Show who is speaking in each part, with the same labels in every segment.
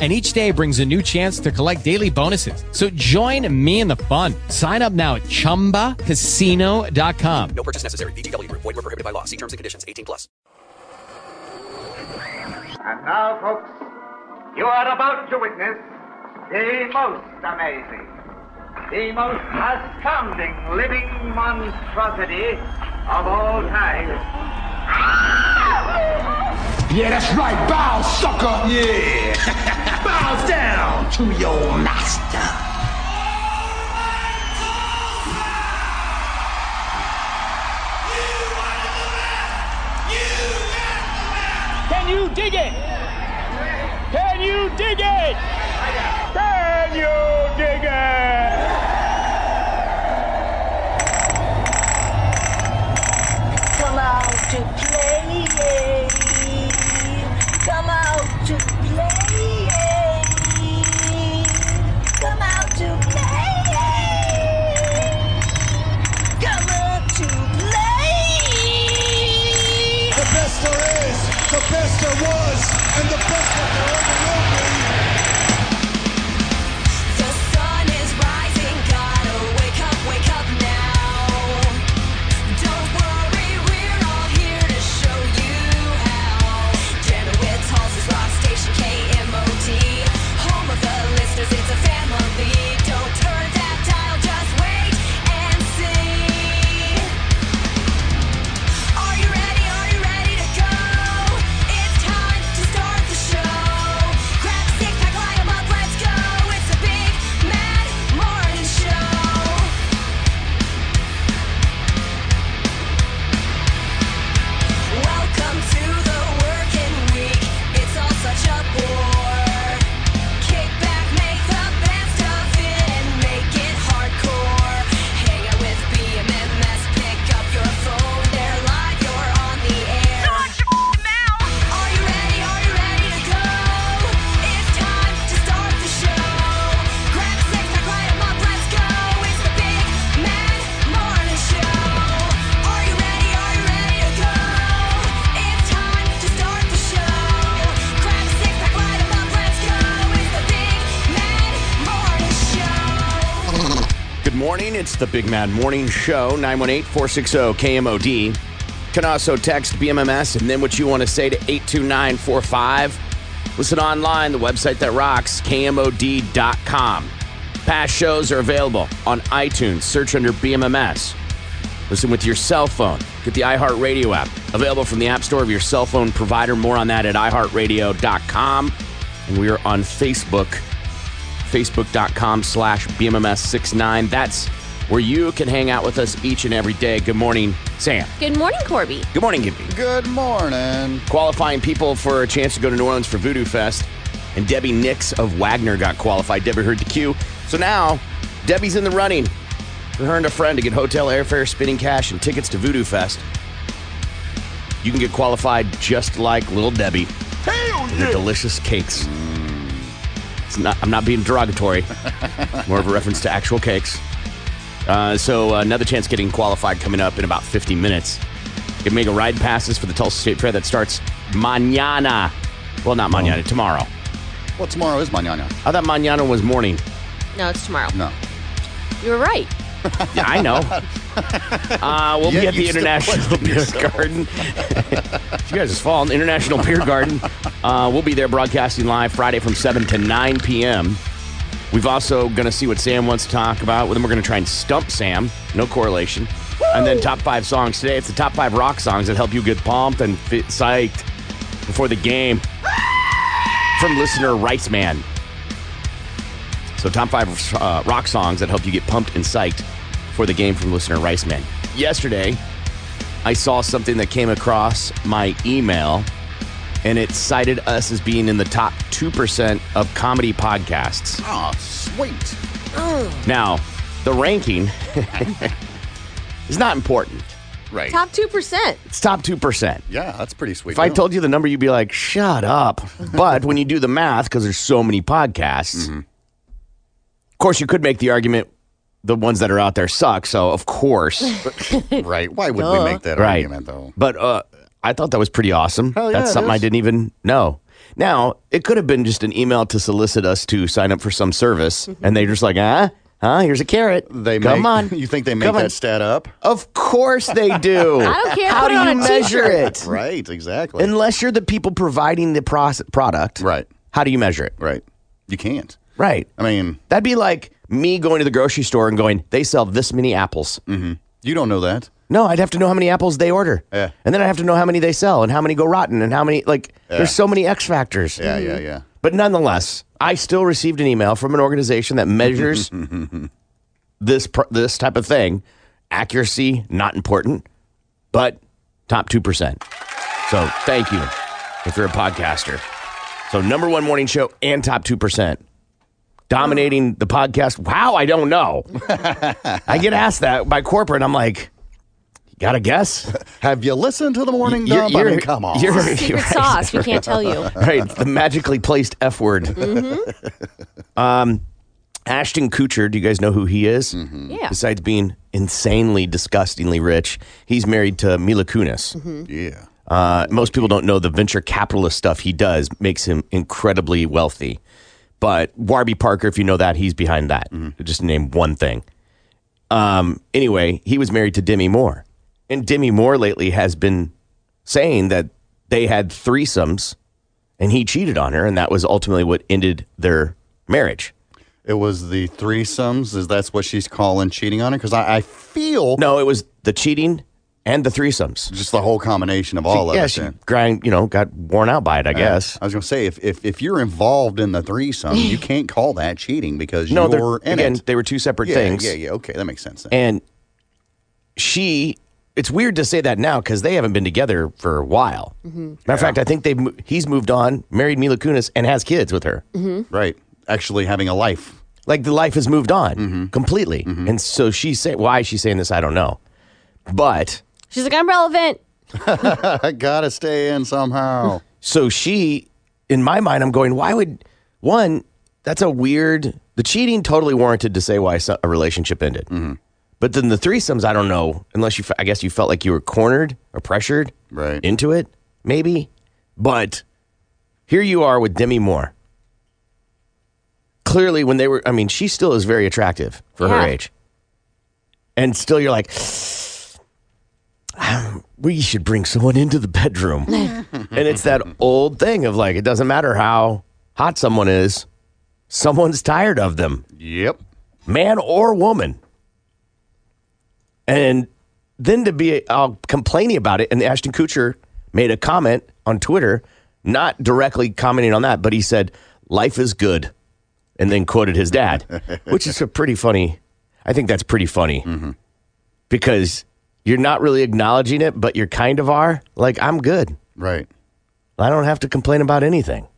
Speaker 1: and each day brings a new chance to collect daily bonuses. So join me in the fun. Sign up now at ChumbaCasino.com.
Speaker 2: No purchase necessary. VGW Group. Void were prohibited by law. See terms and conditions. 18 plus.
Speaker 3: And now, folks, you are about to witness the most amazing, the most astounding living monstrosity of all time.
Speaker 4: Yeah, that's right. Bow, sucker. Yeah. Bow down to your master.
Speaker 5: Can you dig it? Can you dig it? Can you dig it?
Speaker 6: Come out to play. Come out to play. Come out to play. Come out to play.
Speaker 7: The best there is, the best there was, and the best that there ever will be.
Speaker 8: The sun is rising, gotta wake up, wake up now. Don't worry, we're all here to show you how. Janowitz Halls is Rock Station KMOT, home of the listeners. It's a family. Don't turn that dial, just wait and see. Are you ready? Are you ready to go? It's time to start the show. Grab a stick, pack, line 'em up, let's go. It's a big mad morning show. Welcome to the working week. It's all such a bore. Kick back, make the best of it, and make it hardcore. Hang out with BMMS, pick up your phone. They're live, you're on the air. Are you ready? Are you ready to go? It's time to start the show. Grab a six pack, light 'em up, let's go. It's the big mad morning show. Are you ready? Are you ready to go? It's time to start the show. Grab a six pack, light 'em up, let's go. It's the big mad morning show.
Speaker 9: Good morning. It's the Big Mad Morning Show, 918 460 KMOD. Can also text BMMS and then what you want to say to 82945. Listen online, the website that rocks, KMOD.com. Past shows are available on iTunes. Search under BMMS. Listen with your cell phone. Get the iHeartRadio app, available from the App Store of your cell phone provider. More on that at iHeartRadio.com. And we are on Facebook facebook.com slash bmms69 that's where you can hang out with us each and every day good morning sam
Speaker 10: Good morning, Corby.
Speaker 9: good morning gibby
Speaker 7: Good morning.
Speaker 9: qualifying people for a chance to go to new orleans for voodoo fest and debbie nix of wagner got qualified debbie heard the cue so now debbie's in the running for her and a friend to get hotel airfare spinning cash and tickets to voodoo fest you can get qualified just like little debbie and the delicious cakes it's not, I'm not being derogatory. More of a reference to actual cakes. Uh, so uh, another chance getting qualified coming up in about 50 minutes. You can make a ride passes for the Tulsa State Fair that starts mañana. Well, not mañana, tomorrow.
Speaker 4: Well, tomorrow is mañana.
Speaker 9: I thought mañana was morning.
Speaker 10: No, it's tomorrow.
Speaker 4: No.
Speaker 10: You were right.
Speaker 9: Yeah, I know. Uh, we'll
Speaker 4: Yet
Speaker 9: be at the
Speaker 4: you still
Speaker 9: International
Speaker 4: question
Speaker 9: Beer
Speaker 4: yourself.
Speaker 9: Garden. It's you guys' is fall. International Beer Garden. Uh, we'll be there broadcasting live Friday from 7 to 9 p.m. We've also going to see what Sam wants to talk about. Then we're going to try and stump Sam. No correlation. And then top five songs today. It's the top five rock songs that help you get pumped and fit, psyched before the game. From listener Rice Man. So top five uh, rock songs that help you get pumped and psyched for the game from listener Riceman. Yesterday, I saw something that came across my email, and it cited us as being in the top two percent of comedy podcasts.
Speaker 4: Ah, sweet.
Speaker 9: Now, the ranking is not important.
Speaker 11: Right.
Speaker 10: Top 2%.
Speaker 9: It's top 2%.
Speaker 11: Yeah, that's pretty sweet.
Speaker 9: If I
Speaker 11: deal.
Speaker 9: told you the number, you'd be like, shut up. But when you do the math, because there's so many podcasts,
Speaker 11: Mm-hmm.
Speaker 9: of course, you could make the argument the ones that are out there suck. So, of course.
Speaker 11: right. Why would we
Speaker 9: Duh.
Speaker 11: make that
Speaker 9: Right.
Speaker 11: argument, though?
Speaker 9: But uh, I thought that was pretty awesome.
Speaker 11: Hell yeah,
Speaker 9: That's
Speaker 11: it
Speaker 9: something I
Speaker 11: is.
Speaker 9: didn't even know. Now, it could have been just an email to solicit us to sign up for some service, and they're just like, huh? Huh? Here's a carrot. They
Speaker 11: Mm-hmm.
Speaker 9: Come
Speaker 11: make-
Speaker 9: on.
Speaker 11: you think they make
Speaker 9: Come on.
Speaker 11: that stat up?
Speaker 9: Of course they do.
Speaker 10: I don't care.
Speaker 9: How
Speaker 10: Put
Speaker 9: do
Speaker 10: it on
Speaker 9: you
Speaker 10: a
Speaker 9: measure
Speaker 10: t-shirt.
Speaker 9: it?
Speaker 11: Right, exactly.
Speaker 9: Unless you're the people providing the proce- product.
Speaker 11: Right.
Speaker 9: How do you measure it?
Speaker 11: Right. You can't.
Speaker 9: Right.
Speaker 11: I mean,
Speaker 9: That'd be like me going to the grocery store and going, they sell this many apples.
Speaker 11: Mm.
Speaker 9: Mm-hmm.
Speaker 11: you don't know that.
Speaker 9: No, I'd have to know how many apples they order.
Speaker 11: Yeah.
Speaker 9: And then I have to know how many they sell and how many go rotten and how many, like,
Speaker 11: Yeah.
Speaker 9: there's so many X factors.
Speaker 11: Yeah, yeah, yeah.
Speaker 9: But nonetheless, I still received an email from an organization that measures this pr- this type of thing. Accuracy not important, but top two percent. So thank you if you're a podcaster. So number one morning show and top two percent. Dominating the podcast. Wow, I don't know. I get asked that by corporate. and I'm like, you got to guess.
Speaker 11: Have you listened to the morning
Speaker 9: You're-
Speaker 11: dump? I
Speaker 9: you're-
Speaker 11: mean, come on.
Speaker 9: you're-
Speaker 10: Secret
Speaker 9: right.
Speaker 10: sauce. We can't tell you.
Speaker 9: right, the magically placed F word. um, Ashton Kutcher, do you guys know who he is?
Speaker 10: Yeah.
Speaker 9: Besides being insanely, disgustingly rich, he's married to Mila Kunis.
Speaker 11: yeah.
Speaker 9: Uh, most people don't know the venture capitalist stuff he does makes him incredibly wealthy. But Warby Parker, if you know that, he's behind that.
Speaker 11: Mm-hmm.
Speaker 9: Just to name one thing. Um, anyway, he was married to Demi Moore. And Demi Moore lately has been saying that they had threesomes and he cheated on her. And that was ultimately what ended their marriage.
Speaker 11: It was the threesomes. Is that's what she's calling cheating on her? Because I, I feel
Speaker 9: No, it was the cheating and the threesomes.
Speaker 11: just the whole combination of all of
Speaker 9: yeah,
Speaker 11: it.
Speaker 9: she
Speaker 11: then.
Speaker 9: grind, you know, got worn out by it, I guess.
Speaker 11: I was going to say if, if if you're involved in the threesome, you can't call that cheating because
Speaker 9: No,
Speaker 11: you're
Speaker 9: they're,
Speaker 11: in
Speaker 9: again,
Speaker 11: it.
Speaker 9: they were two separate
Speaker 11: yeah,
Speaker 9: things.
Speaker 11: yeah, yeah. Okay, that makes sense. Then.
Speaker 9: And she, it's weird to say that now because they haven't been together for a while. Matter of fact, I think they've mo- he's moved on, married Mila Kunis, and has kids with her.
Speaker 11: right, actually having a life.
Speaker 9: Like the life has moved on completely. And so she's saying, why is she saying this? I don't know. But
Speaker 10: She's like, I'm relevant.
Speaker 11: I gotta stay in somehow.
Speaker 9: so she, in my mind, I'm going, why would one? That's a weird. The cheating totally warranted to say why so- a relationship ended. But then the threesomes, I don't know. Unless you, fe- I guess you felt like you were cornered or pressured
Speaker 11: Right.
Speaker 9: into it, maybe. But here you are with Demi Moore. Clearly, when they were, I mean, she still is very attractive for her
Speaker 10: Yeah.
Speaker 9: age. And still, you're like, "Um, we should bring someone into the bedroom. and it's that old thing of like, it doesn't matter how hot someone is, someone's tired of them,
Speaker 11: yep.
Speaker 9: man or woman. And then to be all complaining about it, and Ashton Kutcher made a comment on Twitter, not directly commenting on that, but he said, Life is good. And then quoted his dad, which is a pretty funny. I think that's pretty funny because you're not really acknowledging it, but you're kind of are. Like, I'm good.
Speaker 11: Right.
Speaker 9: I don't have to complain about anything.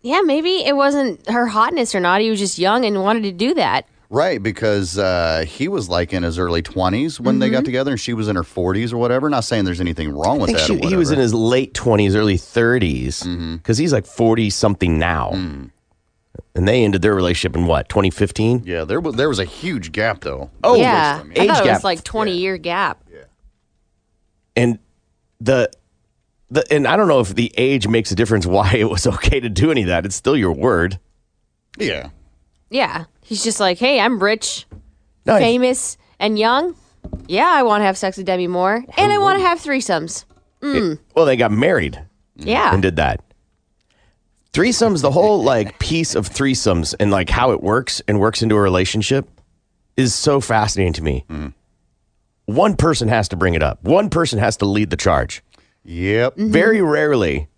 Speaker 10: Yeah, maybe it wasn't her hotness or not. He was just young and wanted to do that.
Speaker 11: Right, because uh, he was like in his early 20s when they got together, and she was in her 40s or whatever. Not saying there's anything wrong with
Speaker 9: Mm-hmm. I think
Speaker 11: that. or
Speaker 9: she- he was in
Speaker 11: whatever. Mm-hmm.
Speaker 9: his late 20s, early 30s, because he's like 40 something now.
Speaker 11: Hmm.
Speaker 9: And they ended their relationship in what, 2015?
Speaker 11: Yeah, there was there was a huge gap though.
Speaker 9: Oh,
Speaker 10: yeah.
Speaker 9: I mean.
Speaker 10: I
Speaker 9: Age
Speaker 10: thought it
Speaker 9: gap.
Speaker 10: was like 20 year gap.
Speaker 9: And the. The, and I don't know if the age makes a difference why it was okay to do any of that. It's still your word.
Speaker 11: Yeah.
Speaker 10: Yeah. He's just like, hey, I'm rich,
Speaker 9: No, I-
Speaker 10: famous, and young. Yeah, I want to have sex with Demi Moore. And I want to have threesomes.
Speaker 9: well, they got married
Speaker 10: Yeah.
Speaker 9: Mm. and did that. Threesomes, the whole like piece of threesomes and like how it works and works into a relationship is so fascinating to me.
Speaker 11: Mm.
Speaker 9: One person has Mm-hmm. to bring it up. One person has to lead the charge.
Speaker 11: Yep.
Speaker 9: Very rarely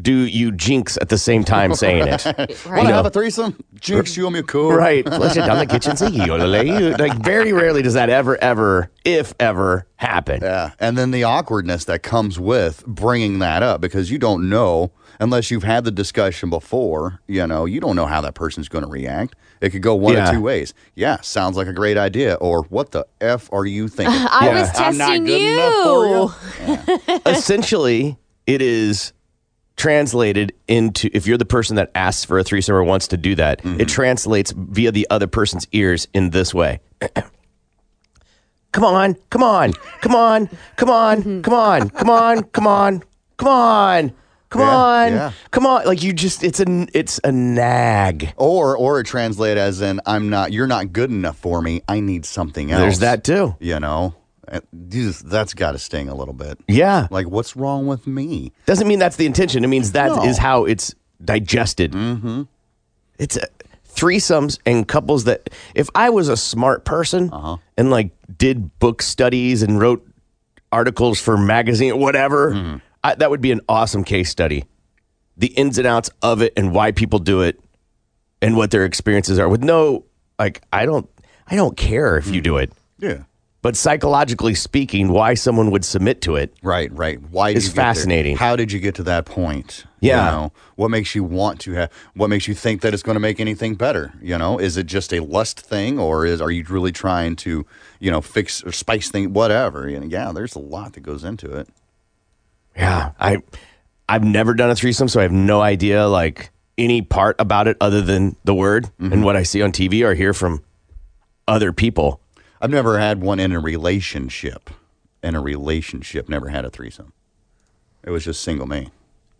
Speaker 9: do you jinx at the same time saying it.
Speaker 11: Want to have a threesome? Jinx, you owe me a cool.
Speaker 9: Right. Flush it down the kitchen sink. you little lady. Like very rarely does that ever, ever, if ever, happen.
Speaker 11: Yeah. And then the awkwardness that comes with bringing that up because you don't know unless you've had the discussion before, you know, you don't know how that person's going to react. It could go one
Speaker 9: Yeah.
Speaker 11: of two ways. Yeah, sounds like a great idea or what the f are you thinking?
Speaker 10: I was
Speaker 11: I'm not
Speaker 10: testing
Speaker 11: good enough for you.
Speaker 10: you.
Speaker 9: Essentially, it is translated into if you're the person that asks for a threesome or wants to do that,
Speaker 11: Mm-hmm.
Speaker 9: it translates via the other person's ears in this way. come on, come on, come on, come on, come on, come on, come on, come on, come
Speaker 11: Yeah,
Speaker 9: on,
Speaker 11: yeah.
Speaker 9: come on. Like you just, it's a, it's a nag.
Speaker 11: Or or it translate as in I'm not you're not good enough for me. I need something else.
Speaker 9: There's that too.
Speaker 11: You know. Uh, geez, That's got to sting a little bit.
Speaker 9: Yeah.
Speaker 11: Like what's wrong with me?
Speaker 9: Doesn't mean that's the intention. It means that is
Speaker 11: No.
Speaker 9: how it's digested. Mm-hmm. It's uh, threesomes and couples that, if I was a smart person and like did book studies and wrote articles for magazine, whatever, I, that would be an awesome case study. The ins and outs of it and why people do it and what their experiences are with no, like, I don't, I don't care if you do it.
Speaker 11: Yeah.
Speaker 9: But psychologically speaking, why someone would submit to it
Speaker 11: Right, right. Why did
Speaker 9: is
Speaker 11: you get there?
Speaker 9: fascinating.
Speaker 11: How did you get to that point? You
Speaker 9: Yeah.
Speaker 11: know? what makes you want to have? What makes you think that it's going to make anything better? You know, is it just a lust thing, or is are you really trying to, you know, fix or spice thing, whatever? And yeah, there's a lot that goes into it.
Speaker 9: Yeah, I I've never done a threesome, so I have no idea like any part about it other than the word
Speaker 11: Mm-hmm.
Speaker 9: and what I see on TV or hear from other people.
Speaker 11: I've never had one in a relationship. In a relationship, never had a threesome. It was just single me.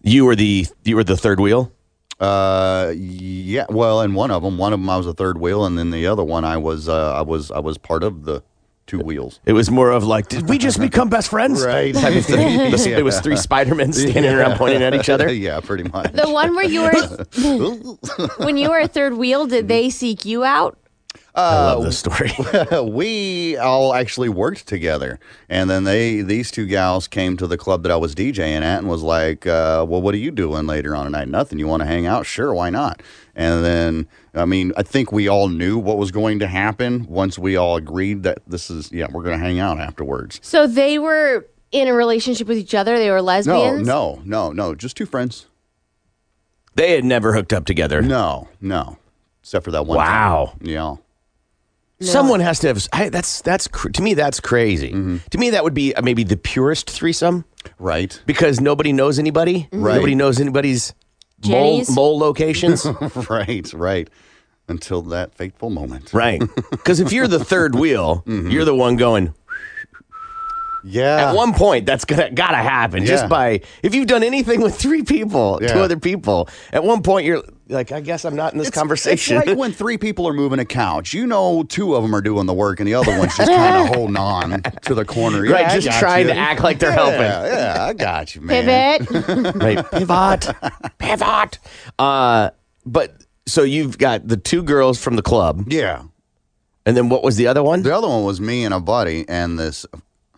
Speaker 9: You were the you were the third wheel.
Speaker 11: Uh, yeah. Well, and one of them, one of them, I was a third wheel, and then the other one, I was, uh, I was, I was part of the two wheels.
Speaker 9: It was more of like, did we just become best friends?
Speaker 11: Right.
Speaker 9: Type of thing. The- It was three Spider Men standing around pointing at each other.
Speaker 11: yeah, pretty much.
Speaker 10: The one where you were, when you were a third wheel, did they
Speaker 11: Mm-hmm.
Speaker 10: seek you out?
Speaker 9: I love this story.
Speaker 11: Uh, we all actually worked together, and then they these two gals came to the club that I was DJing at and was like, uh, "Well, what are you doing later on tonight? Nothing. You want to hang out? Sure, why not?" And then, I mean, I think we all knew what was going to happen once we all agreed that this is yeah, we're going to hang out afterwards.
Speaker 10: So they were in a relationship with each other. They were
Speaker 11: No,
Speaker 10: lesbians.
Speaker 11: no, no, no, just two friends.
Speaker 9: They had never hooked up together.
Speaker 11: No, no, except for that one.
Speaker 9: Wow.
Speaker 11: time. yeah.
Speaker 9: Someone has to have. I, that's that's cr- to me that's crazy.
Speaker 11: Mm-hmm.
Speaker 9: To me that would be uh, maybe the purest threesome
Speaker 11: Right.
Speaker 9: because nobody knows anybody.
Speaker 11: Right.
Speaker 9: Nobody knows anybody's mole,
Speaker 10: Jenny's.
Speaker 9: mole locations.
Speaker 11: right, right. Until that fateful moment.
Speaker 9: Right. Because if you're the third wheel, you're the one going.
Speaker 11: Mm-hmm. Yeah.
Speaker 9: At one point, that's gonna gotta happen.
Speaker 11: Yeah.
Speaker 9: Just by if you've done anything with three people,
Speaker 11: Yeah.
Speaker 9: two other people, at one point you're like, I guess I'm not in this conversation.
Speaker 11: It's like when three people are moving a couch. You know, two of them are doing the work, and the other one's just kind of holding on to the corner. Yeah,
Speaker 9: Right,
Speaker 11: I
Speaker 9: just
Speaker 11: got
Speaker 9: trying
Speaker 11: you.
Speaker 9: to act like they're
Speaker 11: yeah,
Speaker 9: helping.
Speaker 11: Yeah, I got you, man.
Speaker 10: Pivot.
Speaker 9: right. Pivot, pivot. Uh, but so you've got the two girls from the club,
Speaker 11: Yeah.
Speaker 9: and then what was the other one?
Speaker 11: The other one was me and a buddy, and this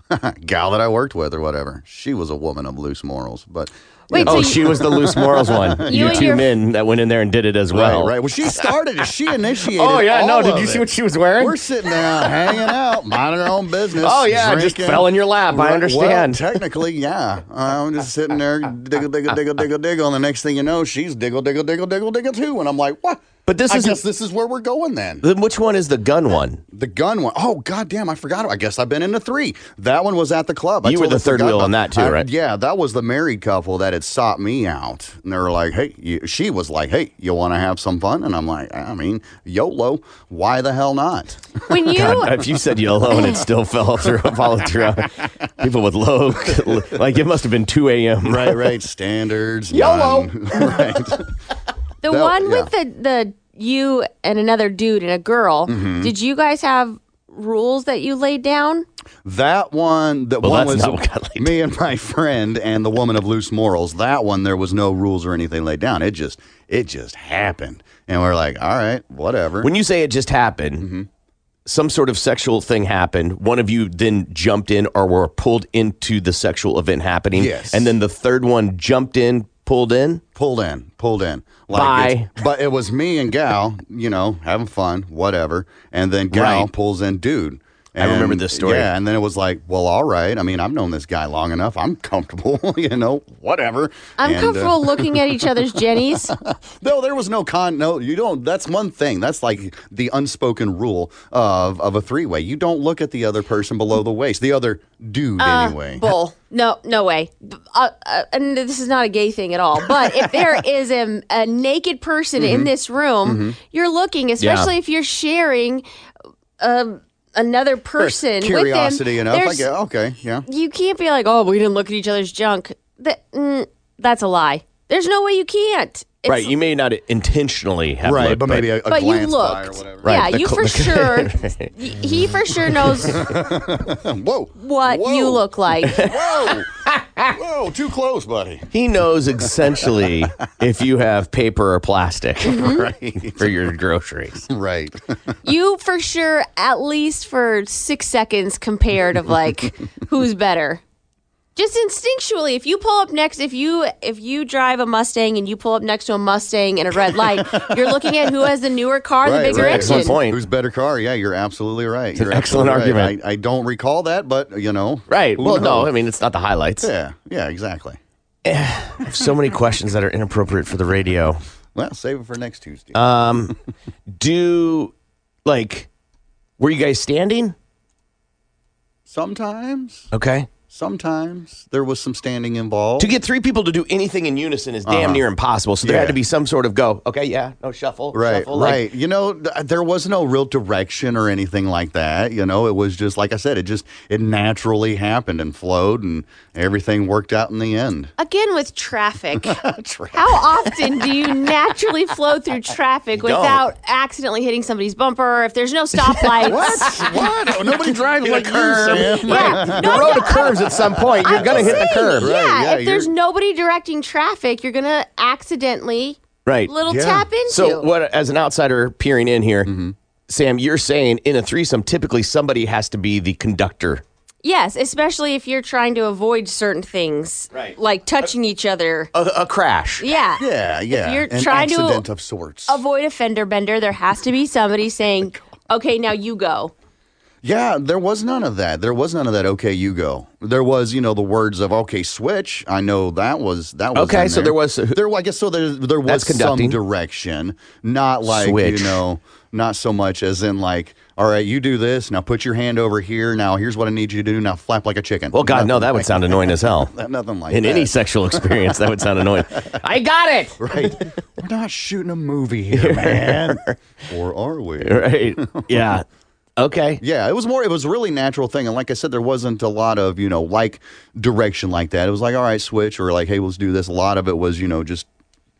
Speaker 11: gal that I worked with or whatever. She was a woman of loose morals, but
Speaker 10: Wait,
Speaker 9: Oh,
Speaker 10: so
Speaker 9: she was the loose morals one.
Speaker 10: You
Speaker 9: You,
Speaker 10: and
Speaker 9: two
Speaker 10: your-
Speaker 9: men that went in there and did it as well.
Speaker 11: right, right. Well, she started it. She initiated.
Speaker 9: Oh yeah,
Speaker 11: all
Speaker 9: no.
Speaker 11: of
Speaker 9: Did you see
Speaker 11: it.
Speaker 9: what she was wearing?
Speaker 11: We're sitting there hanging out, minding our own business.
Speaker 9: Oh, yeah, it just
Speaker 11: drinking.
Speaker 9: fell in your lap. I
Speaker 11: Well,
Speaker 9: understand.
Speaker 11: technically, yeah. I'm just sitting there, diggle, diggle, diggle, diggle, diggle, and the next thing you know, she's diggle, diggle, diggle, diggle, diggle too, and I'm like, what?
Speaker 9: But this
Speaker 11: I
Speaker 9: isn't-
Speaker 11: guess this is where we're going then.
Speaker 9: Then which one is the gun one?
Speaker 11: The gun one. Oh goddamn! I forgot. I guess I've been into three. That one was at the club. I
Speaker 9: You were
Speaker 11: totally
Speaker 9: the third
Speaker 11: forgot
Speaker 9: wheel
Speaker 11: about-
Speaker 9: on that too,
Speaker 11: I-
Speaker 9: right?
Speaker 11: Yeah, that was the married couple that had sought me out, and they were like, "Hey," you, she was like, "Hey, you want to have some fun?" And I'm like, "I mean, YOLO. Why the hell not?"
Speaker 10: when you
Speaker 9: God, if you said YOLO and it still fell through, followed through, people with low, like it must have been 2 a.m.
Speaker 11: Right, right. Standards.
Speaker 9: YOLO.
Speaker 11: none. right.
Speaker 10: the
Speaker 11: That-
Speaker 10: one
Speaker 11: yeah.
Speaker 10: with the the you and another dude and a girl,
Speaker 11: Mm-hmm.
Speaker 10: did you guys have rules that you laid down?
Speaker 11: That one. That
Speaker 9: Well,
Speaker 11: one
Speaker 9: that's
Speaker 11: was
Speaker 9: not what got laid
Speaker 11: me and my friend and the woman of loose morals. That one, there was no rules or anything laid down. It just, it just happened, and we're like, all right, whatever.
Speaker 9: When you say it just happened,
Speaker 11: Mm-hmm.
Speaker 9: some sort of sexual thing happened. One of you then jumped in or were pulled into the sexual event happening.
Speaker 11: Yes.
Speaker 9: And then the third one jumped in, Pulled in?
Speaker 11: Pulled in. Pulled in.
Speaker 9: Bye.
Speaker 11: it's- But it was me and Gal, you know, having fun, whatever. And then Gal
Speaker 9: Right.
Speaker 11: pulls in dude.
Speaker 9: I remember
Speaker 11: And,
Speaker 9: this story.
Speaker 11: Yeah, and then it was like, well, all right. I mean, I've known this guy long enough. I'm comfortable, you know, whatever.
Speaker 10: I'm
Speaker 11: And, uh,
Speaker 10: comfortable looking at each other's jennies.
Speaker 11: No, there was no con. No, you don't. That's one thing. That's like the unspoken rule of of a three way. You don't look at the other person below the waist. The other dude,
Speaker 10: Uh,
Speaker 11: anyway.
Speaker 10: Bull. No, no way. B- Uh, uh, and this is not a gay thing at all. But if there is a, a naked person in
Speaker 11: Mhm.
Speaker 10: this room,
Speaker 11: Mhm.
Speaker 10: you're looking, especially if you're sharing um, another
Speaker 11: There's
Speaker 10: person
Speaker 11: curiosity
Speaker 10: with them.
Speaker 11: enough. I
Speaker 10: there's-
Speaker 11: guess. Okay, yeah.
Speaker 10: You can't be like, oh, we didn't look at each other's junk. That, mm, that's a lie. There's no way you can't. It's-
Speaker 9: right. You may not intentionally have
Speaker 11: Right,
Speaker 9: looked,
Speaker 11: but maybe a- a
Speaker 10: But you glance by or looked. whatever. Yeah, you for sure- y- he for sure knows
Speaker 11: Whoa.
Speaker 10: what you look like.
Speaker 11: Whoa. Whoa, too close, buddy.
Speaker 9: He knows essentially if you have paper or plastic for your groceries.
Speaker 11: Right.
Speaker 10: you for sure at least for six seconds compared of like who's better just instinctually if you pull up next if you if you drive a mustang and you pull up next to a mustang in a red light you're looking at who has the newer car the bigger engine
Speaker 11: Who's better car? Yeah, you're absolutely right.
Speaker 9: an
Speaker 11: you're
Speaker 9: excellent
Speaker 11: absolutely right.
Speaker 9: argument.
Speaker 11: I, I don't recall that, but you know.
Speaker 9: Right.
Speaker 11: who
Speaker 9: Well, no,
Speaker 11: knows?
Speaker 9: I mean, it's not the highlights.
Speaker 11: Yeah. Yeah. Exactly.
Speaker 9: I have so many questions that are inappropriate for the radio.
Speaker 11: Well, save it for next Tuesday.
Speaker 9: Um, do like, were you guys standing?
Speaker 11: Sometimes.
Speaker 9: Okay.
Speaker 11: Sometimes there was some standing involved.
Speaker 9: To get three people to do anything in unison is damn
Speaker 11: Uh-huh.
Speaker 9: near impossible. So there had
Speaker 11: Yeah.
Speaker 9: to be some sort of go. Okay, yeah, no shuffle.
Speaker 11: Right,
Speaker 9: shuffle, like-
Speaker 11: right. you know, th- uh, there was no real direction or anything like that. You know, it was just like I said, it just it naturally happened and flowed, and everything worked out in the end.
Speaker 10: again with traffic how often do you naturally flow through traffic
Speaker 11: You don't.
Speaker 10: without accidentally hitting somebody's bumper if there's no stoplights
Speaker 11: What? What? Oh, Nobody drives like you, Sam.
Speaker 10: Yeah.
Speaker 9: the road curves at some point. You're
Speaker 10: I'm
Speaker 9: gonna
Speaker 10: just
Speaker 9: hit the
Speaker 10: saying,
Speaker 9: curb.
Speaker 10: Yeah, if there's nobody directing traffic, you're gonna accidentally
Speaker 9: right
Speaker 10: little tap into.
Speaker 9: So what? As an outsider peering in here,
Speaker 11: Mm-hmm.
Speaker 9: Sam, you're saying in a threesome, typically somebody has to be the conductor.
Speaker 10: yes, especially if you're trying to avoid certain things, right? Like touching each other.
Speaker 9: A, a crash.
Speaker 10: Yeah.
Speaker 11: Yeah, yeah.
Speaker 10: you're
Speaker 11: An
Speaker 10: trying to-
Speaker 11: accident of sorts.
Speaker 10: Avoid a fender bender. There has to be somebody saying, "Okay, now you go."
Speaker 9: Oh,
Speaker 11: Yeah, there was none of that. There was none of that. Okay, you go. There was, you know, the words of "Okay, switch." I know that was that was
Speaker 9: Okay,
Speaker 11: in
Speaker 9: so there was- uh,
Speaker 11: there. wa- I guess so. There there was
Speaker 9: That's
Speaker 11: some
Speaker 9: conducting.
Speaker 11: direction, not like
Speaker 9: Switch.
Speaker 11: you know, not so much as in like, all right, you do this now. Put your hand over here. Now here's what I need you to do. Now flap like a chicken.
Speaker 9: Well, God, no, that would sound annoying as hell.
Speaker 11: nothing like
Speaker 9: in
Speaker 11: that.
Speaker 9: any sexual experience, that would sound annoying. I got it.
Speaker 11: Right. We're not shooting a movie here, man. or are we?
Speaker 9: Right. Yeah. Okay.
Speaker 11: Yeah, it was more. It was a really natural thing, and like I said, there wasn't a lot of you know like direction like that. It was like, all right, switch, or like, hey, let's do this. A lot of it was you know just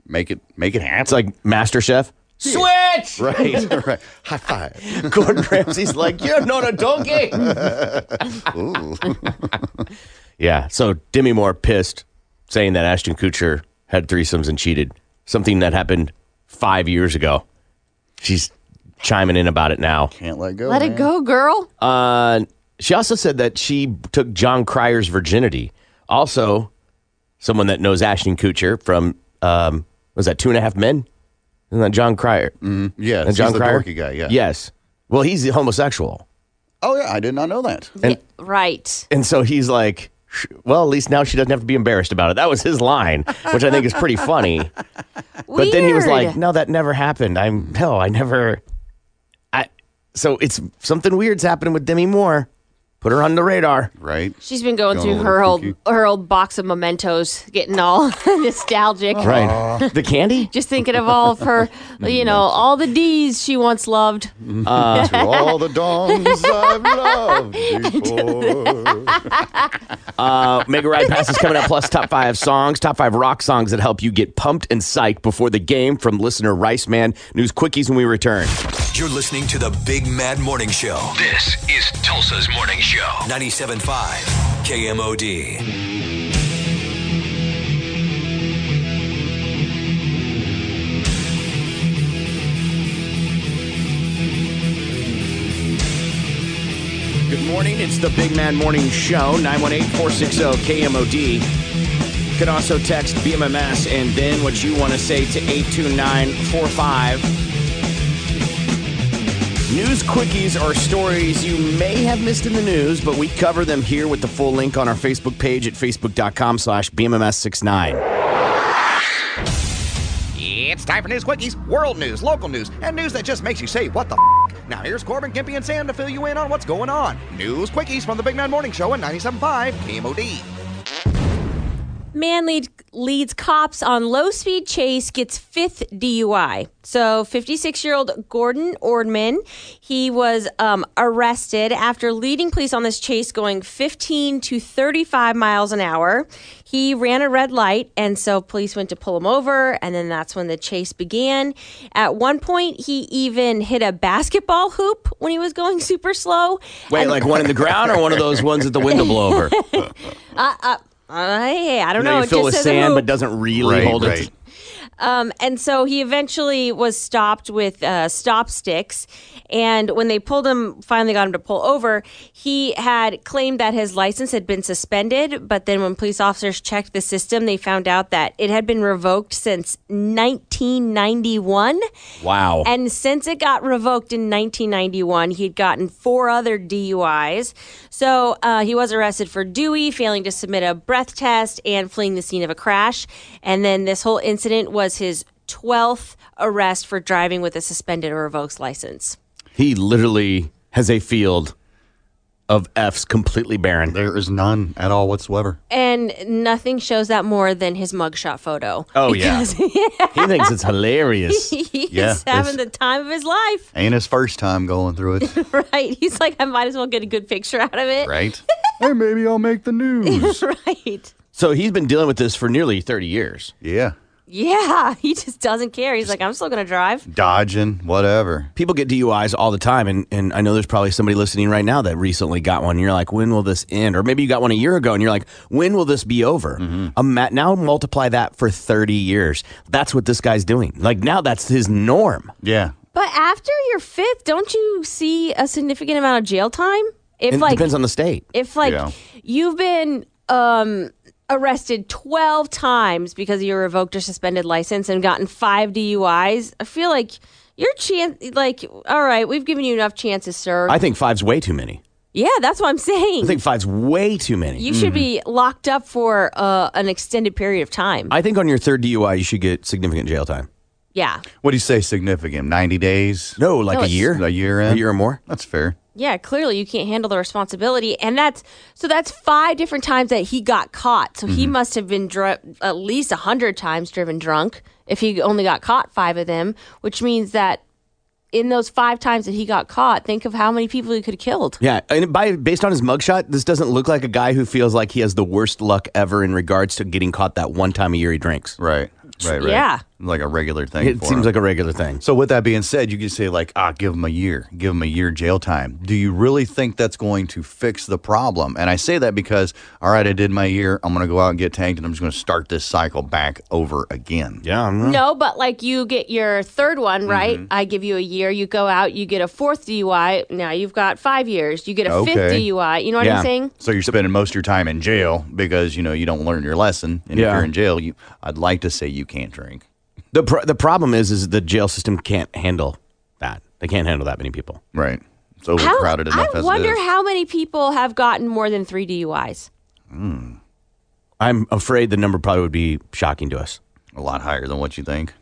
Speaker 11: make it make it happen.
Speaker 9: It's like Master Chef. Switch.
Speaker 11: Right, right. High five.
Speaker 9: Gordon Ramsay's like, you're not a donkey.
Speaker 11: Ooh.
Speaker 9: Yeah. So Demi Moore pissed, saying that Ashton Kutcher had threesomes and cheated. Something that happened five years ago. She's chiming in about it now.
Speaker 11: Can't let go.
Speaker 10: Let it go, girl.
Speaker 9: Uh, she also said that she took John Cryer's virginity. Also, someone that knows Ashton Kutcher from um, was that Two and a Half Men? Isn't that John Cryer? Mm,
Speaker 11: yes, he's
Speaker 9: John
Speaker 11: Mm-hmm. the
Speaker 9: Cryer
Speaker 11: dorky guy, yeah.
Speaker 9: Yes. Well, he's homosexual,
Speaker 11: Oh yeah, I did not know that.
Speaker 9: and
Speaker 10: Right.
Speaker 9: and so he's like, "Sh- well, at least now she doesn't have to be embarrassed about it. That was his line, which I think is pretty funny. But then he was like,
Speaker 10: Weird.
Speaker 9: no, that never happened. I'm no, I never. I so it's something weird's happening with Demi Moore. Put her on the radar.
Speaker 11: Right.
Speaker 10: She's been going
Speaker 9: Going a
Speaker 10: through
Speaker 9: little
Speaker 10: her old
Speaker 9: kooky.
Speaker 10: her old box of mementos, getting all nostalgic.
Speaker 9: Right. the candy?
Speaker 10: Just thinking of all of her, you know, all the D's she once loved.
Speaker 9: Uh,
Speaker 11: to all the dongs I've loved before.
Speaker 9: Uh, Mega Ride Pass is coming up, plus top five songs, top five rock songs that help you get pumped and psyched before the game from listener Rice Man. News quickies when we return.
Speaker 12: You're listening to the Big Mad Morning Show. This is Tulsa's Morning Show. 97.5 KMOD.
Speaker 9: Good morning. It's the Big Man Morning Show, 918 460 KMOD. You can also text BMMS and then what you want to say to 82945. News quickies are stories you may have missed in the news, but we cover them here with the full link on our Facebook page at facebook.com slash BMMS69.
Speaker 13: It's time for news quickies, world news, local news, and news that just makes you say, what the f-? Now here's Corbin, Gimpy, and Sam to fill you in on what's going on. News quickies from the Big Man Morning Show on 97.5 KMOD.
Speaker 10: Man lead, leads cops on low speed chase, gets fifth DUI. So, 56 year old Gordon Ordman, he was um, arrested after leading police on this chase going 15 to 35 miles an hour. He ran a red light, and so police went to pull him over, and then that's when the chase began. At one point, he even hit a basketball hoop when he was going super slow.
Speaker 9: Wait,
Speaker 10: And-
Speaker 9: like one in the ground or one of those ones that the window blow over?
Speaker 10: Uh, uh, I, I don't know.
Speaker 9: you know, you
Speaker 10: It
Speaker 9: fill
Speaker 10: just
Speaker 9: with
Speaker 10: says a
Speaker 9: sand
Speaker 10: hoop.
Speaker 9: but doesn't really
Speaker 10: Right,
Speaker 9: hold
Speaker 10: right.
Speaker 9: it.
Speaker 10: Um, and so he eventually was stopped with uh, stop sticks. And when they pulled him, finally got him to pull over, he had claimed that his license had been suspended. But then when police officers checked the system, they found out that it had been revoked since 1991.
Speaker 9: Wow.
Speaker 10: And since it got revoked in 1991, he'd gotten four other DUIs. So uh, he was arrested for Dewey, failing to submit a breath test, and fleeing the scene of a crash. And then this whole incident was his 12th arrest for driving with a suspended or revoked license.
Speaker 9: He literally has a field of F's completely barren.
Speaker 11: There is none at all whatsoever.
Speaker 10: And nothing shows that more than his mugshot photo.
Speaker 9: Oh, yeah. he thinks it's hilarious.
Speaker 10: He's
Speaker 11: Yeah,
Speaker 10: having
Speaker 11: it's-
Speaker 10: the time of his life,
Speaker 11: Ain't his first time going through it,
Speaker 10: right? He's like, I might as well get a good picture out of it.
Speaker 11: right? hey, maybe I'll make the news.
Speaker 10: right.
Speaker 9: So he's been dealing with this for nearly 30 years.
Speaker 11: Yeah.
Speaker 10: Yeah, he just doesn't care. He's like, I'm still going to drive.
Speaker 11: Dodging, whatever.
Speaker 9: People get DUIs all the time, and, and I know there's probably somebody listening right now that recently got one. And you're like, when will this end? Or maybe you got one a year ago, and you're like, when will this be over? Ima- now multiply that for 30 years. That's what this guy's doing. Like now, that's his norm.
Speaker 11: Yeah,
Speaker 10: But after your fifth, don't you see a significant amount of jail time? If
Speaker 9: it
Speaker 10: like
Speaker 9: depends on the state.
Speaker 10: if like
Speaker 9: Yeah.
Speaker 10: you've been um arrested 12 times because of your revoked or suspended license and gotten 5 DUIs, I feel like your chance like all right, we've given you enough chances, sir.
Speaker 9: I think five's way too many.
Speaker 10: yeah, that's what I'm saying.
Speaker 9: I think Mm-hmm. five's way too many.
Speaker 10: you should be locked up for uh, an extended period of time.
Speaker 9: I think on your third DUI, you should get significant jail time.
Speaker 10: yeah.
Speaker 11: What do you say significant? 90 days?
Speaker 9: No,
Speaker 10: like No, a it's- year.
Speaker 11: A year in? A year
Speaker 9: or more?
Speaker 11: That's fair.
Speaker 10: Yeah, clearly you can't handle the responsibility, and that's so that's five different times that he got caught. So
Speaker 11: Mm-hmm.
Speaker 10: he must have been dr- at least a hundred times driven drunk if he only got caught five of them, which means that in those five times that he got caught, think of how many people he could have killed.
Speaker 9: Yeah, and by based on his mugshot, this doesn't look like a guy who feels like he has the worst luck ever in regards to getting caught that one time a year he drinks.
Speaker 11: Right, right, right.
Speaker 10: Yeah.
Speaker 11: Like a regular thing.
Speaker 9: It seems like a regular thing.
Speaker 11: So, with that being said, you can say, like, ah, give him a year, give him a year jail time. Do you really think that's going to fix the problem? And I say that because, all right, I did my year. I'm going to go out and get tanked and I'm just going to start this cycle back over again.
Speaker 9: Yeah.
Speaker 10: No, but like you get your third one, right?
Speaker 11: Mm-hmm.
Speaker 10: I give you a year, you go out, you get a fourth DUI, now you've got five years, you get a fifth DUI, you know what I'm saying?
Speaker 11: So you're spending most of your time in jail because you know you don't learn your lesson, and if
Speaker 9: Yeah.
Speaker 11: you're in jail, you I'd like to say you can't drink.
Speaker 9: The pr- the problem is is the jail system can't handle that. They can't handle that many people.
Speaker 11: Right. It's overcrowded
Speaker 10: I wonder how many people have gotten more than three DUIs.
Speaker 9: I'm afraid the number probably would be shocking to us.
Speaker 11: A lot higher than what you think.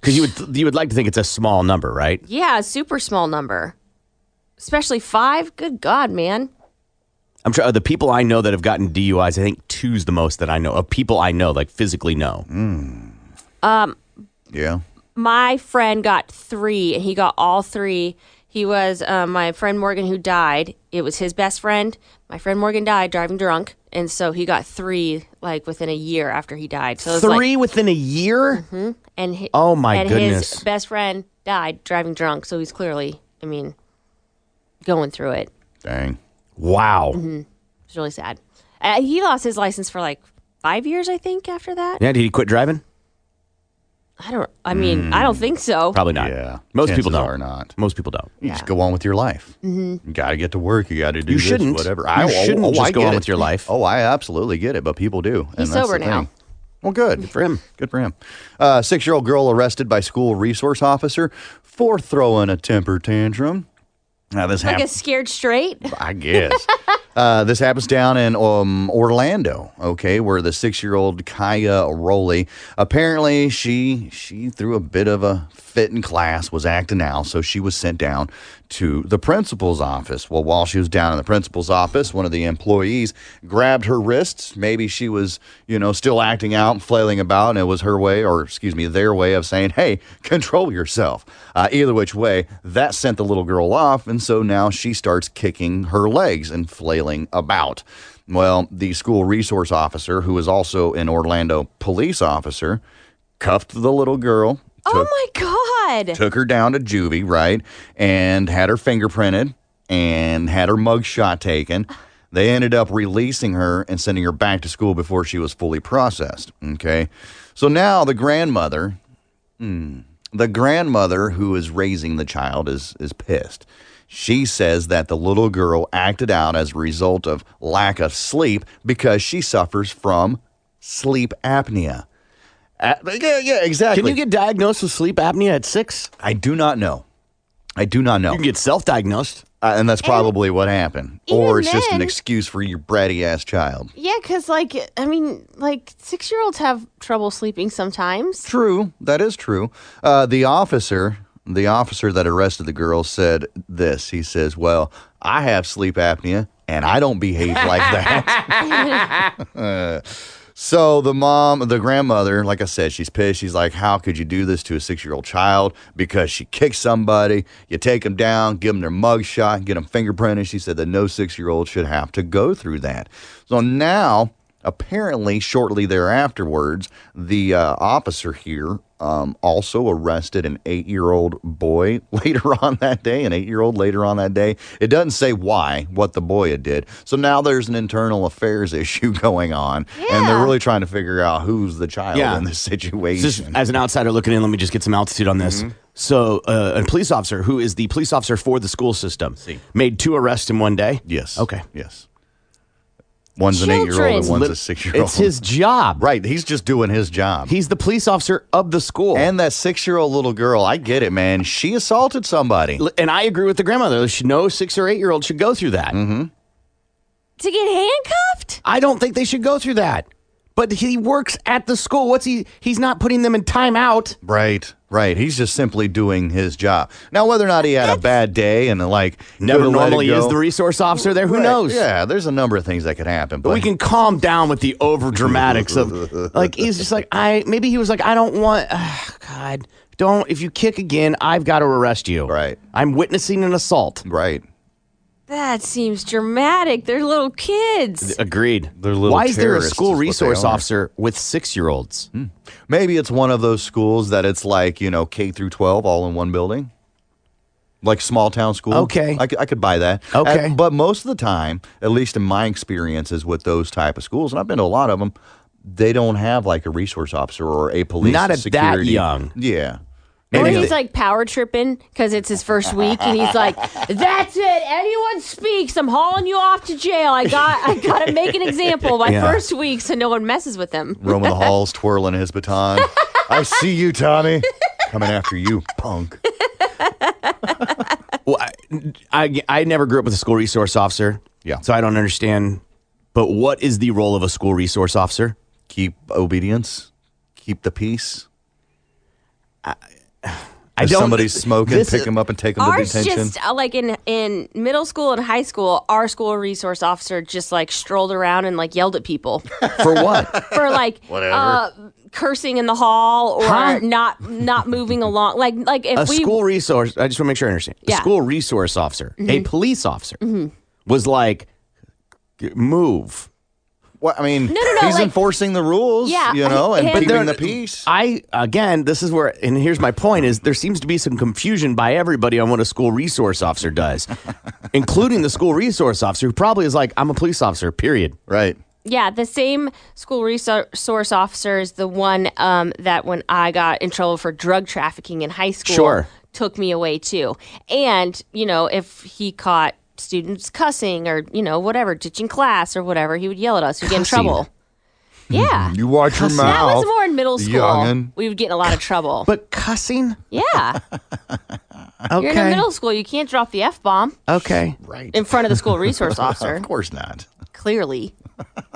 Speaker 9: Because you would you would like to think it's a small number, right?
Speaker 10: Yeah, a super small number. Especially five. Good God, man.
Speaker 9: I'm sure the people I know that have gotten DUIs. I think two's the most that I know of people I know, like physically know.
Speaker 11: Mm-hmm.
Speaker 10: Um,
Speaker 11: Yeah.
Speaker 10: my friend got three, and he got all three. He was uh, my friend Morgan who died. It was his best friend. My friend Morgan died driving drunk, and so he got three like within a year after he died. So it was
Speaker 9: Three
Speaker 10: like,
Speaker 9: within a year.
Speaker 11: Mm-hmm.
Speaker 10: hmm and hi-
Speaker 9: Oh, my
Speaker 10: and
Speaker 9: goodness.
Speaker 10: His best friend died driving drunk, so he's clearly, I mean, going through it.
Speaker 11: Dang.
Speaker 9: Wow.
Speaker 11: Mm-hmm.
Speaker 10: Mhm. It's really sad. Uh, he lost his license for like five years, I think, after that.
Speaker 9: Yeah. Did he quit driving?
Speaker 10: I don't. I mean, I
Speaker 9: Hmm,
Speaker 10: don't think so.
Speaker 9: Probably not.
Speaker 11: Yeah.
Speaker 9: Most people
Speaker 11: Chances
Speaker 9: don't.
Speaker 11: are not.
Speaker 9: Most people don't.
Speaker 11: You just go on with your life.
Speaker 10: Mm-hmm.
Speaker 11: You got to get to work. You got to do
Speaker 9: You
Speaker 11: this,
Speaker 9: shouldn't.
Speaker 11: whatever. oh,
Speaker 9: You shouldn't just go
Speaker 11: get
Speaker 9: on
Speaker 11: it.
Speaker 9: with your life.
Speaker 11: Oh, I absolutely get it, but people do.
Speaker 10: He's
Speaker 11: and that's
Speaker 10: sober
Speaker 11: the
Speaker 10: now.
Speaker 11: thing. Well, good. for him. Good for him. Uh, Six year old girl arrested by school resource officer for throwing a temper tantrum. Now, this
Speaker 10: Like
Speaker 11: hap-
Speaker 10: a scared straight.
Speaker 11: I guess. uh, this happens down in um, Orlando, okay, where the six-year-old Kaya Rowley apparently she she threw a bit of a fit in class, was acting out, so she was sent down to the principal's office. Well, while she was down in the principal's office, one of the employees grabbed her wrists. Maybe she was, you know, still acting out and flailing about, and it was her way, or excuse me, their way of saying, "Hey, control yourself." Uh, either which way, that sent the little girl off, and so now she starts kicking her legs and flailing about. Well, the school resource officer, who is also an Orlando police officer, cuffed the little girl,
Speaker 10: Oh my God.
Speaker 11: took her down to juvie, right, and had her fingerprinted and had her mugshot taken. They ended up releasing her and sending her back to school before she was fully processed. Okay, so now the grandmother, hmm, the grandmother who is raising the child is is pissed. She says that the little girl acted out as a result of lack of sleep because she suffers from sleep apnea. A- yeah, yeah, exactly.
Speaker 9: Can you get diagnosed with sleep apnea at six?
Speaker 11: I do not know. I do not know. You can
Speaker 9: get self-diagnosed,
Speaker 11: uh, and that's probably what happened,
Speaker 10: even
Speaker 11: or it's just an
Speaker 10: then-
Speaker 11: excuse for your bratty ass child.
Speaker 10: Yeah, because, like, I mean, like, six year olds have trouble sleeping sometimes.
Speaker 11: True, that is true. Uh, the officer, the officer that arrested the girl, said this. He says, "Well, I have sleep apnea, and I don't behave like that." so the mom, the grandmother, like I said, she's pissed. She's like, "How could you do this to a six-year-old child?" Because she kicked somebody. You take them down, give them their mug shot, get them fingerprinted. She said that no six-year-old should have to go through that. So now apparently shortly thereafterwards the uh, officer here um, also arrested an eight-year-old boy later on that day an eight-year-old later on that day it doesn't say why what the boy had did so now there's an internal affairs issue going on and they're really trying to figure out who's the child
Speaker 9: Yeah.
Speaker 11: in this situation
Speaker 9: Just as an outsider looking in, let me just get some altitude on
Speaker 11: Mm-hmm.
Speaker 9: this. So, uh, a police officer who is the police officer for the school system made two arrests in one day.
Speaker 11: Yes.
Speaker 9: Okay.
Speaker 11: Yes. one's an eight-year-old and
Speaker 9: Children.
Speaker 11: one's a
Speaker 9: Lit-
Speaker 11: six-year-old
Speaker 9: It's his job
Speaker 11: right he's just doing his job
Speaker 9: he's the police officer of the school
Speaker 11: and that six-year-old little girl i get it man she assaulted somebody
Speaker 9: and i agree with the grandmother There should- no six or eight year old should go through that mm-hmm.
Speaker 10: To get handcuffed?
Speaker 9: I don't think they should go through that. But he works at the school. What's he? He's not putting them in timeout.
Speaker 11: Right, right. He's just simply doing his job. Now, whether or not he had a bad day and like
Speaker 9: Never
Speaker 11: could've let it
Speaker 9: normally is
Speaker 11: go-
Speaker 9: the resource officer there. Who
Speaker 11: Right,
Speaker 9: knows?
Speaker 11: Yeah, there's a number of things that could happen. But,
Speaker 9: But we can calm down with the over dramatics of like he's just like I maybe he was like I don't want ah, God don't if you kick again I've got to arrest you
Speaker 11: right
Speaker 9: I'm witnessing an assault
Speaker 11: right
Speaker 10: That seems dramatic. They're little kids.
Speaker 9: agreed
Speaker 11: little
Speaker 9: why is there a
Speaker 11: terrorists is
Speaker 9: school
Speaker 11: what they
Speaker 9: resource
Speaker 11: are.
Speaker 9: officer with six year olds
Speaker 11: maybe it's one of those schools that it's like you know K through 12 all in one building, like small town school.
Speaker 9: Okay.
Speaker 11: I, c- I could buy that.
Speaker 9: Okay.
Speaker 11: And- but most of the time, at least in my experiences with those type of schools, and I've been to a lot of them, they don't have like a resource officer or a police.
Speaker 9: Not at that
Speaker 11: security.
Speaker 9: young.
Speaker 11: Yeah.
Speaker 10: Or
Speaker 11: Maybe
Speaker 10: he's
Speaker 11: the-
Speaker 10: like power tripping because it's his first week, and he's like, "That's it. Anyone speaks, I'm hauling you off to jail. I got, I gotta make an example my
Speaker 11: Yeah.
Speaker 10: first week, so no one messes with him."
Speaker 11: roaming the halls, twirling his baton. I see you, Tommy. Coming after you, punk.
Speaker 9: Well, I, I, I never grew up with a school resource officer. Yeah. So I don't understand. But what is the role of a school resource officer?
Speaker 11: Keep obedience, keep the peace.
Speaker 9: I
Speaker 11: if
Speaker 9: don't-
Speaker 11: somebody's smoking,
Speaker 9: this
Speaker 11: pick
Speaker 9: is-
Speaker 11: him up and take him to
Speaker 10: Ours
Speaker 11: detention.
Speaker 10: just uh, like in in middle school and high school, our school resource officer just like strolled around and like yelled at people
Speaker 9: For what?
Speaker 10: for like
Speaker 9: Whatever.
Speaker 10: uh, cursing in the hall or
Speaker 9: Huh?
Speaker 10: not not moving along. Like like if
Speaker 9: a
Speaker 10: we
Speaker 9: school resource. I just want to make sure I understand. A
Speaker 10: Yeah.
Speaker 9: school resource officer, a
Speaker 10: Mhm.
Speaker 9: police officer,
Speaker 10: Mhm.
Speaker 9: was like, "G- move.
Speaker 11: Well, I mean,
Speaker 10: No, no, no,
Speaker 11: he's
Speaker 10: like-
Speaker 11: enforcing the rules,
Speaker 10: Yeah,
Speaker 11: you know, and
Speaker 10: and-
Speaker 11: keeping
Speaker 9: there-
Speaker 11: the peace.
Speaker 9: I again, this is where, and here's my point: is there seems to be some confusion by everybody on what a school resource officer does, including the school resource officer, who probably is like, "I'm a police officer." Period.
Speaker 11: Right.
Speaker 10: Yeah, the same school resource officer is the one um, that when I got in trouble for drug trafficking in high school,
Speaker 9: Sure.
Speaker 10: took me away too. And you know, if he caught students cussing or you know whatever, ditching class or whatever, he would yell at us. We'd get in
Speaker 9: Cussing. Mm-hmm.
Speaker 10: trouble. Yeah.
Speaker 14: You watch your mouth.
Speaker 10: that was more in middle school.
Speaker 14: young'un.
Speaker 10: We would get in a lot of trouble.
Speaker 15: But cussing?
Speaker 10: Yeah. You're in the
Speaker 15: Okay.
Speaker 10: middle school. You can't drop the F bomb
Speaker 15: Okay.
Speaker 10: in front of the school resource officer.
Speaker 15: course not.
Speaker 10: Clearly.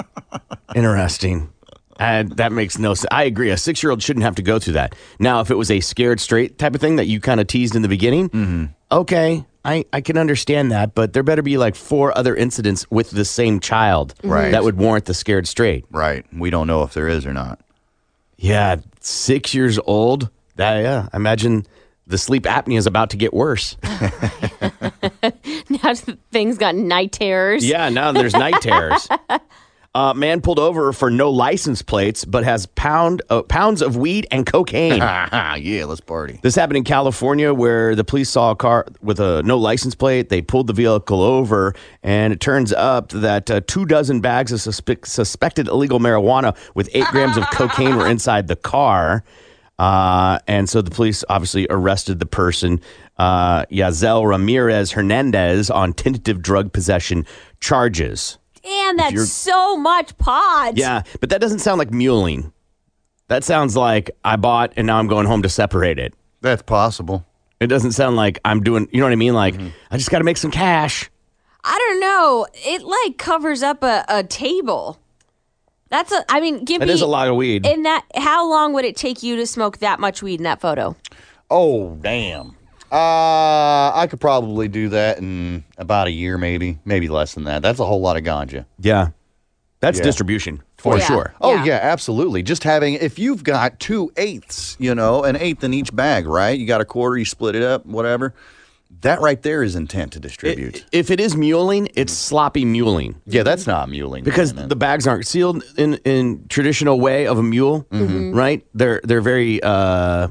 Speaker 9: Interesting. Uh, that makes no sense. I agree. A six year old shouldn't have to go through that. Now, if it was a scared straight type of thing that you kind of teased in the beginning,
Speaker 11: Mm-hmm.
Speaker 9: okay, I, I can understand that, but there better be like four other incidents with the same child
Speaker 11: Right.
Speaker 9: that would warrant the scared straight.
Speaker 11: Right. We don't know if there is or not.
Speaker 9: Yeah, six years old. That, yeah, I imagine the sleep apnea is about to get worse.
Speaker 10: Now the thing's got night terrors.
Speaker 9: Yeah, now there's night terrors. Uh, man pulled over for no license plates, but has pound uh, pounds of weed and cocaine.
Speaker 11: yeah, let's party.
Speaker 9: This happened in California, where the police saw a car with a no license plate. They pulled the vehicle over, and it turns up that uh, two dozen bags of suspe- suspected illegal marijuana with eight grams of cocaine were inside the car. Uh, and so the police obviously arrested the person, uh, Yazel Ramirez Hernandez, on tentative drug possession charges.
Speaker 10: And
Speaker 9: you're-
Speaker 10: that's so much pods.
Speaker 9: Yeah, but that doesn't sound like muling. That sounds like I bought and now I'm going home to separate it.
Speaker 11: That's possible.
Speaker 9: It doesn't sound like I'm doing, you know what I mean? Like, I just got to make some cash.
Speaker 10: I don't know. It like covers up a, a table. That's a. I mean, give
Speaker 9: That
Speaker 10: me.
Speaker 9: is a lot of weed.
Speaker 10: In that, how long would it take you to smoke that much weed in that photo?
Speaker 11: Oh, damn. Uh, I could probably do that in about a year, maybe, maybe less than that. That's a whole lot of ganja.
Speaker 9: Yeah. That's distribution, for Yeah. sure.
Speaker 11: Oh, yeah. absolutely. Just having, if you've got two eighths, you know, an eighth in each bag, right? You got a quarter, you split it up, whatever. That right there is intent to distribute.
Speaker 9: If it is muling, it's sloppy muling.
Speaker 11: Yeah, that's not muling.
Speaker 9: Because the bags aren't sealed in, in traditional way of a mule,
Speaker 11: Mhm.
Speaker 9: right? They're, they're very, uh,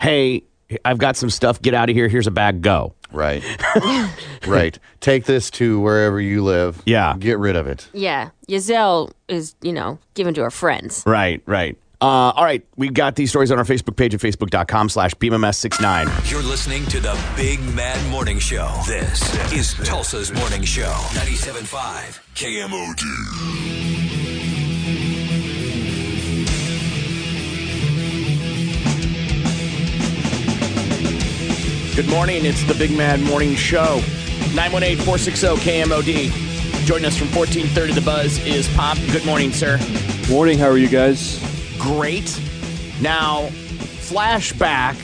Speaker 9: hey, I've got some stuff. Get out of here. Here's a bag. Go.
Speaker 11: Right. right. Take this to wherever you live.
Speaker 9: Yeah.
Speaker 11: Get rid of it.
Speaker 10: Yeah, Giselle is you know given to her friends.
Speaker 9: Right, right. Uh, all right, we've got these stories on our Facebook page at facebook.com slash BMMS69.
Speaker 12: You're listening to the Big Mad Morning Show. This is Tulsa's Morning Show. 97.5 KMOD.
Speaker 9: Good morning. It's the Big Mad Morning Show. 918 460 KMOD. Joining us from 1430 The Buzz is Pop. Good morning, sir.
Speaker 16: Morning, how are you guys?
Speaker 9: Great. Now, flashback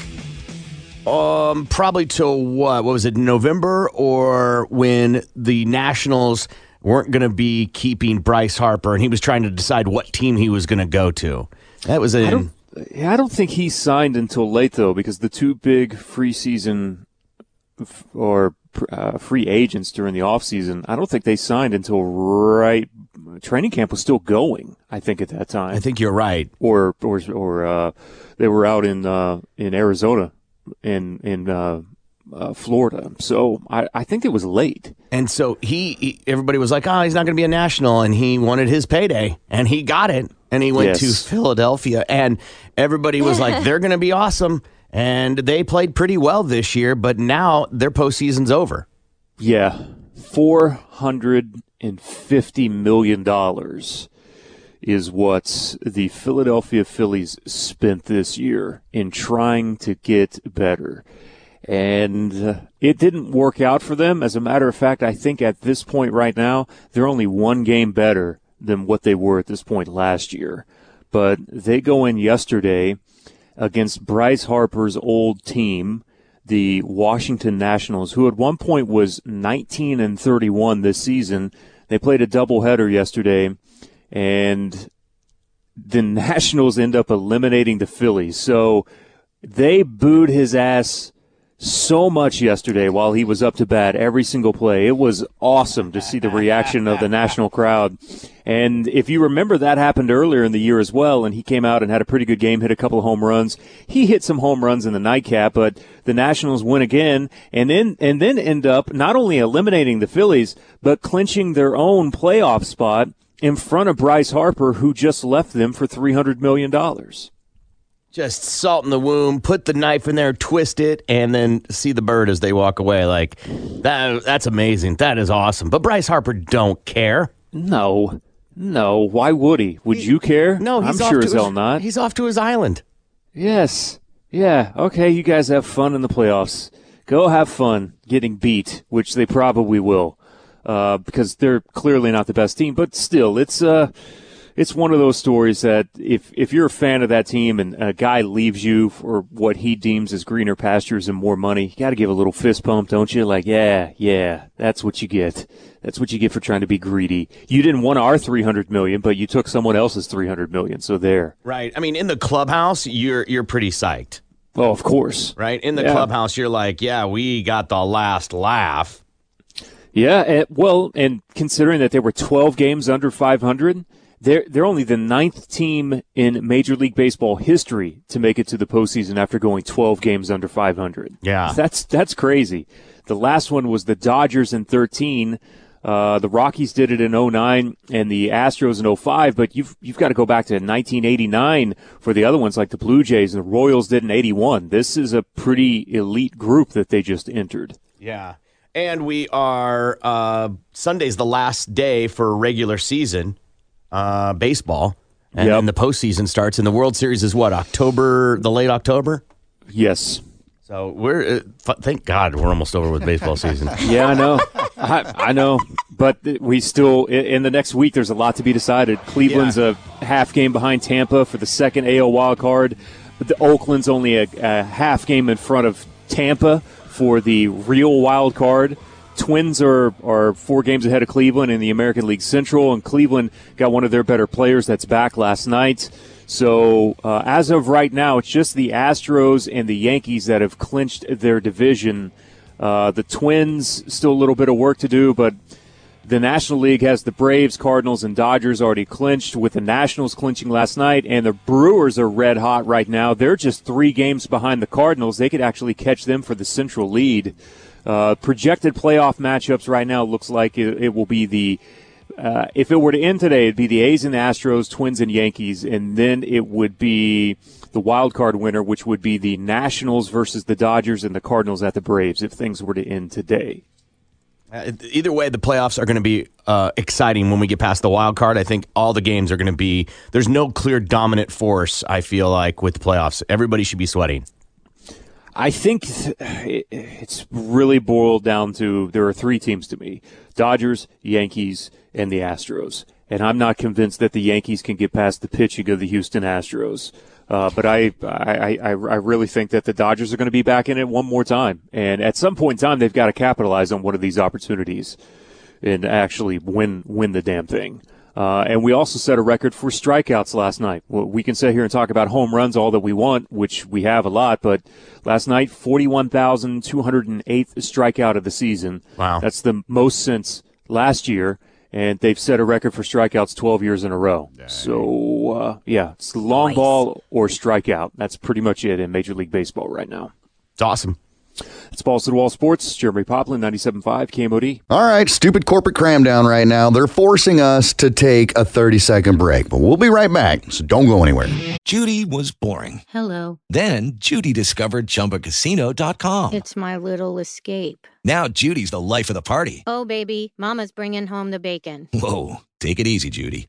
Speaker 9: um, probably to what? What was it, November or when the Nationals weren't going to be keeping Bryce Harper and he was trying to decide what team he was going to go to? That was in.
Speaker 16: Yeah, I don't think he signed until late though, because the two big free season f- or uh, free agents during the offseason, I don't think they signed until right training camp was still going. I think at that time. I
Speaker 9: think you're right.
Speaker 16: Or or or uh, they were out in uh, in Arizona and in uh, uh, Florida. So I, I think it was late.
Speaker 9: And so he, he everybody was like, "Oh, he's not going to be a national," and he wanted his payday, and he got it, and he
Speaker 16: Yes.
Speaker 9: went to Philadelphia, and everybody was like, "They're going to be awesome," and they played pretty well this year, but now their postseason's over.
Speaker 16: Yeah, four hundred and fifty million dollars is what the Philadelphia Phillies spent this year in trying to get better. And uh, it didn't work out for them. As a matter of fact, I think at this point right now, they're only one game better than what they were at this point last year. But they go in yesterday against Bryce Harper's old team, the Washington Nationals, who at one point was 19 and 31 this season. They played a doubleheader yesterday, and the Nationals end up eliminating the Phillies. So they booed his ass so much yesterday while he was up to bat every single play. It was awesome to see the reaction of the national crowd. And if you remember, that happened earlier in the year as well. And he came out and had a pretty good game, hit a couple of home runs. He hit some home runs in the nightcap, but the Nationals win again and then, and then end up not only eliminating the Phillies, but clinching their own playoff spot in front of Bryce Harper, who just left them for $300 million.
Speaker 9: Just salt in the wound, put the knife in there, twist it, and then see the bird as they walk away. Like that, that's amazing. That is awesome. But Bryce Harper don't care.
Speaker 16: No, No, why would he? Would you care?
Speaker 9: No, he's
Speaker 16: I'm
Speaker 9: off
Speaker 16: sure
Speaker 9: to
Speaker 16: as
Speaker 9: his-
Speaker 16: hell not.
Speaker 9: He's off to his island.
Speaker 16: Yes. Yeah. Okay. You guys have fun in the playoffs. Go have fun getting beat, which they probably will, uh, because they're clearly not the best team. But still, it's uh, it's one of those stories that if if you're a fan of that team and a guy leaves you for what he deems as greener pastures and more money, you got to give a little fist pump, don't you? Like, yeah, yeah, that's what you get. That's what you get for trying to be greedy. You didn't want our three hundred million, but you took someone else's three hundred million. So there.
Speaker 9: Right. I mean, in the clubhouse, you're you're pretty psyched.
Speaker 16: Oh, of course.
Speaker 9: Right. In the
Speaker 16: Yeah.
Speaker 9: clubhouse, you're like, yeah, we got the last laugh.
Speaker 16: Yeah, and, well, and considering that they were 12 games under 500, they're they're only the ninth team in Major League Baseball history to make it to the postseason after going 12 games under 500.
Speaker 9: Yeah.
Speaker 16: that's that's crazy. The last one was the Dodgers in 13. Uh, the Rockies did it in 09 and the Astros in 05, but you've you've got to go back to 1989 for the other ones like the Blue Jays and the Royals did in 81. This is a pretty elite group that they just entered.
Speaker 9: Yeah. And we are uh, Sunday's the last day for regular season uh, baseball, and then the postseason starts. And the World Series is what October, the late October.
Speaker 16: Yes.
Speaker 9: So we're uh, f- thank God we're almost over with baseball season.
Speaker 16: Yeah, I know. I, I
Speaker 9: Oh,
Speaker 16: know. But th- we still, i- in the next week, there's a lot to be decided. Cleveland's a half game behind Tampa for the second AL wild card. But the Oakland's only a, a half game in front of Tampa for the real wild card. Twins are, are four games ahead of Cleveland in the American League Central, and Cleveland got one of their better players that's back last night. So uh, as of right now, it's just the Astros and the Yankees that have clinched their division. Uh, the Twins still a little bit of work to do, but the National League has the Braves, Cardinals, and Dodgers already clinched, with the Nationals clinching last night, and the Brewers are red hot right now. They're just three games behind the Cardinals. They could actually catch them for the Central lead. Uh, projected playoff matchups right now looks like it, it will be the uh, if it were to end today, it'd be the A's and the Astros, Twins and Yankees, and then it would be the wild card winner, which would be the Nationals versus the Dodgers and the Cardinals at the Braves if things were to end today.
Speaker 9: Uh, Either way, the playoffs are going to be uh, exciting when we get past the wild card. I think all the games are going to be. There's no clear dominant force. I feel like with the playoffs, everybody should be sweating.
Speaker 16: I think th- it- it's really boiled down to there are three teams to me Dodgers, Yankees, and the Astros. And I'm not convinced that the Yankees can get past the pitching of the Houston Astros. Uh, but I, I, I, I really think that the Dodgers are going to be back in it one more time. And at some point in time, they've got to capitalize on one of these opportunities and actually win win the damn thing. Uh, and we also set a record for strikeouts last night. Well, we can sit here and talk about home runs all that we want, which we have a lot, but last night, 41,208th strikeout of the season. Wow. That's the most since last year, and they've set a record for strikeouts 12 years in a row. So, uh, yeah, it's long ball or strikeout. That's pretty much it in Major League Baseball right now.
Speaker 9: It's awesome.
Speaker 16: It's Balls to the Wall Sports, Jeremy Poplin, 97.5 KMOD.
Speaker 11: All right, stupid corporate cram down right now. They're forcing us to take a 30 second break, but we'll be right back, so don't go anywhere.
Speaker 14: Judy was boring.
Speaker 15: Hello.
Speaker 14: Then Judy discovered ChumbaCasino.com.
Speaker 15: It's my little escape.
Speaker 14: Now Judy's the life of the party.
Speaker 15: Oh, baby, Mama's bringing home the bacon.
Speaker 14: Whoa, take it easy, Judy.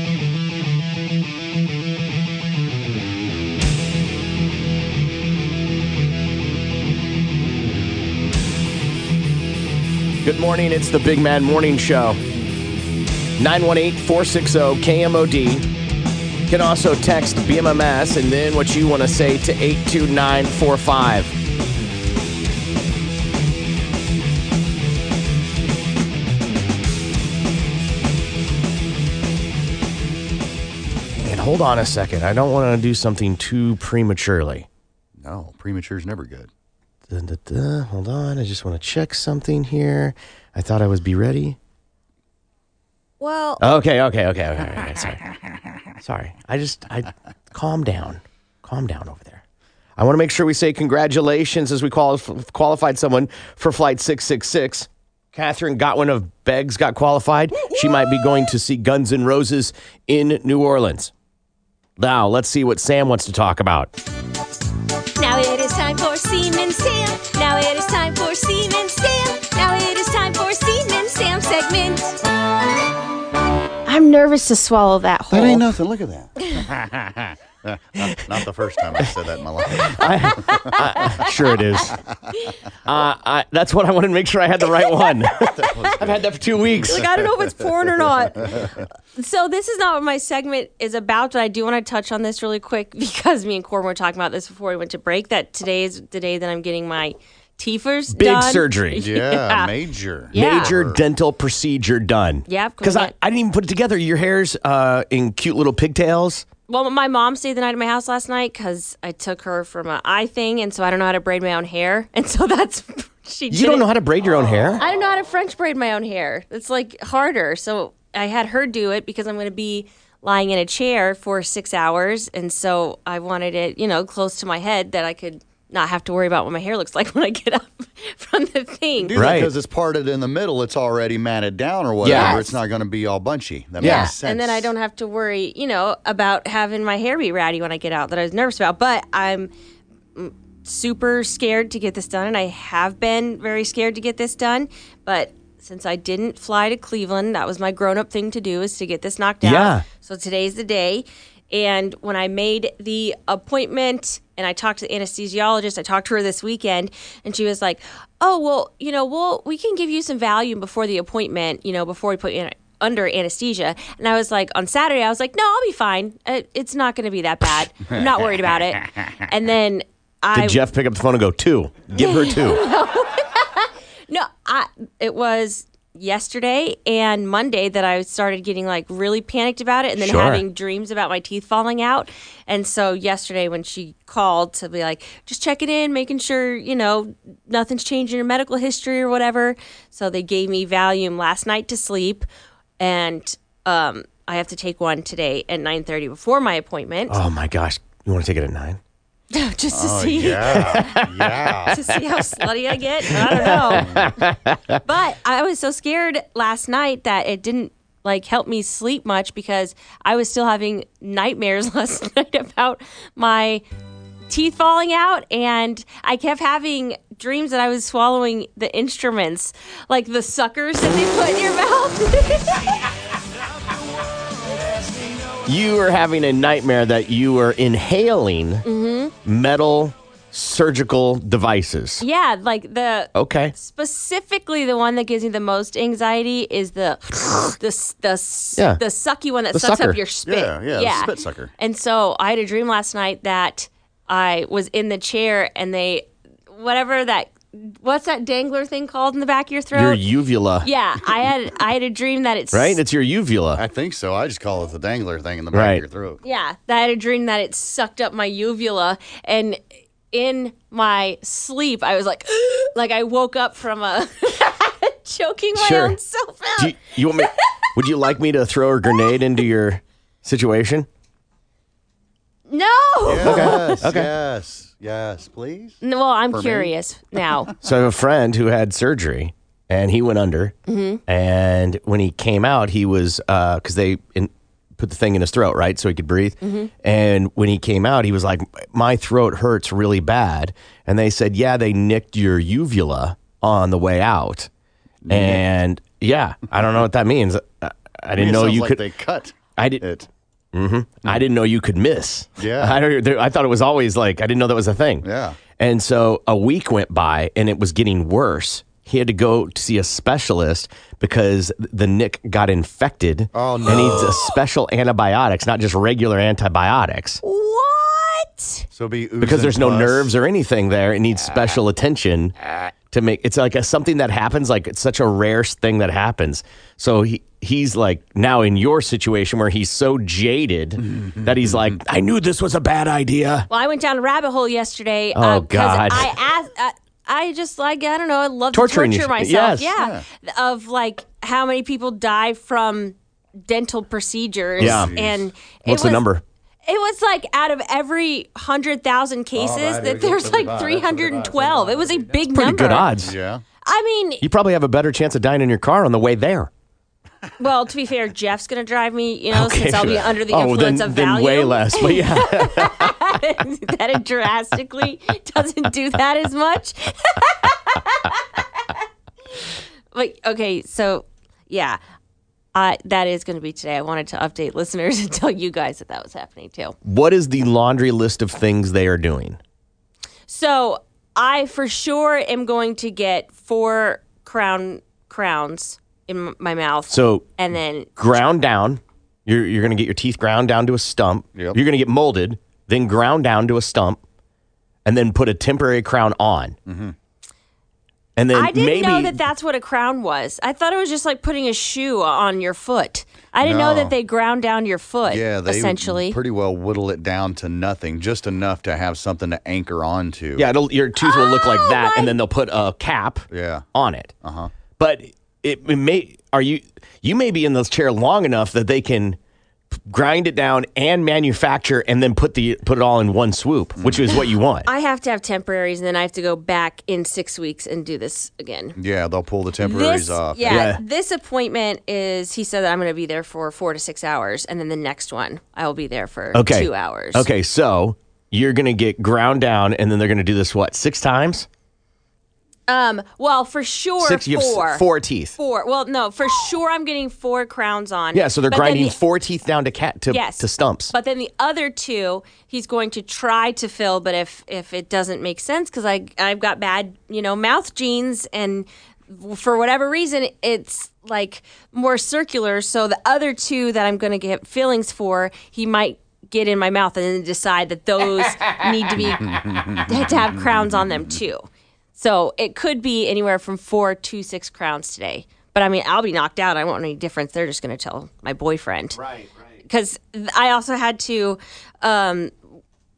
Speaker 9: Good morning. It's the Big Man Morning Show. 918 460 KMOD. You can also text BMMS and then what you want to say to 82945. And hold on a second. I don't want to do something too prematurely.
Speaker 11: No, premature is never good.
Speaker 9: Dun, dun, dun. Hold on. I just want to check something here. I thought I was be ready.
Speaker 10: Well,
Speaker 9: Okay, okay, okay, okay. okay, okay, sorry. sorry. I just, I, calm down. Calm down over there. I want to make sure we say congratulations as we quali- qualified someone for Flight 666. Catherine Gotwin of Beggs got qualified. She might be going to see Guns N' Roses in New Orleans. Now, let's see what Sam wants to talk about.
Speaker 6: Now it is time for Seaman Sam. Now it is time for Seaman Sam. Now it is time for Seaman Sam segment.
Speaker 10: I'm nervous to swallow that whole.
Speaker 11: That ain't nothing. Look at that. Uh, not, not the first time I said that in my life.
Speaker 9: Sure, it is. Uh, I, that's what I wanted to make sure I had the right one. I've had that for two weeks.
Speaker 10: Like, I don't know if it's porn or not. So this is not what my segment is about, but I do want to touch on this really quick because me and Corbin were talking about this before we went to break. That today is the day that I'm getting my teethers
Speaker 9: Big
Speaker 10: done.
Speaker 9: surgery.
Speaker 10: Yeah.
Speaker 11: major.
Speaker 10: Yeah.
Speaker 9: Major dental procedure done.
Speaker 10: Yeah, I've
Speaker 9: Because I,
Speaker 10: cleaned
Speaker 9: I didn't even put it together. Your hair's uh, in cute little pigtails.
Speaker 10: Well, my mom stayed the night at my house last night because I took her from an eye thing, and so I don't know how to braid my own hair, and so that's she.
Speaker 9: You don't know how to braid your own hair?
Speaker 10: I don't know how to French braid my own hair. It's like harder. So I had her do it because I'm going to be lying in a chair for six hours. And so I wanted it, you know, close to my head that I could not have to worry about what my hair looks like when I get up from the thing.
Speaker 11: Because it's parted in the middle. It's already matted down or whatever.
Speaker 10: Yes.
Speaker 11: It's not going to be all bunchy. That
Speaker 10: Yeah.
Speaker 11: makes sense.
Speaker 10: And then I don't have to worry, you know, about having my hair be ratty when I get out that I was nervous about. But I'm mm, super scared to get this done, and I have been very scared to get this done. But since I didn't fly to Cleveland, that was my grown up thing to do is to get this knocked out.
Speaker 6: Yeah.
Speaker 10: So today's the day. And when I made the appointment and I talked to the anesthesiologist, I talked to her this weekend, and she was like, "Oh, well, you know, well, we can give you some Valium before the appointment, you know, before we put you in- under anesthesia." And I was like, on Saturday, I was like, "No, I'll be fine. Uh, It's not going to be that bad. I'm not worried about it." And then I
Speaker 9: Did Jeff pick up the phone and go, two? Give her two.
Speaker 10: no, no I, it was yesterday and Monday that I started getting like really panicked about it and then
Speaker 6: Sure.
Speaker 10: having dreams about my teeth falling out. And so yesterday when she called to be like, just checking in, making sure, you know, nothing's changed in your medical history or whatever. So they gave me Valium last night to sleep and um, I have to take one today at 9.30 before my appointment
Speaker 9: Oh, my gosh. You want to take it at nine?
Speaker 10: just to
Speaker 9: Oh,
Speaker 10: see
Speaker 9: yeah. Yeah.
Speaker 10: to see how slutty I get. I don't know. but I was so scared last night that it didn't like help me sleep much because I was still having nightmares last night about my teeth falling out and I kept having dreams that I was swallowing the instruments like the suckers that they put in your mouth.
Speaker 9: You were having a nightmare that you were inhaling
Speaker 10: mhm.
Speaker 9: metal surgical devices.
Speaker 10: Yeah, like the
Speaker 9: Okay.
Speaker 10: specifically the one that gives me the most anxiety is the the s- the s-
Speaker 9: Yeah.
Speaker 10: the sucky one that
Speaker 9: The
Speaker 10: sucks
Speaker 9: sucker.
Speaker 10: up your spit.
Speaker 9: Yeah, yeah, the spit sucker.
Speaker 10: And so I had a dream last night that I was in the chair and they whatever that what's that dangler thing called in the back of your
Speaker 9: Your
Speaker 10: throat?
Speaker 9: uvula.
Speaker 10: yeah, I had I had a dream that it's
Speaker 9: Right? It's your uvula.
Speaker 10: Uh.
Speaker 11: I think so. I just call it the dangler thing in the
Speaker 9: back right. of your
Speaker 11: throat.
Speaker 10: Yeah, that I had a dream that it sucked up my uvula and in my sleep I was like like I woke up from a choking my
Speaker 9: Sure.
Speaker 10: own self out.
Speaker 9: Do you, you want me? would you like me to throw a grenade into your situation?
Speaker 10: No.
Speaker 11: Yes,
Speaker 9: Okay.
Speaker 11: yes, yes, please.
Speaker 10: No, Well, I'm
Speaker 9: For me?
Speaker 10: curious now.
Speaker 9: So I have a friend who had surgery and he went under.
Speaker 10: Mhm.
Speaker 9: And when he came out, he was because they in, put the thing in his throat, right, so he could breathe.
Speaker 6: Mhm.
Speaker 9: And when he came out, he was like, "My throat hurts really bad." And they said, "Yeah, they nicked your uvula on the way out." And yeah, I don't know what that means. I, I didn't
Speaker 11: It
Speaker 9: know
Speaker 11: sounds
Speaker 9: you
Speaker 11: like
Speaker 9: could.
Speaker 11: They cut.
Speaker 9: I didn't. Mm-hmm. I didn't know you could miss.
Speaker 11: Yeah.
Speaker 9: I, don't, there- I thought it was always like I didn't know that was a thing.
Speaker 11: Yeah.
Speaker 9: And so a week went by, and it was getting worse. He had to go to see a specialist because the nick got infected. Oh no! And he needs a special antibiotics, not just regular antibiotics,
Speaker 10: What?
Speaker 11: So be ooze
Speaker 9: because
Speaker 11: and
Speaker 9: there's no
Speaker 11: pus.
Speaker 9: nerves or anything there. It needs special attention to make. It's like a, something that happens. Like it's such a rare thing that happens. So he. He's like now in your situation where he's so jaded that he's like, I knew this was a bad idea.
Speaker 10: Well, I went down a rabbit hole yesterday. uh,
Speaker 9: Oh,
Speaker 10: 'cause
Speaker 9: God.
Speaker 10: I asked. I, I just like I don't know. I love
Speaker 9: Torturing
Speaker 10: to torture myself.
Speaker 9: yourself. Yes.
Speaker 10: Yeah. Of like how many people die from dental procedures.
Speaker 9: Yeah.
Speaker 10: And
Speaker 9: What's
Speaker 10: it was,
Speaker 9: the number?
Speaker 10: It was like out of every hundred thousand cases
Speaker 9: Alright,
Speaker 10: that
Speaker 9: okay,
Speaker 10: there's like
Speaker 9: 75,
Speaker 10: three hundred and twelve. It was a big
Speaker 9: Pretty
Speaker 10: number.
Speaker 9: good odds. Yeah.
Speaker 10: I mean,
Speaker 9: You probably have a better chance of dying in your car on the way there.
Speaker 10: well, to be fair, Jeff's going to drive me, you know,
Speaker 9: Okay,
Speaker 10: since I'll be
Speaker 9: sure.
Speaker 10: under the
Speaker 9: Oh,
Speaker 10: influence
Speaker 9: then,
Speaker 10: of
Speaker 9: then
Speaker 10: value.
Speaker 9: way less. But yeah,
Speaker 10: that it drastically doesn't do that as much. but okay, so yeah, I that is going to be today. I wanted to update listeners and tell you guys that that was happening too.
Speaker 9: what is the laundry list of things they are doing?
Speaker 10: So I for sure am going to get four crown crowns in my mouth.
Speaker 9: So
Speaker 10: and then
Speaker 9: ground down. You're, you're going to get your teeth ground down to a stump. You're going to get molded, then ground down to a stump, and then put a temporary crown on. And then
Speaker 10: I didn't
Speaker 9: maybe
Speaker 10: know that that's what a crown was. I thought it was just like putting a shoe on your foot. I didn't know
Speaker 11: No.
Speaker 10: that they ground down your foot.
Speaker 11: Yeah, they
Speaker 10: essentially.
Speaker 11: pretty well whittle it down to nothing, just enough to have something to anchor onto.
Speaker 9: Yeah, it'll, your tooth will look like
Speaker 10: Oh
Speaker 9: that, and then they'll put a cap yeah. on it. Uh-huh. But it, it may are you you may be in this chair long enough that they can p- grind it down and manufacture and then put the put it all in one swoop, which is what you want.
Speaker 10: I have to have temporaries, and then I have to go back in six weeks and do this again.
Speaker 11: Yeah, they'll pull the temporaries
Speaker 10: This,
Speaker 11: off.
Speaker 10: yeah, this appointment is. He said that I'm going to be there for four to six hours, and then the next one I will be there for
Speaker 9: Okay.
Speaker 10: two hours.
Speaker 9: Okay, so you're gonna get ground down and then they're gonna do this what, six times?
Speaker 10: Um. Well, for sure,
Speaker 9: Six- you have s-
Speaker 10: four.
Speaker 9: four teeth.
Speaker 10: Four. Well, no, for sure, I'm getting four crowns on.
Speaker 9: Yeah, so they're
Speaker 10: But then
Speaker 9: grinding
Speaker 10: the-
Speaker 9: four teeth down to cat to,
Speaker 10: yes.
Speaker 9: to stumps.
Speaker 10: But then the other two, he's going to try to fill. But if if it doesn't make sense, because I I've got bad you know mouth genes, and for whatever reason, it's like more circular. So the other two that I'm going to get fillings for, he might get in my mouth and then decide that those need to be had to have crowns on them too. So it could be anywhere from four to six crowns today. But I mean, I'll be knocked out. I won't know any difference. They're just going to tell my boyfriend. Right, right. Because I also had to um,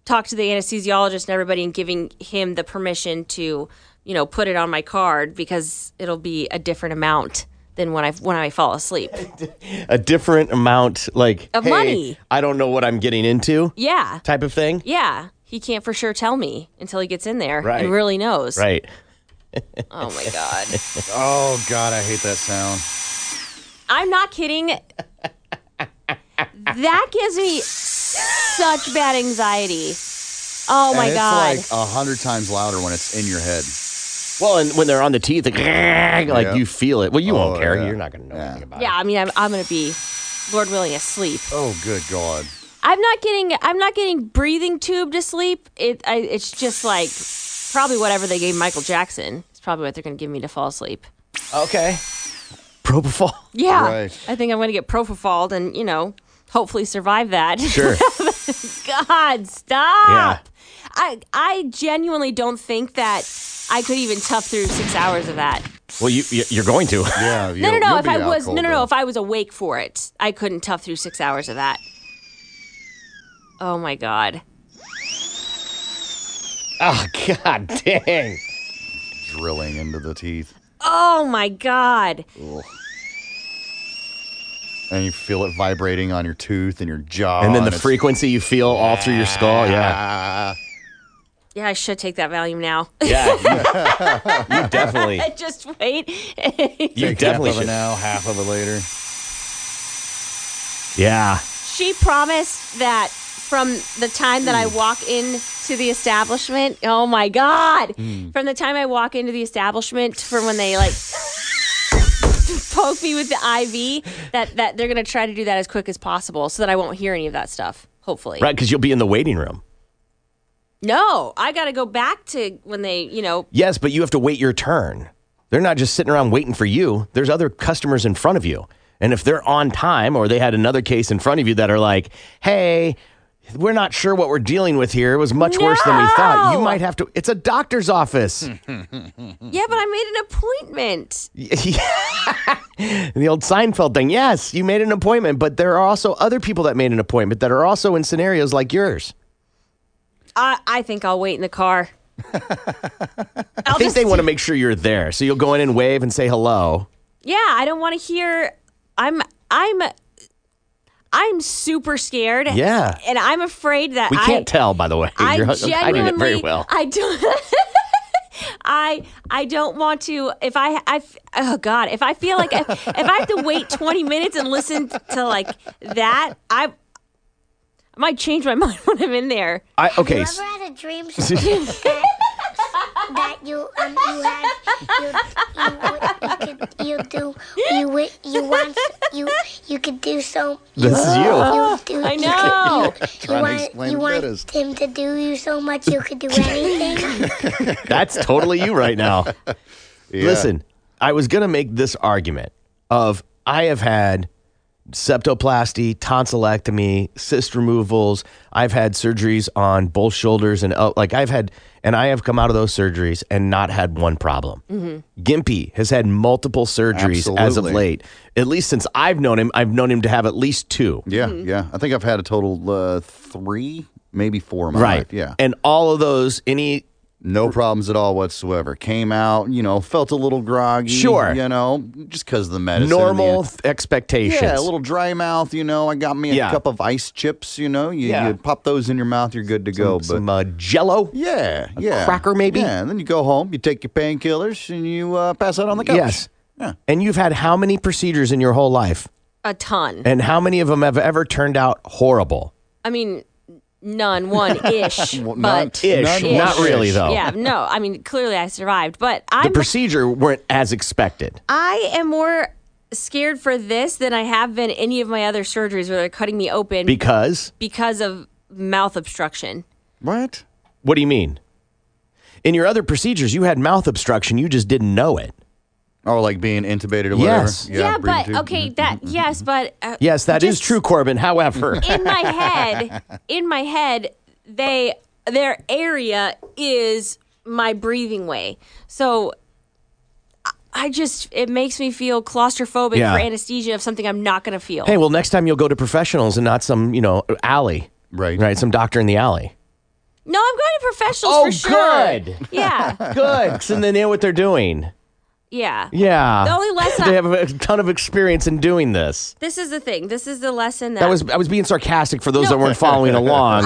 Speaker 10: talk to the anesthesiologist and everybody and giving him the permission to, you know, put it on my card because it'll be a different amount than when I when I fall asleep.
Speaker 9: A different amount like
Speaker 10: Of
Speaker 9: hey,
Speaker 10: money.
Speaker 9: I don't know what I'm getting into
Speaker 10: yeah.
Speaker 9: type of thing.
Speaker 10: Yeah. He can't for sure tell me until he gets in there
Speaker 9: Right.
Speaker 10: and really knows.
Speaker 9: Right.
Speaker 10: Oh my god.
Speaker 11: oh God, I hate that sound.
Speaker 10: I'm not kidding. that gives me such bad anxiety. Oh my
Speaker 11: and
Speaker 10: god.
Speaker 11: It's like a hundred times louder when it's in your head.
Speaker 9: Well, and when they're on the teeth, like, like
Speaker 11: Yeah.
Speaker 9: you feel it. Well, you won't
Speaker 11: Oh,
Speaker 9: care.
Speaker 11: yeah.
Speaker 9: You're not going to know anything about
Speaker 10: yeah, I mean I'm, I'm going to be Lord willing asleep.
Speaker 11: Oh good God.
Speaker 10: I'm not getting I'm not getting breathing tube to sleep. It I, it's just like probably whatever they gave Michael Jackson. It's probably what they're going to give me to fall asleep.
Speaker 9: it. Okay. Propofol.
Speaker 10: Yeah. I think I'm going to get propofol and, you know, hopefully survive that.
Speaker 9: Sure.
Speaker 10: God, stop. I I genuinely don't think that I could even tough through six hours of that.
Speaker 9: Well, you you- you're going to. Yeah.
Speaker 10: no, no, no. If I was no, no, no. If I was awake for it, I couldn't tough through six hours of that. Oh my god.
Speaker 9: Oh god, dang.
Speaker 11: Drilling into the teeth,
Speaker 10: Oh my god.
Speaker 11: and you feel it vibrating on your tooth and your jaw,
Speaker 9: And then the
Speaker 11: it's-
Speaker 9: frequency you feel all through your skull. Yeah.
Speaker 10: Yeah, I should take that Valium now.
Speaker 9: Yeah. You, you definitely.
Speaker 10: Just wait.
Speaker 9: You
Speaker 11: Take
Speaker 9: definitely
Speaker 11: half of
Speaker 9: should.
Speaker 11: it now, half of it later.
Speaker 9: Yeah.
Speaker 10: She promised that from the time that I
Speaker 9: Mm.
Speaker 10: walk into the establishment, oh my God,
Speaker 9: Mm.
Speaker 10: from the time I walk into the establishment, from when they like poke me with the IV, that, that they're going to try to do that as quick as possible so that I won't hear any of that stuff, hopefully.
Speaker 9: Right, because you'll be in the waiting room.
Speaker 10: No, I got to go back to when they, you know,
Speaker 9: Yes, but you have to wait your turn. They're not just sitting around waiting for you. There's other customers in front of you. And if they're on time or they had another case in front of you that are like, hey, we're not sure what we're dealing with here. It was much worse than we thought. You
Speaker 10: No!
Speaker 9: might have to. It's a doctor's office. Mm.
Speaker 10: yeah, but I made an appointment.
Speaker 9: the old Seinfeld thing. Yes, you made an appointment, but there are also other people that made an appointment that are also in scenarios like yours.
Speaker 10: I, I think I'll wait in the car.
Speaker 9: i think they want to make sure you're there. So you'll go in and wave and say hello.
Speaker 10: Yeah, I don't want to hear. I'm I'm I'm super scared.
Speaker 9: Yeah.
Speaker 10: and I'm afraid that
Speaker 9: We
Speaker 10: I
Speaker 9: can't tell, by the way.
Speaker 10: I
Speaker 9: You're hiding
Speaker 10: genuinely
Speaker 9: it very well.
Speaker 10: I don't. I I don't want to. If I I f- oh god, if I feel like if, if I have to wait twenty minutes and listen to like that, I I might change my mind when I'm in there.
Speaker 9: I okay. s-
Speaker 17: You ever had a dream sometimes that, that you um you had you you, could, you do you wi- you want you you could do so.
Speaker 11: This is you.
Speaker 17: do,
Speaker 10: I
Speaker 17: you could-
Speaker 10: know.
Speaker 17: You,
Speaker 11: Trying to
Speaker 17: want
Speaker 11: explain
Speaker 17: you
Speaker 11: that is-
Speaker 17: want him to do you so much you could do anything.
Speaker 9: That's totally you right now. Listen, I was going to make this argument of I have had septoplasty, tonsillectomy, cyst removals. I've had surgeries on both shoulders and el- like I've had and I have come out of those surgeries and not had one problem.
Speaker 10: Mm-hmm.
Speaker 9: Gimpy has had multiple surgeries as of
Speaker 11: Absolutely.
Speaker 9: late. At least since I've known him, I've known him to have at least two.
Speaker 11: Yeah,
Speaker 10: Mm-hmm.
Speaker 11: yeah. I think I've had a total uh, three, maybe four. Am I
Speaker 9: Right.
Speaker 11: right? Yeah.
Speaker 9: And all of those, any
Speaker 11: no problems at all whatsoever. Came out, you know, felt a little groggy.
Speaker 9: Sure.
Speaker 11: you know, just because of the medicine.
Speaker 9: normal
Speaker 11: and the-
Speaker 9: th- expectations.
Speaker 11: Yeah, a little dry mouth. You know, I got me a
Speaker 9: Yeah.
Speaker 11: cup of ice chips. You know, you,
Speaker 9: Yeah.
Speaker 11: you pop those in your mouth, you're good to go. but
Speaker 9: some uh, Jello.
Speaker 11: Yeah,
Speaker 9: A
Speaker 11: yeah.
Speaker 9: cracker maybe?
Speaker 11: Yeah, and then you go home, you take your painkillers, and you uh, pass out on the couch.
Speaker 9: Yes. And you've had how many procedures in your whole life?
Speaker 10: A ton.
Speaker 9: And how many of them have ever turned out horrible?
Speaker 10: I mean, none, one ish,
Speaker 9: Well, none-
Speaker 10: but
Speaker 9: ish, not really, though.
Speaker 10: Yeah, no. I mean, clearly I survived, but
Speaker 9: The
Speaker 10: I'm
Speaker 9: procedure weren't as expected.
Speaker 10: I am more scared for this than I have been any of my other surgeries where they're cutting me open
Speaker 9: Because?
Speaker 10: because of mouth obstruction.
Speaker 11: What?
Speaker 9: What do you mean? In your other procedures, you had mouth obstruction. You just didn't know it.
Speaker 11: Or Oh, like being intubated or
Speaker 9: Yes.
Speaker 11: whatever.
Speaker 10: Yeah, but okay, that yes, but uh,
Speaker 9: Yes, that is true, Corbin. However,
Speaker 10: in my head, in my head, they their area is my breathing way. So I- I just it makes me feel claustrophobic
Speaker 9: Yeah.
Speaker 10: for anesthesia of something I'm not going to feel.
Speaker 9: hey, well, next time you'll go to professionals and not some, you know, alley. Right. Right. Some doctor in the alley.
Speaker 10: no, I'm going to professionals
Speaker 9: Oh,
Speaker 10: for sure.
Speaker 9: good.
Speaker 10: Yeah.
Speaker 9: Good. So they know what they're doing.
Speaker 10: Yeah.
Speaker 9: Yeah.
Speaker 10: The only lesson
Speaker 9: they have a ton of experience in doing this.
Speaker 10: This is the thing. This is the lesson that,
Speaker 9: That was I was being sarcastic for those
Speaker 10: No.
Speaker 9: that weren't following along,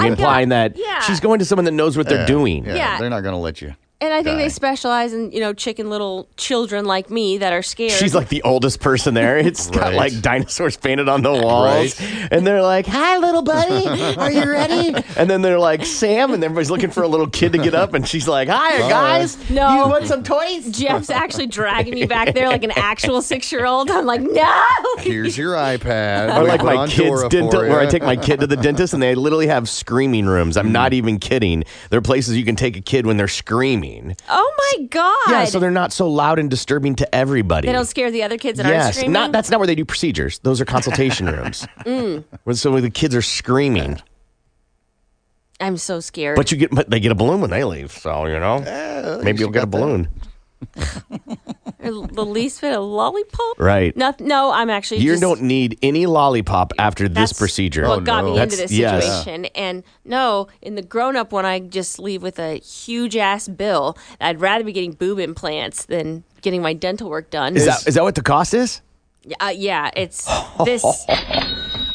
Speaker 10: I
Speaker 9: implying
Speaker 10: got-
Speaker 9: that
Speaker 10: yeah.
Speaker 9: she's going to someone that knows what they're
Speaker 11: Yeah,
Speaker 9: doing.
Speaker 10: yeah, Yeah. they're
Speaker 11: not going to let you.
Speaker 10: And I think
Speaker 9: guy.
Speaker 10: they specialize in you know chicken little children like me that are scared.
Speaker 9: She's like the oldest person there. It's got
Speaker 11: Right.
Speaker 9: like dinosaurs painted on the walls, and they're like, "Hi, little buddy, are you ready?" and then they're like, "Sam," and everybody's looking for a little kid to get up, and she's like, "Hi, guys."
Speaker 10: No,
Speaker 9: you want some toys?
Speaker 10: Jeff's actually dragging me back there like an actual six year old. I'm like, no.
Speaker 11: Here's your iPad.
Speaker 9: Or
Speaker 11: We
Speaker 9: like
Speaker 11: put
Speaker 9: my
Speaker 11: on
Speaker 9: kids'
Speaker 11: Dora
Speaker 9: dental,
Speaker 11: for
Speaker 9: where I
Speaker 11: ya.
Speaker 9: take my kid to the dentist, and they literally have screaming rooms.
Speaker 10: Hmm.
Speaker 9: I'm not even kidding. There are places you can take a kid when they're screaming.
Speaker 10: Oh my god.
Speaker 9: Yeah, so they're not so loud and disturbing to everybody.
Speaker 10: they don't scare the other kids that aren't
Speaker 9: yes,
Speaker 10: screaming.
Speaker 9: not that's not where they do procedures. Those are consultation rooms.
Speaker 10: Mm,
Speaker 9: Where- So where the kids are screaming,
Speaker 10: I'm so scared.
Speaker 9: but you get but they get a balloon when they leave. So you know, maybe you'll get a balloon.
Speaker 10: Or the least bit of lollipop.
Speaker 9: Right.
Speaker 10: No, no I'm actually.
Speaker 9: You
Speaker 10: just,
Speaker 9: don't need any lollipop after this procedure.
Speaker 10: What got me into
Speaker 9: That's-
Speaker 10: this
Speaker 9: yes.
Speaker 10: situation. And no, in the grown up one, I just leave with a huge ass bill. I'd rather be getting boob implants than getting my dental work done.
Speaker 9: Is that is that what the cost is?
Speaker 10: Uh, yeah, it's this.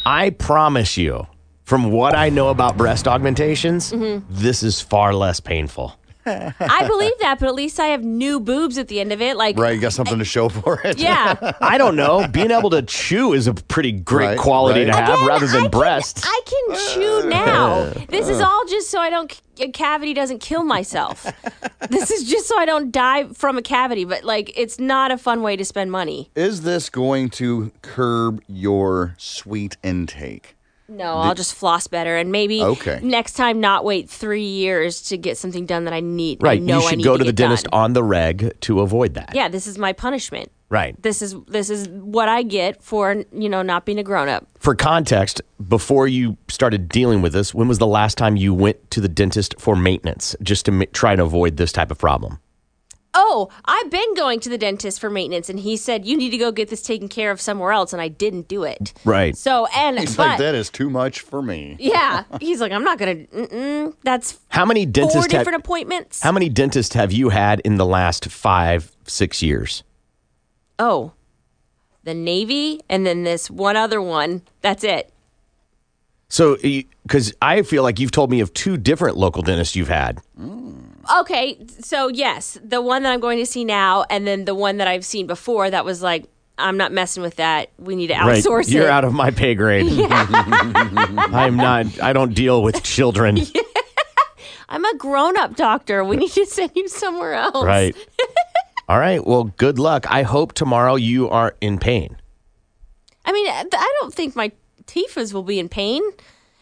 Speaker 9: I promise you, from what I know about breast augmentations,
Speaker 10: Mhm.
Speaker 9: this is far less painful.
Speaker 10: I believe that, but at least I have new boobs at the end of it. Like,
Speaker 11: Right, you got something to show for it.
Speaker 10: yeah.
Speaker 9: I don't know. Being able to chew is a pretty great
Speaker 11: Right, right.
Speaker 9: quality to have
Speaker 11: Again,
Speaker 9: rather than breasts.
Speaker 10: I can chew now. This is all just so I don't a cavity doesn't kill myself. this is just so I don't die from a cavity. But like, it's not a fun way to spend money.
Speaker 11: Is this going to curb your sweet intake?
Speaker 10: No,
Speaker 11: The-
Speaker 10: I'll just floss better, and maybe
Speaker 11: Okay.
Speaker 10: next time not wait three years to get something done that I need. I
Speaker 9: Right.
Speaker 10: know
Speaker 9: You
Speaker 10: I
Speaker 9: should
Speaker 10: need
Speaker 9: go
Speaker 10: to,
Speaker 9: to, the
Speaker 10: get done.
Speaker 9: dentist on the reg to avoid that.
Speaker 10: Yeah, this is my punishment.
Speaker 9: Right.
Speaker 10: This is this is what I get for you know not being a grown up.
Speaker 9: For context, before you started dealing with this, when was the last time you went to the dentist for maintenance just to ma- try and avoid this type of problem?
Speaker 10: Oh, I've been going to the dentist for maintenance, and he said you need to go get this taken care of somewhere else, and I didn't do it.
Speaker 9: Right.
Speaker 10: So and
Speaker 11: He's
Speaker 10: but
Speaker 11: like, that is too much for me.
Speaker 10: yeah, he's like I'm not gonna. Mm-mm, that's
Speaker 9: How many dentists
Speaker 10: four
Speaker 9: have-
Speaker 10: different appointments.
Speaker 9: How many dentists have you had in the last five, six years?
Speaker 10: Oh, the Navy, and then this one other one. That's it.
Speaker 9: So, because I feel like you've told me of two different local dentists you've had.
Speaker 10: Okay, so yes, the one that I'm going to see now, and then the one that I've seen before that was like, I'm not messing with that. We need to
Speaker 9: Right.
Speaker 10: outsource
Speaker 9: You're
Speaker 10: it.
Speaker 9: out of my pay grade. I'm not. I don't deal with children.
Speaker 10: I'm a grown up doctor. We need to send you somewhere else.
Speaker 9: Right. All right. Well, good luck. I hope tomorrow you are in pain.
Speaker 10: I mean, I I don't think my Tifas will be in pain.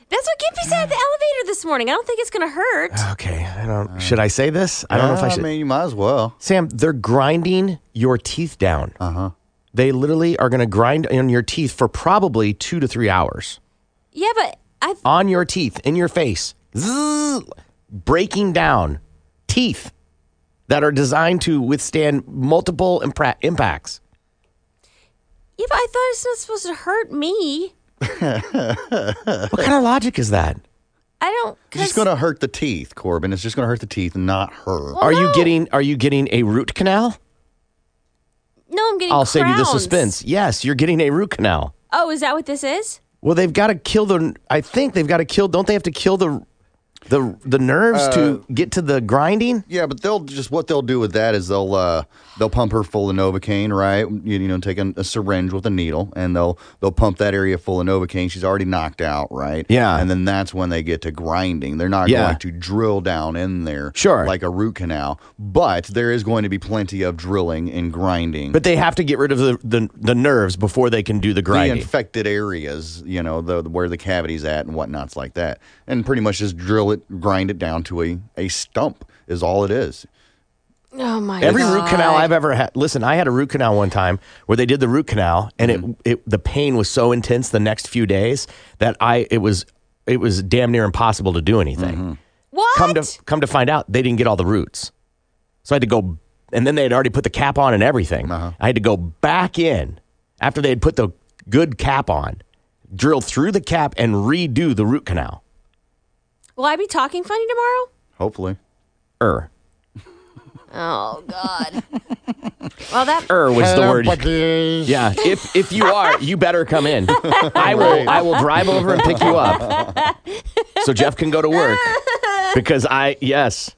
Speaker 10: That's what Gimpy said at the elevator this morning. I don't think it's going to hurt.
Speaker 9: Okay. I don't. Uh, Should I say this? I don't know if I
Speaker 11: Yeah, I
Speaker 9: should.
Speaker 11: mean, Ah, you might as well.
Speaker 9: Sam, they're grinding your teeth down. Uh huh. They literally are going to grind on your teeth for probably two to three hours.
Speaker 10: Yeah, but I
Speaker 9: On your teeth, in your face, Zzz, breaking down teeth that are designed to withstand multiple impra- impacts.
Speaker 10: yeah, but I thought it's not supposed to hurt me.
Speaker 9: What kind of logic is that?
Speaker 10: I don't.
Speaker 11: It's just going to hurt the teeth, Corbin. It's just going to hurt the teeth, not her.
Speaker 9: are you getting are you getting a root canal?
Speaker 10: No, I'm getting.
Speaker 9: I'll save you the
Speaker 10: crowns.
Speaker 9: suspense. Yes, you're getting a root canal.
Speaker 10: Oh, is that what this is?
Speaker 9: Well, they've got to kill the. I think they've got to kill. Don't they have to kill the the the nerves to get to the grinding?
Speaker 11: Yeah, but they'll just what they'll do with that is they'll uh, they'll pump her full of novocaine, right? You, you know, take a, a syringe with a needle, and they'll they'll pump that area full of novocaine. She's already knocked out, right? Yeah, and then that's when they get to grinding. They're not
Speaker 9: Yeah.
Speaker 11: going to drill down in there,
Speaker 9: Sure.
Speaker 11: like a root canal, but there is going to be plenty of drilling and grinding.
Speaker 9: But they have to get rid of the the, the nerves before they can do
Speaker 11: the
Speaker 9: the grinding.
Speaker 11: infected areas, you know, the, the- where the cavity's at and whatnots like that, and pretty much just drill it, grind it down to a a stump is all it is.
Speaker 10: Oh my
Speaker 9: Every
Speaker 10: God.
Speaker 9: root canal I've ever had. Listen, I had a root canal one time where they did the root canal, and it, it the pain was so intense the next few days that I it was it was damn near impossible to do anything.
Speaker 10: What?
Speaker 9: Come to come to find out, they didn't get all the roots, so I had to go. And then they had already put the cap on and everything. I had to go back in after they had put the good cap on, drill through the cap, and redo the root canal.
Speaker 10: Will I be talking funny tomorrow?
Speaker 11: Hopefully,
Speaker 9: er.
Speaker 10: Oh God. well, that
Speaker 9: Er was the word. Yeah, if if you are, you better come in. I will I will drive over and pick you up. So Jeff can go to work because I yes.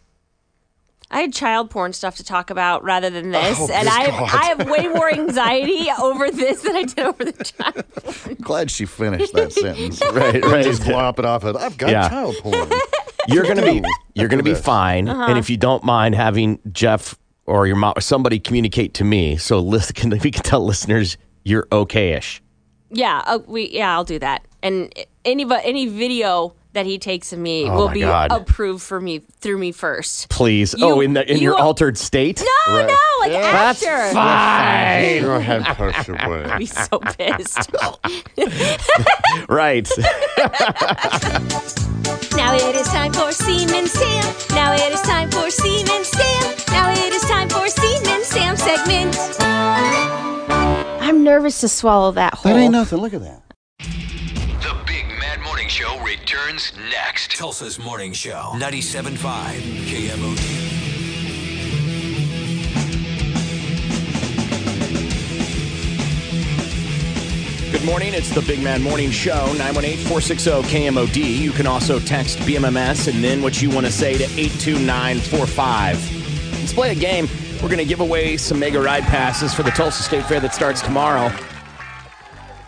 Speaker 10: I had child porn stuff to talk about rather than this,
Speaker 9: Oh,
Speaker 10: and
Speaker 9: good
Speaker 10: I have,
Speaker 9: God.
Speaker 10: I have way more anxiety over this than I did over the child.
Speaker 11: Glad she finished that sentence.
Speaker 9: Right, right.
Speaker 11: Just glop it off. Of, I've got
Speaker 9: Yeah.
Speaker 11: child porn.
Speaker 9: You're going to be you're going to be fine
Speaker 11: Uh-huh.
Speaker 9: and if you don't mind having Jeff or your mom or somebody communicate to me so listen can we can tell listeners you're okay-ish.
Speaker 10: Yeah, uh, we yeah, I'll do that. And any but any video that he takes of me
Speaker 9: Oh
Speaker 10: will
Speaker 9: my
Speaker 10: be
Speaker 9: God.
Speaker 10: approved for me through me first.
Speaker 9: Please.
Speaker 10: You-
Speaker 9: oh, in the in
Speaker 10: you
Speaker 9: your
Speaker 10: are-
Speaker 9: altered state?
Speaker 10: No, no, like
Speaker 9: That's
Speaker 10: after.
Speaker 9: fine.
Speaker 10: Go
Speaker 9: ahead,
Speaker 10: I'd be so pissed.
Speaker 9: Right.
Speaker 6: Now it is time for Seaman Sam. Now it is time for Seaman Sam. Now it is time for Seaman Sam segment.
Speaker 10: I'm nervous to swallow that whole.
Speaker 11: That ain't nothing. Look at that.
Speaker 12: The Big Mad Morning Show returns next. Tulsa's Morning Show, 97.5 KMOD.
Speaker 9: Good morning. It's the Big Man Morning Show, 918 460 KMOD. You can also text BMMS and then what you want to say to 82945. Let's play a game. We're going to give away some mega ride passes for the Tulsa State Fair that starts tomorrow.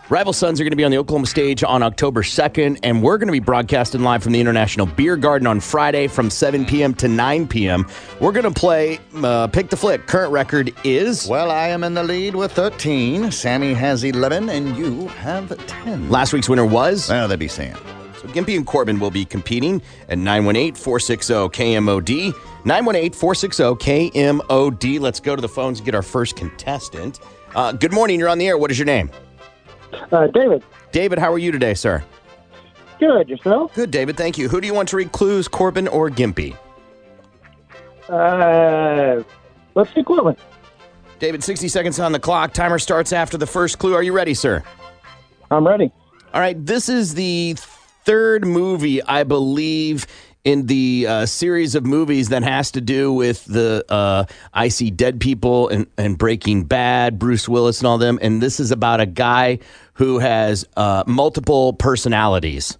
Speaker 9: Rival Sons are going to be on the Oklahoma stage on October 2nd, and we're going to be broadcasting live from the International Beer Garden on Friday from 7 p.m. to 9 p.m. We're going to play uh, Pick the Flick. Current record is.
Speaker 11: Well, I am in the lead with 13. Sammy has 11, and you have 10.
Speaker 9: Last week's winner was?
Speaker 11: Oh, that'd be Sam.
Speaker 9: So Gimpy and Corbin will be competing at 918 460 KMOD. 918 460 KMOD. Let's go to the phones and get our first contestant. Uh, good morning. You're on the air. What is your name?
Speaker 18: Uh, David.
Speaker 9: David, how are you today, sir?
Speaker 18: Good. Yourself?
Speaker 9: Good, David. Thank you. Who do you want to read clues, Corbin or Gimpy?
Speaker 18: Uh, let's do Corbin.
Speaker 9: David, 60 seconds on the clock. Timer starts after the first clue. Are you ready, sir?
Speaker 18: I'm ready.
Speaker 9: All right. This is the third movie, I believe, in the uh, series of movies that has to do with the uh, I See Dead People and, and Breaking Bad, Bruce Willis and all them. And this is about a guy who has uh, multiple personalities.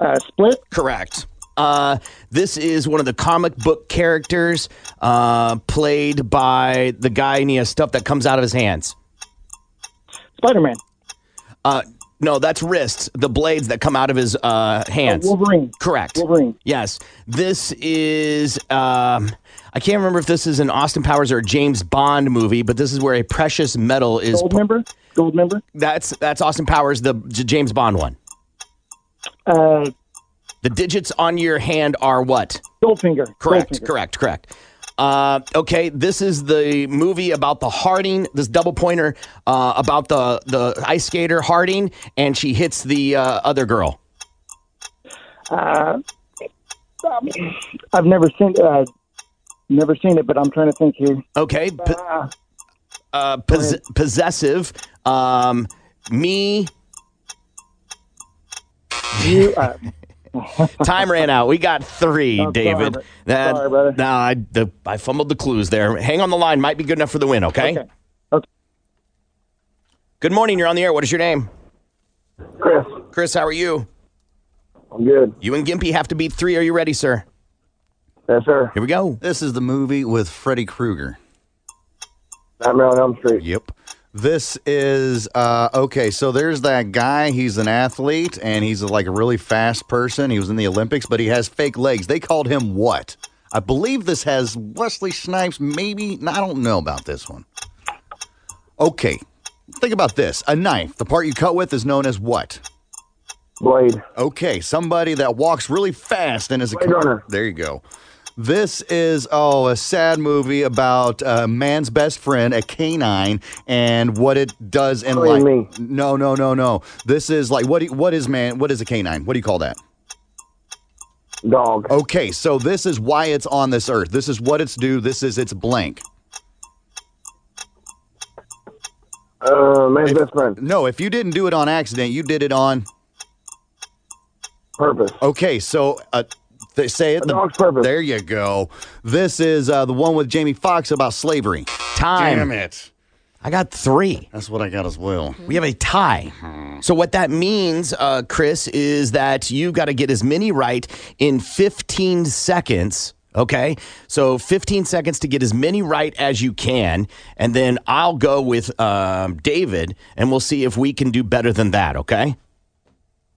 Speaker 18: Uh, split?
Speaker 9: Correct. Uh, Uh, this is one of the comic book characters uh, played by the guy, and he has stuff that comes out of his hands.
Speaker 18: Spider Man.
Speaker 9: Uh, no, that's wrists, the blades that come out of his uh, hands.
Speaker 18: Oh, Wolverine.
Speaker 9: Correct.
Speaker 18: Wolverine.
Speaker 9: Yes. This is, um, I can't remember if this is an Austin Powers or a James Bond movie, but this is where a precious metal is.
Speaker 18: Gold member? Gold member?
Speaker 9: That's, that's Austin Powers, the J- James Bond one.
Speaker 18: Uh,
Speaker 9: The digits on your hand are what?
Speaker 18: Goldfinger.
Speaker 9: Correct,
Speaker 18: Goldfinger.
Speaker 9: correct, correct. Uh, okay, this is the movie about the Harding, this double pointer uh, about the, the ice skater Harding, and she hits the uh, other girl.
Speaker 18: Uh, um, I've never seen uh, never seen it, but I'm trying to think here.
Speaker 9: Okay. p- uh, pos- possessive. Um, me.
Speaker 18: You, uh,
Speaker 9: Time ran out. We got three,
Speaker 18: I'm sorry,
Speaker 9: David.
Speaker 18: bro-
Speaker 9: That-
Speaker 18: sorry, brother.
Speaker 9: Nah, I, the, I fumbled the clues there. Hang on the line. Might be good enough for the win, okay? Okay. Good morning. You're on the air. What is your name? Chris. Chris, how are you? I'm good. You and Gimpy have to beat three. Are you ready, sir?
Speaker 11: Yes, sir.
Speaker 9: Here we go.
Speaker 11: This is the movie with Freddy Krueger. Nightmare on Elm Street. Yep. This is uh, okay. So there's that guy. He's an athlete and he's like a really fast person. He was in the Olympics, but he has fake legs. They called him what? I believe this has Wesley Snipes. Maybe I don't know about this one. Okay, think about this. A knife. The part you cut with is known as what? Blade. Okay, somebody that walks really fast and is a Blade runner. There you go. This is oh a sad movie about a man's best friend, a canine, and what it does in
Speaker 18: Killing
Speaker 11: life.
Speaker 18: me.
Speaker 11: No, no, no, no. This is like what? do you- What is man? What is a canine? What do you call that? Dog. Okay, so this is why it's on this earth. This is what it's do. This is its blank. Uh, man's best friend. No, if you didn't do it on accident, you did it on purpose. Okay, so uh, they say it. The dog's purpose. There you go. This is uh, the one with Jamie Foxx about slavery.
Speaker 9: Time.
Speaker 11: Damn it.
Speaker 9: I got three.
Speaker 11: That's what I got as well.
Speaker 9: We have a tie. So what that means, uh, Chris, is that you've got to get as many right in 15 seconds. Okay, so 15 seconds to get as many right as you can, and then I'll go with um, David, and we'll see if we can do better than that. Okay.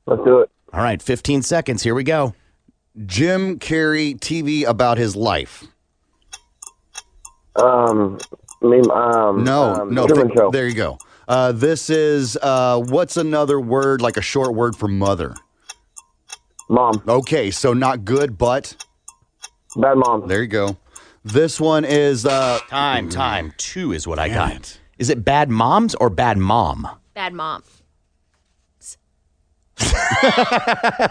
Speaker 11: Let's do it.
Speaker 9: All right, 15 seconds. Here we go.
Speaker 11: Jim Carrey TV about his life.
Speaker 18: Um, um,
Speaker 11: no,
Speaker 18: um,
Speaker 11: no.
Speaker 18: Truman
Speaker 11: thi-
Speaker 18: Show.
Speaker 11: There you go. Uh, this is uh, what's another word like a short word for mother? Mom. Okay, so not good, but bad mom. There you go. This one is uh,
Speaker 9: time. Time two is what I got. Is it bad moms or bad mom?
Speaker 10: Bad mom.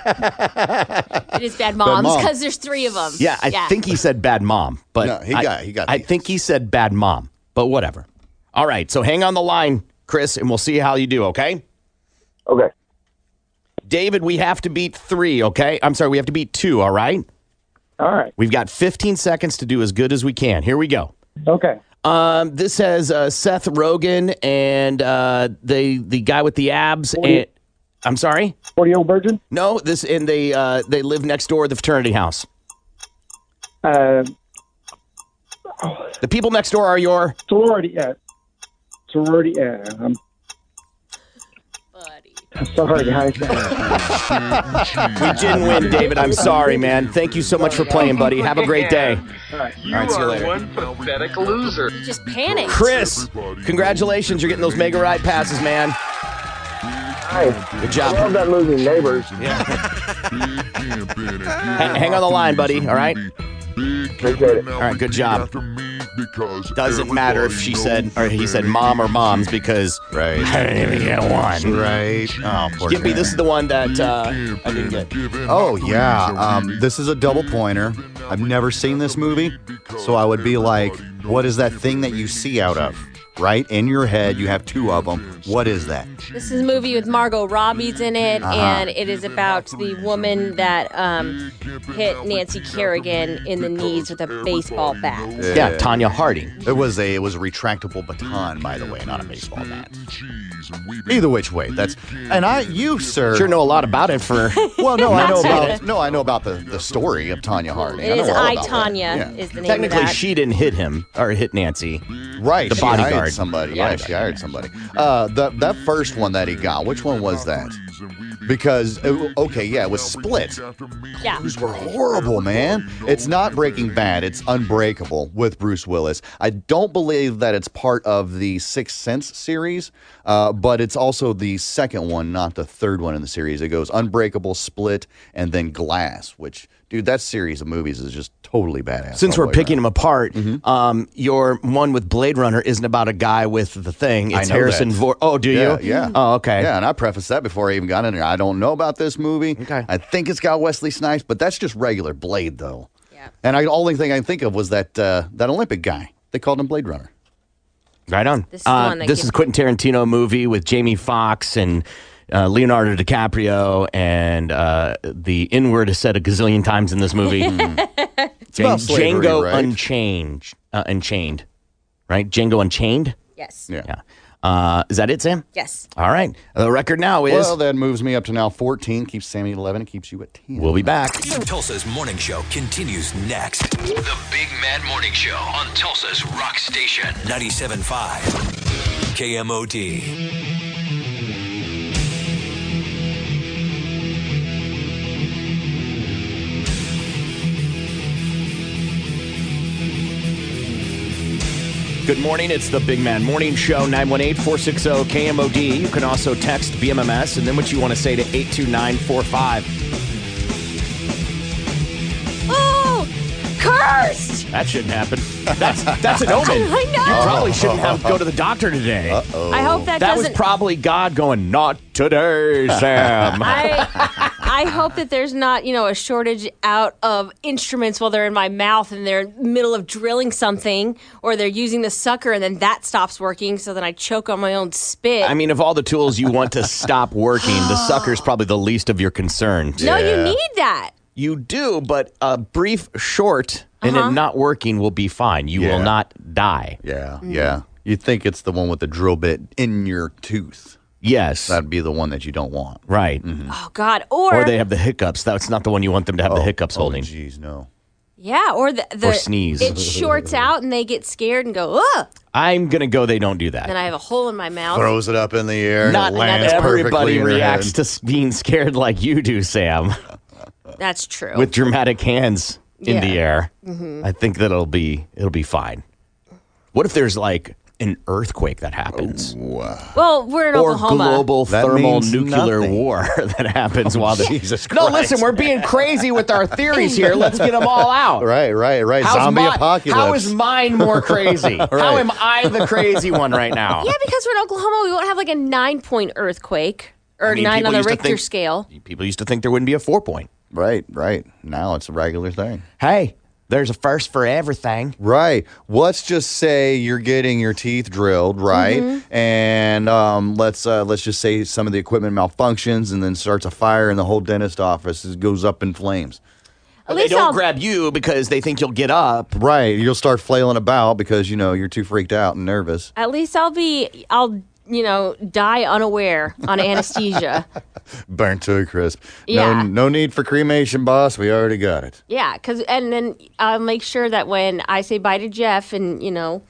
Speaker 10: it is bad moms
Speaker 9: mom.
Speaker 10: because there's three of them.
Speaker 9: Yeah, I think he said bad mom, but
Speaker 11: No, he
Speaker 9: I,
Speaker 11: got- he got
Speaker 9: I think he said bad mom, but whatever. All right, so hang on the line, Chris, and we'll see how you do. Okay. Okay. David, we have to beat three. Okay, I'm sorry, we have to beat two. All right.
Speaker 18: All right.
Speaker 9: We've got 15 seconds to do as good as we can. Here we go.
Speaker 18: Okay.
Speaker 9: Um, this has uh, Seth Rogen and uh, the the guy with the abs.
Speaker 18: Forty-
Speaker 9: And, I'm sorry.
Speaker 18: Forty year old virgin.
Speaker 9: No, this and they uh, they live next door at the fraternity house.
Speaker 18: Uh,
Speaker 9: The people next door are your
Speaker 18: sorority. Uh, sorority. Uh, um, Sorry, guys.
Speaker 9: we didn't win, David. I'm sorry, man. Thank you so much for playing, buddy. Have a great day.
Speaker 18: All right.
Speaker 9: All right, see you later.
Speaker 19: one pathetic loser.
Speaker 10: Just panic.
Speaker 9: Chris, congratulations. You're getting those mega ride passes, man. Good job.
Speaker 19: I love that movie, Neighbors.
Speaker 9: Ha- hang on the line, buddy. All right. All right. Good job. Doesn't matter if she said or he said mom or moms because
Speaker 11: right.
Speaker 9: I didn't even get one.
Speaker 11: Right. Oh, poor
Speaker 9: Gimpy,
Speaker 11: guy.
Speaker 9: this is the one that uh, I didn't get.
Speaker 11: Oh yeah, um, this is a double pointer. I've never seen this movie, so I would be like, "What is that thing that you see out of?" Right in your head, you have two of them. What is that?
Speaker 10: This is a movie with Margot Robbie's in it,
Speaker 11: Uh-huh.
Speaker 10: and it is about the woman that um, hit Nancy Kerrigan in the knees with a baseball bat.
Speaker 9: Yeah, Tanya Harding.
Speaker 11: It was a it was a retractable baton, by the way, not a baseball bat. Either which way, that's and I you sir
Speaker 9: Sure know a lot about it for.
Speaker 11: well, no, I know
Speaker 9: Not
Speaker 11: about
Speaker 9: saying
Speaker 11: no, I know about the, the story of Tanya Harding.
Speaker 10: It
Speaker 11: know
Speaker 10: is
Speaker 11: all
Speaker 10: I
Speaker 11: about that.
Speaker 10: Tanya
Speaker 11: Yeah.
Speaker 10: is the name
Speaker 9: Technically,
Speaker 10: of that.
Speaker 9: she didn't hit him or hit Nancy.
Speaker 11: Right,
Speaker 9: The
Speaker 11: she hired
Speaker 9: bodyguard.
Speaker 11: somebody.
Speaker 9: Yeah.
Speaker 11: Yeah, she hired somebody. Uh, the, that first one that he got, which one was that? Because it- okay, yeah, it was split.
Speaker 10: yeah.
Speaker 11: Horrible, man. It's not Breaking Bad. It's Unbreakable with Bruce Willis. I don't believe that it's part of the Sixth Sense series, uh, but it's also the second one, not the third one in the series. It goes Unbreakable, Split, and then Glass. Which, dude, that series of movies is just totally badass.
Speaker 9: Since
Speaker 11: all the
Speaker 9: we're
Speaker 11: way
Speaker 9: picking them apart,
Speaker 11: Mm-hmm.
Speaker 9: um, your one with Blade Runner isn't about a guy with the thing.
Speaker 11: I
Speaker 9: It's
Speaker 11: know
Speaker 9: Harrison
Speaker 11: that.
Speaker 9: Vor. Oh, do
Speaker 11: Yeah,
Speaker 9: you?
Speaker 11: yeah.
Speaker 9: Oh, okay.
Speaker 11: Yeah, and I prefaced that before I even got in there. I don't know about this movie. Okay. I think it's got Wesley Snipes, but that's just regular Blade, though. Yeah. And I, the only thing I can think of was that uh, that Olympic guy. They called him Blade Runner.
Speaker 9: Right on.
Speaker 10: This is the
Speaker 9: Uh,
Speaker 10: one that
Speaker 9: this
Speaker 10: gives
Speaker 9: is Quentin Tarantino movie with Jamie Foxx and uh, Leonardo DiCaprio, and uh, the N word is said a gazillion times in this movie.
Speaker 11: It's about
Speaker 9: Djan-
Speaker 11: slavery,
Speaker 9: Django
Speaker 11: right?
Speaker 9: Unchained, uh, Unchained, right? Django Unchained.
Speaker 10: Yes.
Speaker 11: Yeah.
Speaker 9: Uh, is that it, Sam?
Speaker 10: Yes.
Speaker 9: All right. The record now is.
Speaker 11: Well, that moves me up to now 14, keeps Sammy at 11, it keeps you at 10.
Speaker 9: We'll be back.
Speaker 12: Tulsa's morning show continues next. The Big Mad Morning Show on Tulsa's Rock Station 97.5 KMOD.
Speaker 9: Good morning. It's the Big Man Morning Show, 918 460 KMOD. You can also text BMMS and then what you want to say to 82945.
Speaker 10: Oh, cursed!
Speaker 9: That shouldn't happen. That's, that's an omen.
Speaker 10: I know.
Speaker 9: You probably shouldn't have go to the doctor today. Uh-oh.
Speaker 10: I hope that
Speaker 9: That was
Speaker 10: doesn't-
Speaker 9: probably God going, not today, Sam.
Speaker 10: I, I hope that there's not, you know, a shortage out of instruments while they're in my mouth and they're in the middle of drilling something or they're using the sucker and then that stops working. So then I choke on my own spit.
Speaker 9: I mean, of all the tools you want to stop working, the sucker's probably the least of your concern.
Speaker 10: no, you need that.
Speaker 9: You do, but a brief short and
Speaker 10: Uh-huh.
Speaker 9: it not working will be fine. You will
Speaker 11: Yeah.
Speaker 9: not die.
Speaker 11: Yeah, yeah. You'd think it's the one with the drill bit in your tooth.
Speaker 9: Yes.
Speaker 11: That'd be the one that you don't want.
Speaker 9: Right.
Speaker 10: Oh, God. Or,
Speaker 9: Mm-hmm. Or, they have the hiccups. That's not the one you want them to have the hiccups holding.
Speaker 11: Jeez, Oh, no.
Speaker 10: yeah, or the, the
Speaker 9: Or sneeze.
Speaker 10: It shorts out and they get scared and go, ugh.
Speaker 9: I'm gonna go. They don't do that.
Speaker 10: Then I have a hole in my mouth.
Speaker 11: Throws it up in the air.
Speaker 9: not
Speaker 11: and it lands perfectly
Speaker 9: everybody
Speaker 11: in their
Speaker 9: reacts
Speaker 11: head.
Speaker 9: to s- being scared like you do, Sam,
Speaker 10: That's true.
Speaker 9: with dramatic hands in the
Speaker 10: Yeah.
Speaker 9: air.
Speaker 10: Mhm.
Speaker 9: I think that it'll be it'll be fine. What if there's like an earthquake that happens?
Speaker 10: well, we're in
Speaker 9: or
Speaker 10: Oklahoma.
Speaker 9: global
Speaker 11: That
Speaker 9: thermal
Speaker 11: means
Speaker 9: nuclear
Speaker 11: nothing.
Speaker 9: war that happens while the
Speaker 11: Jesus
Speaker 9: No,
Speaker 11: Christ.
Speaker 9: listen, we're being crazy with our theories here. Let's get them all out.
Speaker 11: Right, right, right.
Speaker 9: How's
Speaker 11: Zombie
Speaker 9: mi-
Speaker 11: apocalypse.
Speaker 9: How is mine more crazy? How
Speaker 11: Right.
Speaker 9: am I the crazy one right now?
Speaker 10: Yeah, because we're in Oklahoma, we won't have like a nine point earthquake or
Speaker 9: I mean,
Speaker 10: nine
Speaker 9: people
Speaker 10: on the
Speaker 9: used to
Speaker 10: Richter
Speaker 9: think-
Speaker 10: scale.
Speaker 9: People used to think there wouldn't be a four point.
Speaker 11: Right, right. Now it's a regular thing.
Speaker 9: Hey, there's a first for everything.
Speaker 11: Right. Let's just say you're getting your teeth drilled, right?
Speaker 9: Mm-hmm.
Speaker 11: And um, let's uh, let's just say some of the equipment malfunctions, and then starts a fire, and the whole dentist office is- goes up in flames.
Speaker 10: At
Speaker 9: they
Speaker 10: least
Speaker 9: don't
Speaker 10: I'll,
Speaker 9: grab you because they think you'll get up.
Speaker 11: Right. You'll start flailing about because you know you're too freaked out and nervous.
Speaker 10: at least I'll be, I'll, you know, die unaware on anesthesia.
Speaker 11: Burnt to a crisp.
Speaker 10: Yeah.
Speaker 11: No, no need for cremation, boss. We already got it.
Speaker 10: Yeah, because, and then I'll make sure that when I say bye to Jeff and, you know,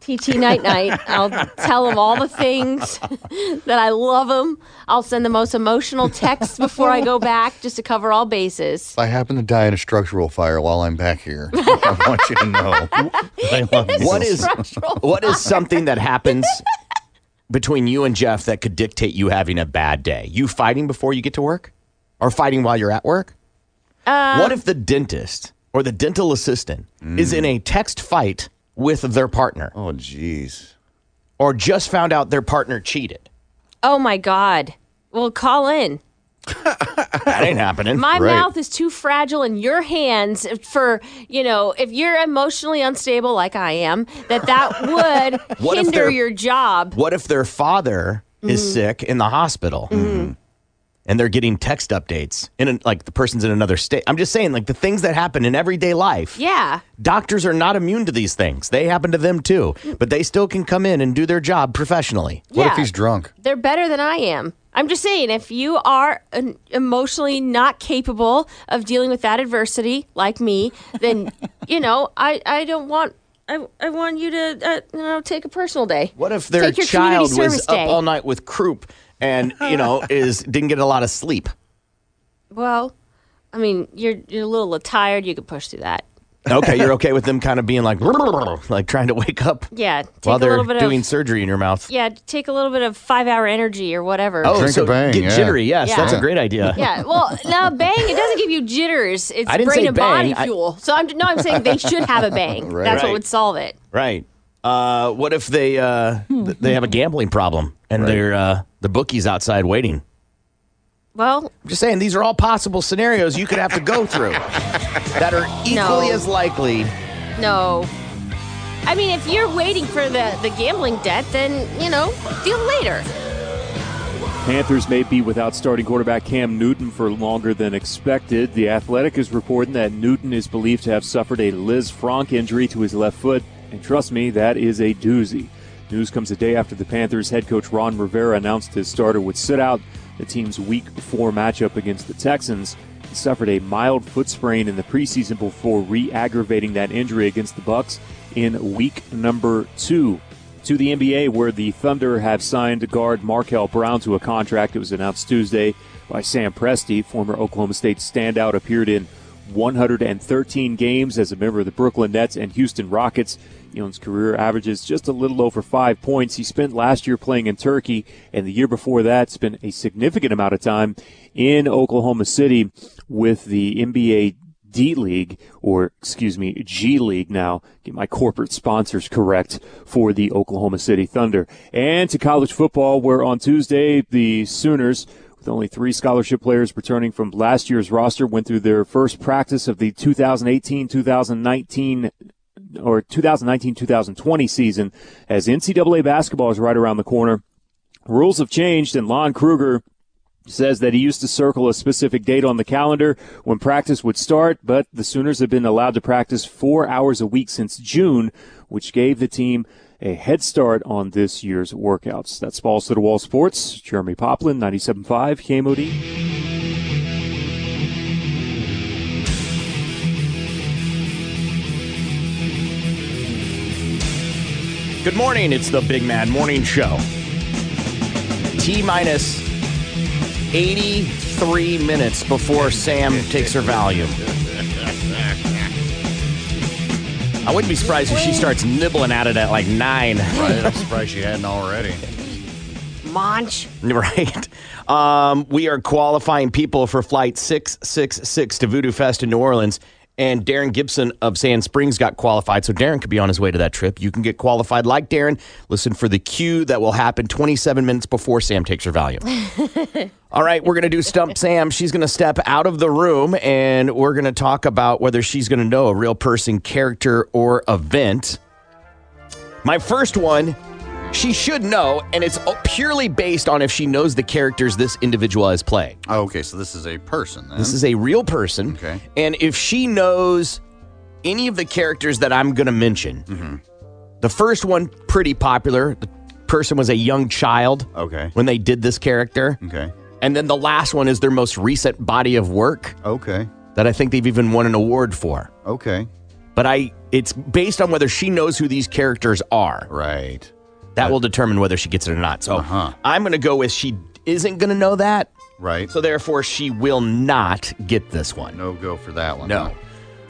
Speaker 10: TT night night, I'll tell him all the things that I love him. I'll send the most emotional texts before I go back just to cover all bases.
Speaker 11: If I happen to die in a structural fire while I'm back here, I want you to know. that I love you.
Speaker 9: What is what is something that happens between you and Jeff that could dictate you having a bad day? You fighting before you get to work, or fighting while you're at work?
Speaker 10: Um,
Speaker 9: what if the dentist or the dental assistant is in a text fight with their partner?
Speaker 11: Oh, jeez.
Speaker 9: Or just found out their partner cheated.
Speaker 10: Oh my God. Well, call in.
Speaker 9: That ain't happening.
Speaker 10: My mouth is too fragile in your hands for, you know, if you're emotionally unstable like I am, that that would
Speaker 9: What if
Speaker 10: hinder
Speaker 9: they're-
Speaker 10: your job.
Speaker 9: What if their father is sick in the hospital? and they're getting text updates and an- like the person's in another state. I'm just saying like the things that happen in everyday life.
Speaker 10: Yeah.
Speaker 9: Doctors are not immune to these things. They happen to them too, but they still can come in and do their job professionally.
Speaker 10: What if Yeah. he's
Speaker 9: drunk?
Speaker 10: They're better than I am. I'm just saying, if you are an emotionally not capable of dealing with that adversity, like me, then you know I, I don't want I, I want you to uh, you know take a personal day.
Speaker 9: What if their
Speaker 10: take your community
Speaker 9: child was
Speaker 10: service day?
Speaker 9: up all night with croup and, you know, is didn't get a lot of sleep?
Speaker 10: Well, I mean, you're you're a little tired. You could push through that.
Speaker 9: Okay, you're okay with them kind of being like like trying to wake up
Speaker 10: Yeah, take
Speaker 9: while
Speaker 10: a
Speaker 9: they're
Speaker 10: little bit
Speaker 9: doing
Speaker 10: of
Speaker 9: surgery in your mouth.
Speaker 10: yeah, take a little bit of five hour energy or whatever.
Speaker 9: Oh, so get jittery. Yes,
Speaker 10: Yeah.
Speaker 9: that's a great idea.
Speaker 10: Yeah, well, now bang, it doesn't give you jitters. It's
Speaker 9: I didn't
Speaker 10: brain
Speaker 9: say
Speaker 10: and
Speaker 9: bang,
Speaker 10: body
Speaker 9: I-
Speaker 10: fuel. So I'm no, I'm saying they should have a bang.
Speaker 9: Right.
Speaker 10: That's what
Speaker 9: Right.
Speaker 10: would solve it.
Speaker 9: Right. Uh, what if they uh,
Speaker 10: Hmm.
Speaker 9: th- they have a gambling problem and their uh, the bookies outside waiting?
Speaker 10: Well,
Speaker 9: I'm just saying these are all possible scenarios you could have to go through that are equally
Speaker 10: No.
Speaker 9: as likely.
Speaker 10: no. I mean, if you're waiting for the the gambling debt, then you know, deal later.
Speaker 16: Panthers may be without starting quarterback Cam Newton for longer than expected. The Athletic is reporting that Newton is believed to have suffered a Liz Franck injury to his left foot, and trust me, that is a doozy. News comes a day after the Panthers head coach Ron Rivera announced his starter would sit out the team's week four matchup against the Texans. He suffered a mild foot sprain in the preseason before re-aggravating that injury against the Bucks in week number two to the NBA, where the Thunder have signed guard Markel Brown to a contract. It was announced Tuesday by Sam Presti, former Oklahoma State standout, appeared in 113 games as a member of the Brooklyn Nets and Houston Rockets. Young's career averages just a little over five points. He spent last year playing in Turkey, and the year before that, spent a significant amount of time in Oklahoma City with the NBA D League, or excuse me, G League now, get my corporate sponsors correct for the Oklahoma City Thunder. And to college football, where on Tuesday, the Sooners, with only three scholarship players returning from last year's roster, went through their first practice of the 2018 2019 or 2019 2020 season as NCAA basketball is right around the corner. Rules have changed, and Lon Kruger says that he used to circle a specific date on the calendar when practice would start, but the Sooners have been allowed to practice four hours a week since June, which gave the team a head start on this year's workouts. That's Balls to the Wall Sports. Jeremy Poplin, 97.5, KMOD.
Speaker 9: Good morning. It's the Big Mad Morning Show. T minus 83 minutes before Sam takes her volume. I wouldn't be surprised if she starts nibbling at it at like nine.
Speaker 11: Right, I'm surprised she hadn't already.
Speaker 10: Munch.
Speaker 9: Right. Um, we are qualifying people for Flight 666 to Voodoo Fest in New Orleans. And Darren Gibson of Sand Springs got qualified. So Darren could be on his way to that trip. You can get qualified like Darren. Listen for the cue that will happen 27 minutes before Sam takes her volume. All right, we're going to do Stump Sam. She's going to step out of the room and we're going to talk about whether she's going to know a real person, character, or event. My first one, she should know, and it's purely based on if she knows the characters this individual has played.
Speaker 11: Oh, okay, so this is a person. Then.
Speaker 9: This is a real person. Okay. And if she knows any of the characters that I'm going to mention, the first one, pretty popular. The person was a young child. Okay. Mm. When they did this character.
Speaker 11: Okay.
Speaker 9: And then the last one is their most recent body of work.
Speaker 11: Okay.
Speaker 9: That I think they've even won an award for.
Speaker 11: Okay.
Speaker 9: But I, it's based on whether she knows who these characters are.
Speaker 11: Right.
Speaker 9: That will determine whether she gets it or not. So I'm going to go with she isn't going to know that.
Speaker 11: Right.
Speaker 9: So therefore, she will not get this one.
Speaker 11: No go for that one. No.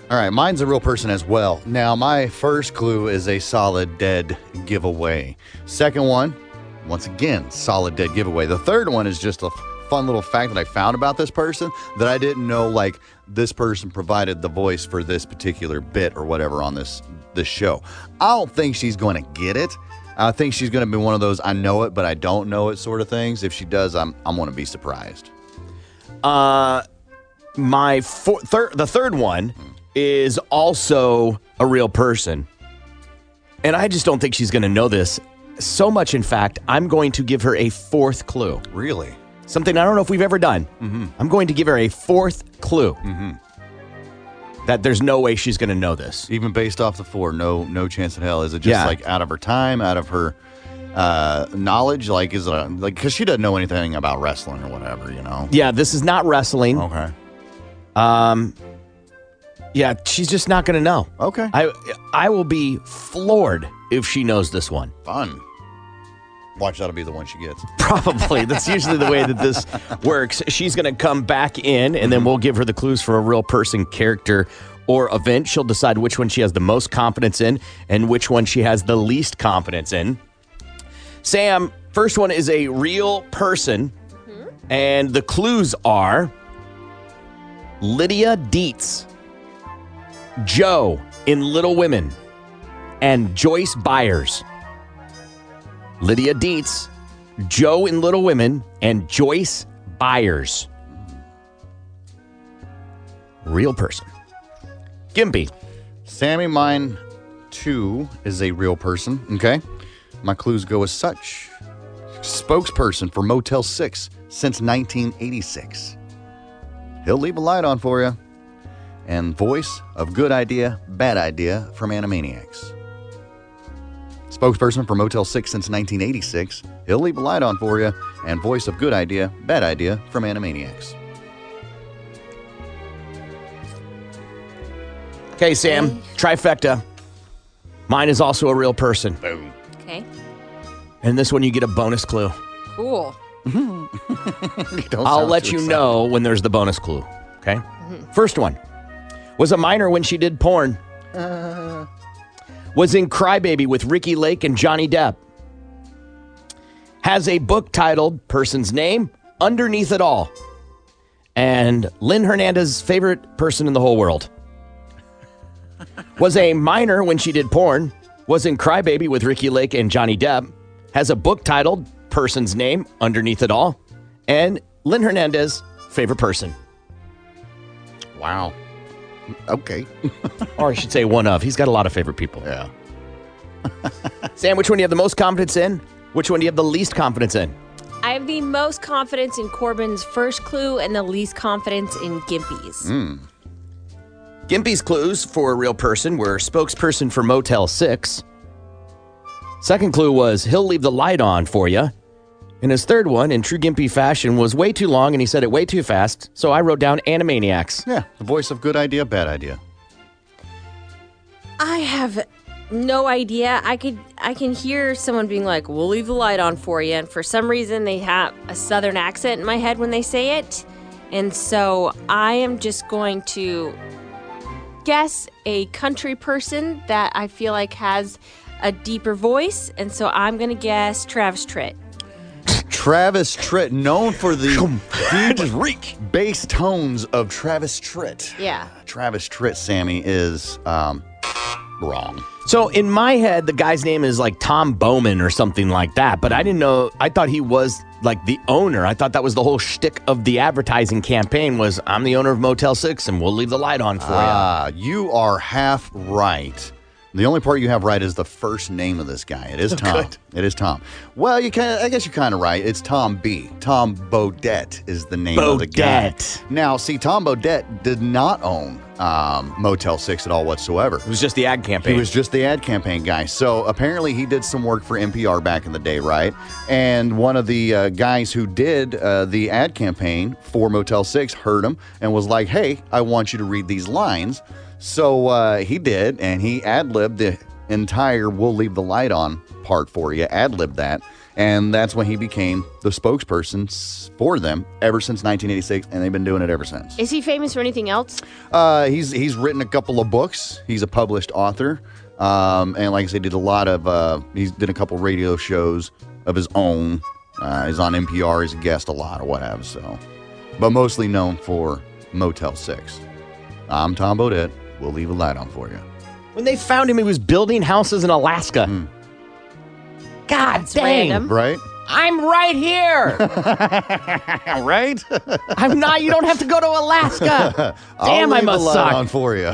Speaker 11: All right, mine's a real person as well. Now, my first clue is a solid dead giveaway. Second one, once again, solid dead giveaway. The third one is just a f- fun little fact that I found about this person that I didn't know like this person provided the voice for this particular bit or whatever on this this show. I don't think she's going to get it. I think she's going to be one of those I know it but I don't know it sort of things. If she does, I'm I'm going to be surprised.
Speaker 9: Uh, my four, thir- the third one is also a real person, and I just don't think she's going to know this. So much, in fact, I'm going to give her a fourth clue.
Speaker 11: Really?
Speaker 9: Something I don't know if we've ever done. I'm going to give her a fourth clue. That there's no way she's going to know this.
Speaker 11: Even based off the four, no, no chance in hell. Is it just
Speaker 9: Yeah.
Speaker 11: like out of her time, out of her uh, knowledge? Like, is it a, like because she doesn't know anything about wrestling or whatever, you know?
Speaker 9: Yeah, this is not wrestling.
Speaker 11: Okay.
Speaker 9: Um. Yeah, she's just not going to know.
Speaker 11: Okay.
Speaker 9: I I will be floored if she knows this one.
Speaker 11: Fun. Watch that'll be the one she gets.
Speaker 9: Probably. That's usually the way that this works. She's going to come back in, and then we'll give her the clues for a real person, character, or event. She'll decide which one she has the most confidence in and which one she has the least confidence in. Sam, first one is a real person, and the clues are Lydia Dietz, Joe in Little Women, and Joyce Byers. Lydia Dietz, Joe in Little Women, and Joyce Byers. Real person. Gimpy.
Speaker 11: Sammy, mine two is a real person. Okay. My clues go as such spokesperson for Motel 6 since 1986. He'll leave a light on for you. And voice of Good Idea, Bad Idea from Animaniacs. Spokesperson for Motel 6 since 1986. He'll leave a light on for you. And voice of Good Idea, Bad Idea from Animaniacs.
Speaker 9: Okay, Sam, trifecta. Mine is also a real person. Boom.
Speaker 10: Okay.
Speaker 9: And this one, you get a bonus clue.
Speaker 10: Cool.
Speaker 9: I'll let you know when there's the bonus clue. Okay. First one was a minor when she did porn,
Speaker 20: Uh,
Speaker 9: was in Crybaby with Ricky Lake and Johnny Depp, has a book titled Person's Name Underneath It All, and Lynn Hernandez's favorite person in the whole world. was a minor when she did porn, was in Crybaby with Ricky Lake and Johnny Depp, has a book titled Person's Name Underneath It All, and Lynn Hernandez, favorite person.
Speaker 11: Wow. Okay.
Speaker 9: or I should say one of. He's got a lot of favorite people.
Speaker 11: Yeah.
Speaker 9: Sam, which one do you have the most confidence in? Which one do you have the least confidence in?
Speaker 10: I have the most confidence in Corbin's first clue and the least confidence in Gimpy's.
Speaker 9: Gimpy's clues for a real person were spokesperson for Motel 6. Second clue was he'll leave the light on for you. And his third one, in true Gimpy fashion, was way too long and he said it way too fast. So I wrote down Animaniacs.
Speaker 11: Yeah, the voice of good idea, bad idea.
Speaker 10: I have no idea. I could I can hear someone being like, "We'll leave the light on for you," and for some reason they have a southern accent in my head when they say it, and so I am just going to guess a country person that I feel like has a deeper voice, and so I'm gonna guess Travis Tritt.
Speaker 11: Travis Tritt, known for the deep bass tones of Travis Tritt.
Speaker 10: Yeah.
Speaker 11: Travis Tritt, Sammy, is um, wrong.
Speaker 9: So in my head, the guy's name is like Tom Bowman or something like that. But I didn't know. I thought he was like the owner. I thought that was the whole shtick of the advertising campaign was I'm the owner of Motel Six and we'll leave the light on for
Speaker 11: Ah, you are half right. The only part you have right is the first name of this guy. It is Tom. It is Tom. Well, you kind of, I guess you're kind of right. It's Tom B. Tom Bodette is the name of the guy.
Speaker 9: Bodette.
Speaker 11: Now, see, Tom Bodette did not own um, Motel 6 at all whatsoever. It
Speaker 9: was just the ad campaign.
Speaker 11: He was just the ad campaign guy. So apparently he did some work for NPR back in the day, right? And one of the uh, guys who did uh, the ad campaign for Motel 6 heard him and was like, hey, I want you to read these lines. So uh, he did, and he ad libbed the entire We'll Leave the Light On part for you, ad libbed that. And that's when he became the spokesperson s- for them ever since 1986, and they've been doing it ever since.
Speaker 10: Is he famous for anything else?
Speaker 11: Uh, he's he's written a couple of books. He's a published author, um, and like I said, did a lot of uh, he did a couple radio shows of his own. Uh, he's on NPR. He's a guest a lot or what have so, but mostly known for Motel Six. I'm Tom Bodette. We'll leave a light on for you.
Speaker 9: When they found him, he was building houses in Alaska.
Speaker 11: Hmm.
Speaker 9: God dang.
Speaker 11: Right?
Speaker 9: I'm right here.
Speaker 11: right?
Speaker 9: I'm not. You don't have to go to Alaska.
Speaker 11: I'll
Speaker 9: Damn, I
Speaker 11: leave a
Speaker 9: must
Speaker 11: light
Speaker 9: suck.
Speaker 11: on for you.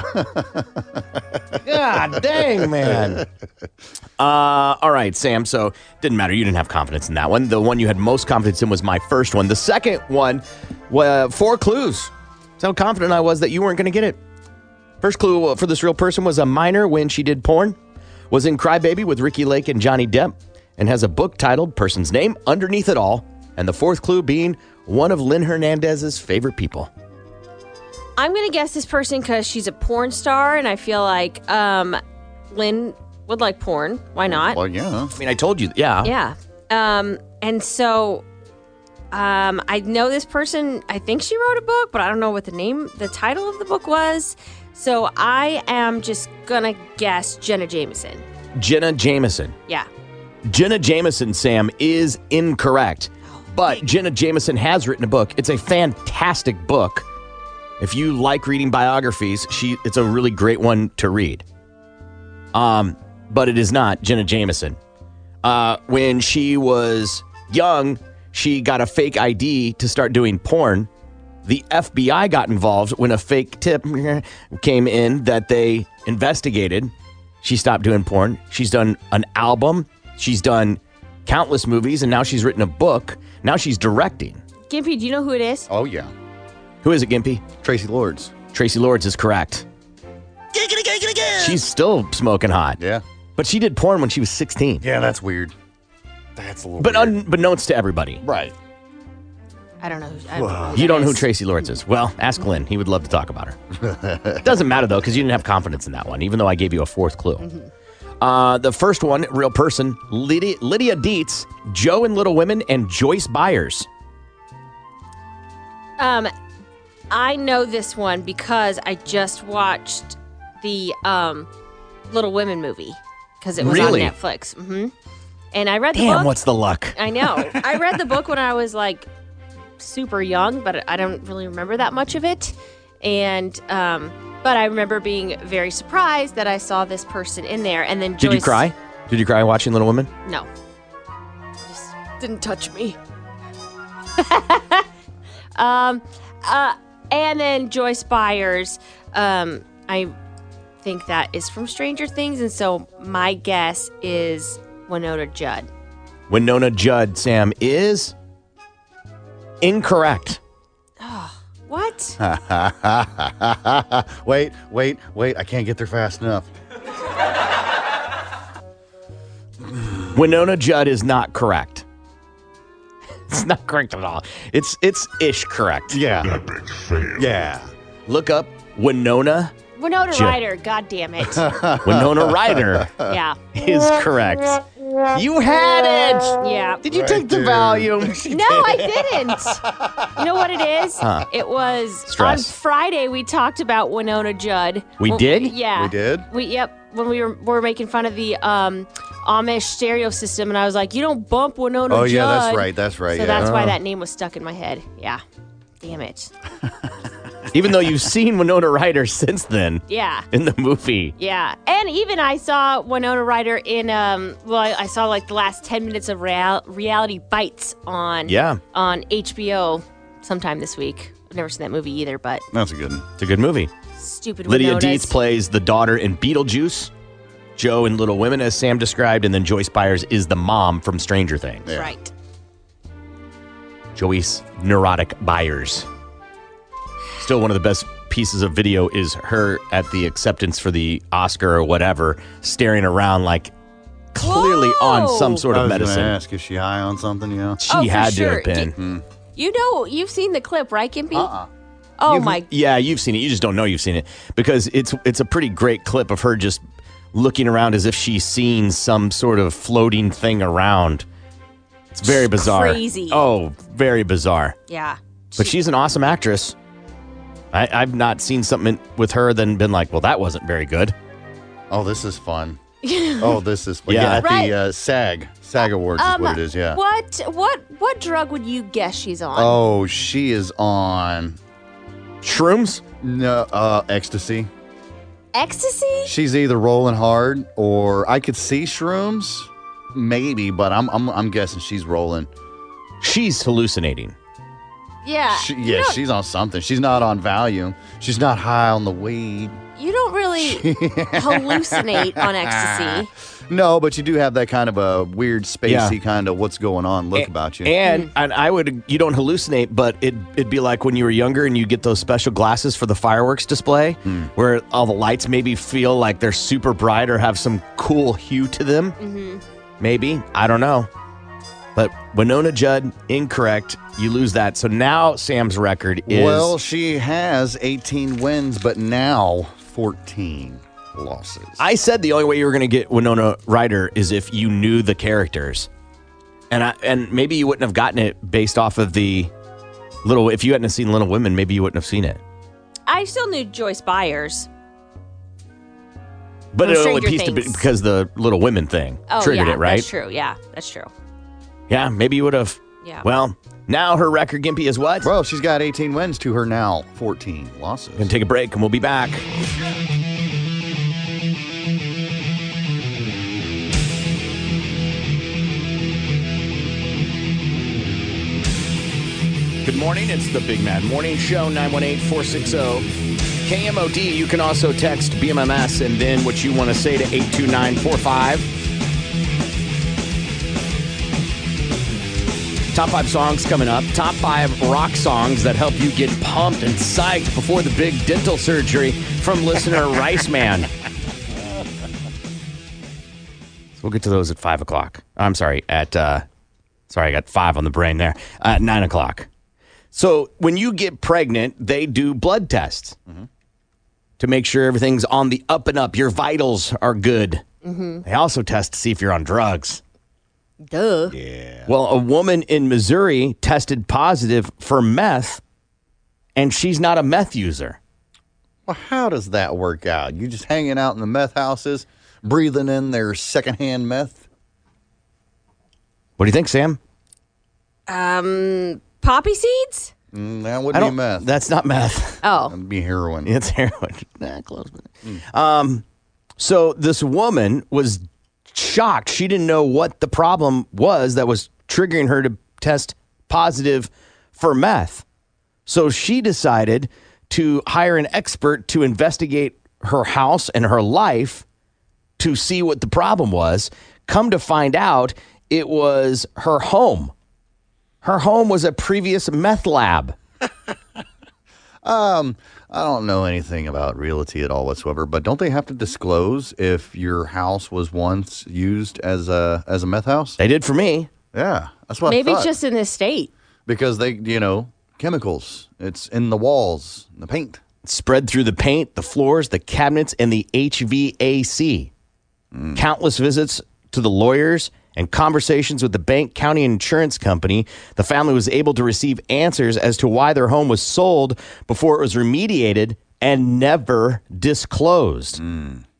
Speaker 9: God dang, man. Uh, all right, Sam. So didn't matter. You didn't have confidence in that one. The one you had most confidence in was my first one. The second one, wa four clues. That's how confident I was that you weren't going to get it. First clue for this real person was a minor when she did porn, was in Crybaby with Ricky Lake and Johnny Depp, and has a book titled Person's Name Underneath It All. And the fourth clue being one of Lynn Hernandez's favorite people.
Speaker 10: I'm gonna guess this person because she's a porn star, and I feel like um, Lynn would like porn. Why not?
Speaker 11: Well, yeah.
Speaker 9: I mean, I told you, yeah.
Speaker 10: Yeah. Um, and so um, I know this person, I think she wrote a book, but I don't know what the name, the title of the book was. So I am just going to guess Jenna Jameson.
Speaker 9: Jenna Jameson.
Speaker 10: Yeah.
Speaker 9: Jenna Jameson, Sam, is incorrect. But Jenna Jameson has written a book. It's a fantastic book. If you like reading biographies, she it's a really great one to read. Um, but it is not Jenna Jameson. Uh, when she was young, she got a fake ID to start doing porn. The FBI got involved when a fake tip came in that they investigated. She stopped doing porn. She's done an album. She's done countless movies, and now she's written a book. Now she's directing.
Speaker 10: Gimpy, do you know who it is?
Speaker 11: Oh, yeah.
Speaker 9: Who is it, Gimpy?
Speaker 11: Tracy Lords.
Speaker 9: Tracy Lords is correct. She's still smoking hot.
Speaker 11: Yeah.
Speaker 9: But she did porn when she was 16.
Speaker 11: Yeah, that's weird. That's a little
Speaker 9: But unbeknownst to everybody.
Speaker 11: Right.
Speaker 10: I don't know. Who, I don't know
Speaker 9: You don't know
Speaker 10: that
Speaker 9: who
Speaker 10: is.
Speaker 9: Tracy Lords is. Well, ask Lynn. He would love to talk about her. Doesn't matter, though, because you didn't have confidence in that one, even though I gave you a fourth clue. Uh, the first one, real person, Lydia, Lydia Dietz, Joe and Little Women, and Joyce Byers.
Speaker 10: Um, I know this one because I just watched the um, Little Women movie because it was
Speaker 9: Really?
Speaker 10: on Netflix. hmm And I read the
Speaker 9: Damn,
Speaker 10: book.
Speaker 9: what's the luck?
Speaker 10: I know. I read the book when I was like super young, but I don't really remember that much of it. And um, but I remember being very surprised that I saw this person in there. And then
Speaker 9: Did
Speaker 10: Joyce,
Speaker 9: you cry? Did you cry watching Little Women?
Speaker 10: No, just didn't touch me. um, uh, and then Joyce Byers. Um, I think that is from Stranger Things, and so my guess is Winona Judd.
Speaker 9: Winona Judd, Sam, is incorrect.
Speaker 10: What?
Speaker 11: wait, wait, wait. I can't get there fast enough.
Speaker 9: Winona Judd is not correct. It's not correct at all. It's it's ish correct.
Speaker 11: Yeah.
Speaker 9: Epic fail. Yeah. Look up Winona.
Speaker 10: Winona
Speaker 9: Judd.
Speaker 10: Ryder, god damn it.
Speaker 9: Winona Ryder.
Speaker 10: yeah.
Speaker 9: Is correct. You had it.
Speaker 10: Yeah.
Speaker 9: Did you take the volume?
Speaker 10: No, I didn't. You know what it is?
Speaker 9: Huh.
Speaker 10: It was
Speaker 9: Stress.
Speaker 10: on Friday we talked about Winona Judd.
Speaker 9: We
Speaker 10: Well,
Speaker 9: did?
Speaker 10: Yeah.
Speaker 9: We did?
Speaker 10: We yep. When we were, were making fun of the um, Amish stereo system, and I was like, "You don't bump Winona
Speaker 11: Oh,
Speaker 10: Judd."
Speaker 11: yeah, that's right, that's right,
Speaker 10: So
Speaker 11: yeah.
Speaker 10: that's
Speaker 9: Uh-huh.
Speaker 10: why
Speaker 11: Oh.
Speaker 10: that name was stuck in my head. Yeah. Damn it.
Speaker 9: Even though you've seen Winona Ryder since then.
Speaker 10: Yeah.
Speaker 9: In the movie.
Speaker 10: Yeah, and even I saw Winona Ryder in um. Well, I- I saw like the last ten minutes of real- Reality Bites on
Speaker 9: Yeah.
Speaker 10: on HBO sometime this week. I've never seen that movie either, but
Speaker 11: That's a good one.
Speaker 9: It's a good movie.
Speaker 10: stupid.
Speaker 9: Lydia
Speaker 10: Winonas.
Speaker 9: Dietz plays the daughter in Beetlejuice. Joe in Little Women, as Sam described, and then Joyce Byers is the mom from Stranger Things.
Speaker 10: Right.
Speaker 9: Joyce Neurotic Byers. Still one of the best pieces of video is her at the acceptance for the Oscar or whatever, staring around like clearly on some sort
Speaker 11: I
Speaker 9: of
Speaker 11: was gonna
Speaker 9: medicine.
Speaker 11: ask, is she high on something? Yeah.
Speaker 9: She Oh, for had to have sure. been.
Speaker 10: You know, you've seen the clip, right, Gimpy? Uh-uh. Oh my!
Speaker 9: Yeah, you've seen it. You just don't know you've seen it because it's it's a pretty great clip of her just looking around as if she's seen some sort of floating thing around. It's very bizarre.
Speaker 10: crazy.
Speaker 9: Oh, very bizarre.
Speaker 10: Yeah.
Speaker 9: But she's an awesome actress. I, I've not seen something with her then been like, well, that wasn't very good.
Speaker 11: Oh, this is fun.
Speaker 9: oh,
Speaker 11: Oh, this is
Speaker 9: Yeah.
Speaker 11: yeah. at
Speaker 10: Right.
Speaker 11: the uh, SAG SAG Awards is
Speaker 10: Um,
Speaker 11: what it is. Yeah.
Speaker 10: What what what drug would you guess she's on?
Speaker 11: Oh, she is on
Speaker 9: shrooms.
Speaker 11: No, uh, ecstasy.
Speaker 10: Ecstasy.
Speaker 11: She's either rolling hard or I could see shrooms, maybe, but I'm I'm, I'm guessing she's rolling.
Speaker 9: She's hallucinating.
Speaker 10: Yeah.
Speaker 11: She,
Speaker 10: Uh, you
Speaker 11: yeah,
Speaker 10: don't-
Speaker 11: she's on something. She's not on Valium. She's not high on the weed.
Speaker 10: You don't really really hallucinate on ecstasy.
Speaker 11: No, but you do have that kind of a weird, spacey
Speaker 9: Yeah.
Speaker 11: kind of what's going on look about you.
Speaker 9: And and I would you don't hallucinate, but it it'd be like when you were younger and you get those special glasses for the fireworks display, where all the lights maybe feel like they're super bright or have some cool hue to them.
Speaker 10: Mhm.
Speaker 9: Maybe I don't know, but Winona Judd incorrect. You lose that. So now Sam's record is
Speaker 11: well, she has 18 wins, but now 14 losses.
Speaker 9: I said the only way you were going to get Winona Ryder is if you knew the characters, and I and maybe you wouldn't have gotten it based off of the little. If you hadn't seen Little Women, maybe you wouldn't have seen it.
Speaker 10: I still knew Joyce Byers.
Speaker 9: But
Speaker 10: From
Speaker 9: it only
Speaker 10: Stranger
Speaker 9: pieced a bit
Speaker 10: Things.
Speaker 9: because the Little Women thing
Speaker 10: Oh,
Speaker 9: triggered
Speaker 10: yeah,
Speaker 9: it, right?
Speaker 10: That's true. Yeah, that's true.
Speaker 9: Yeah, maybe you would have.
Speaker 10: Yeah.
Speaker 9: Well, now her record, Gimpy, is what?
Speaker 11: Well, she's got 18 wins to her now 14 losses.
Speaker 9: Gonna take a break and we'll be back. Good morning. It's the Big Man Morning Show, 918 460 KMOD. You can also text BMMS and then what you want to say to 82945. Top five songs coming up. Top five rock songs that help you get pumped and psyched before the big dental surgery from listener Rice Man. So we'll get to those at five o'clock. I'm sorry, at uh, sorry, I got five on the brain there. At nine o'clock. So when you get pregnant, they do blood tests to make sure everything's on the up and up. Your vitals are good.
Speaker 10: Mhm.
Speaker 9: They also test to see if you're on drugs.
Speaker 10: Duh.
Speaker 9: Well, a woman in Missouri tested positive for meth, and she's not a meth user.
Speaker 11: Well, how does that work out? You just hanging out in the meth houses, breathing in their secondhand meth?
Speaker 9: What do you think, Sam?
Speaker 10: Um, poppy seeds.
Speaker 11: Mm, that would
Speaker 9: I
Speaker 11: be
Speaker 9: don't-
Speaker 11: meth.
Speaker 9: That's not meth.
Speaker 10: Oh,
Speaker 11: That'd be heroin.
Speaker 9: It's heroin. Nah, close. Um, so this woman was shocked. She didn't know what the problem was that was triggering her to test positive for meth. So she decided to hire an expert to investigate her house and her life to see what the problem was. Come to find out, it was her home. Her home was a previous meth lab.
Speaker 11: Um, I don't know anything about realty at all whatsoever, but don't they have to disclose if your house was once used as a as a meth house?
Speaker 9: They did for me.
Speaker 11: Yeah, that's what.
Speaker 10: maybe
Speaker 11: I
Speaker 10: it's
Speaker 11: thought.
Speaker 10: just in this state.
Speaker 11: because they, you know, chemicals. It's in the walls, the paint.
Speaker 9: spread through the paint, the floors, the cabinets, and the HVAC. Countless visits to the lawyers and conversations with the bank, county insurance company. The family was able to receive answers as to why their home was sold before it was remediated and never disclosed.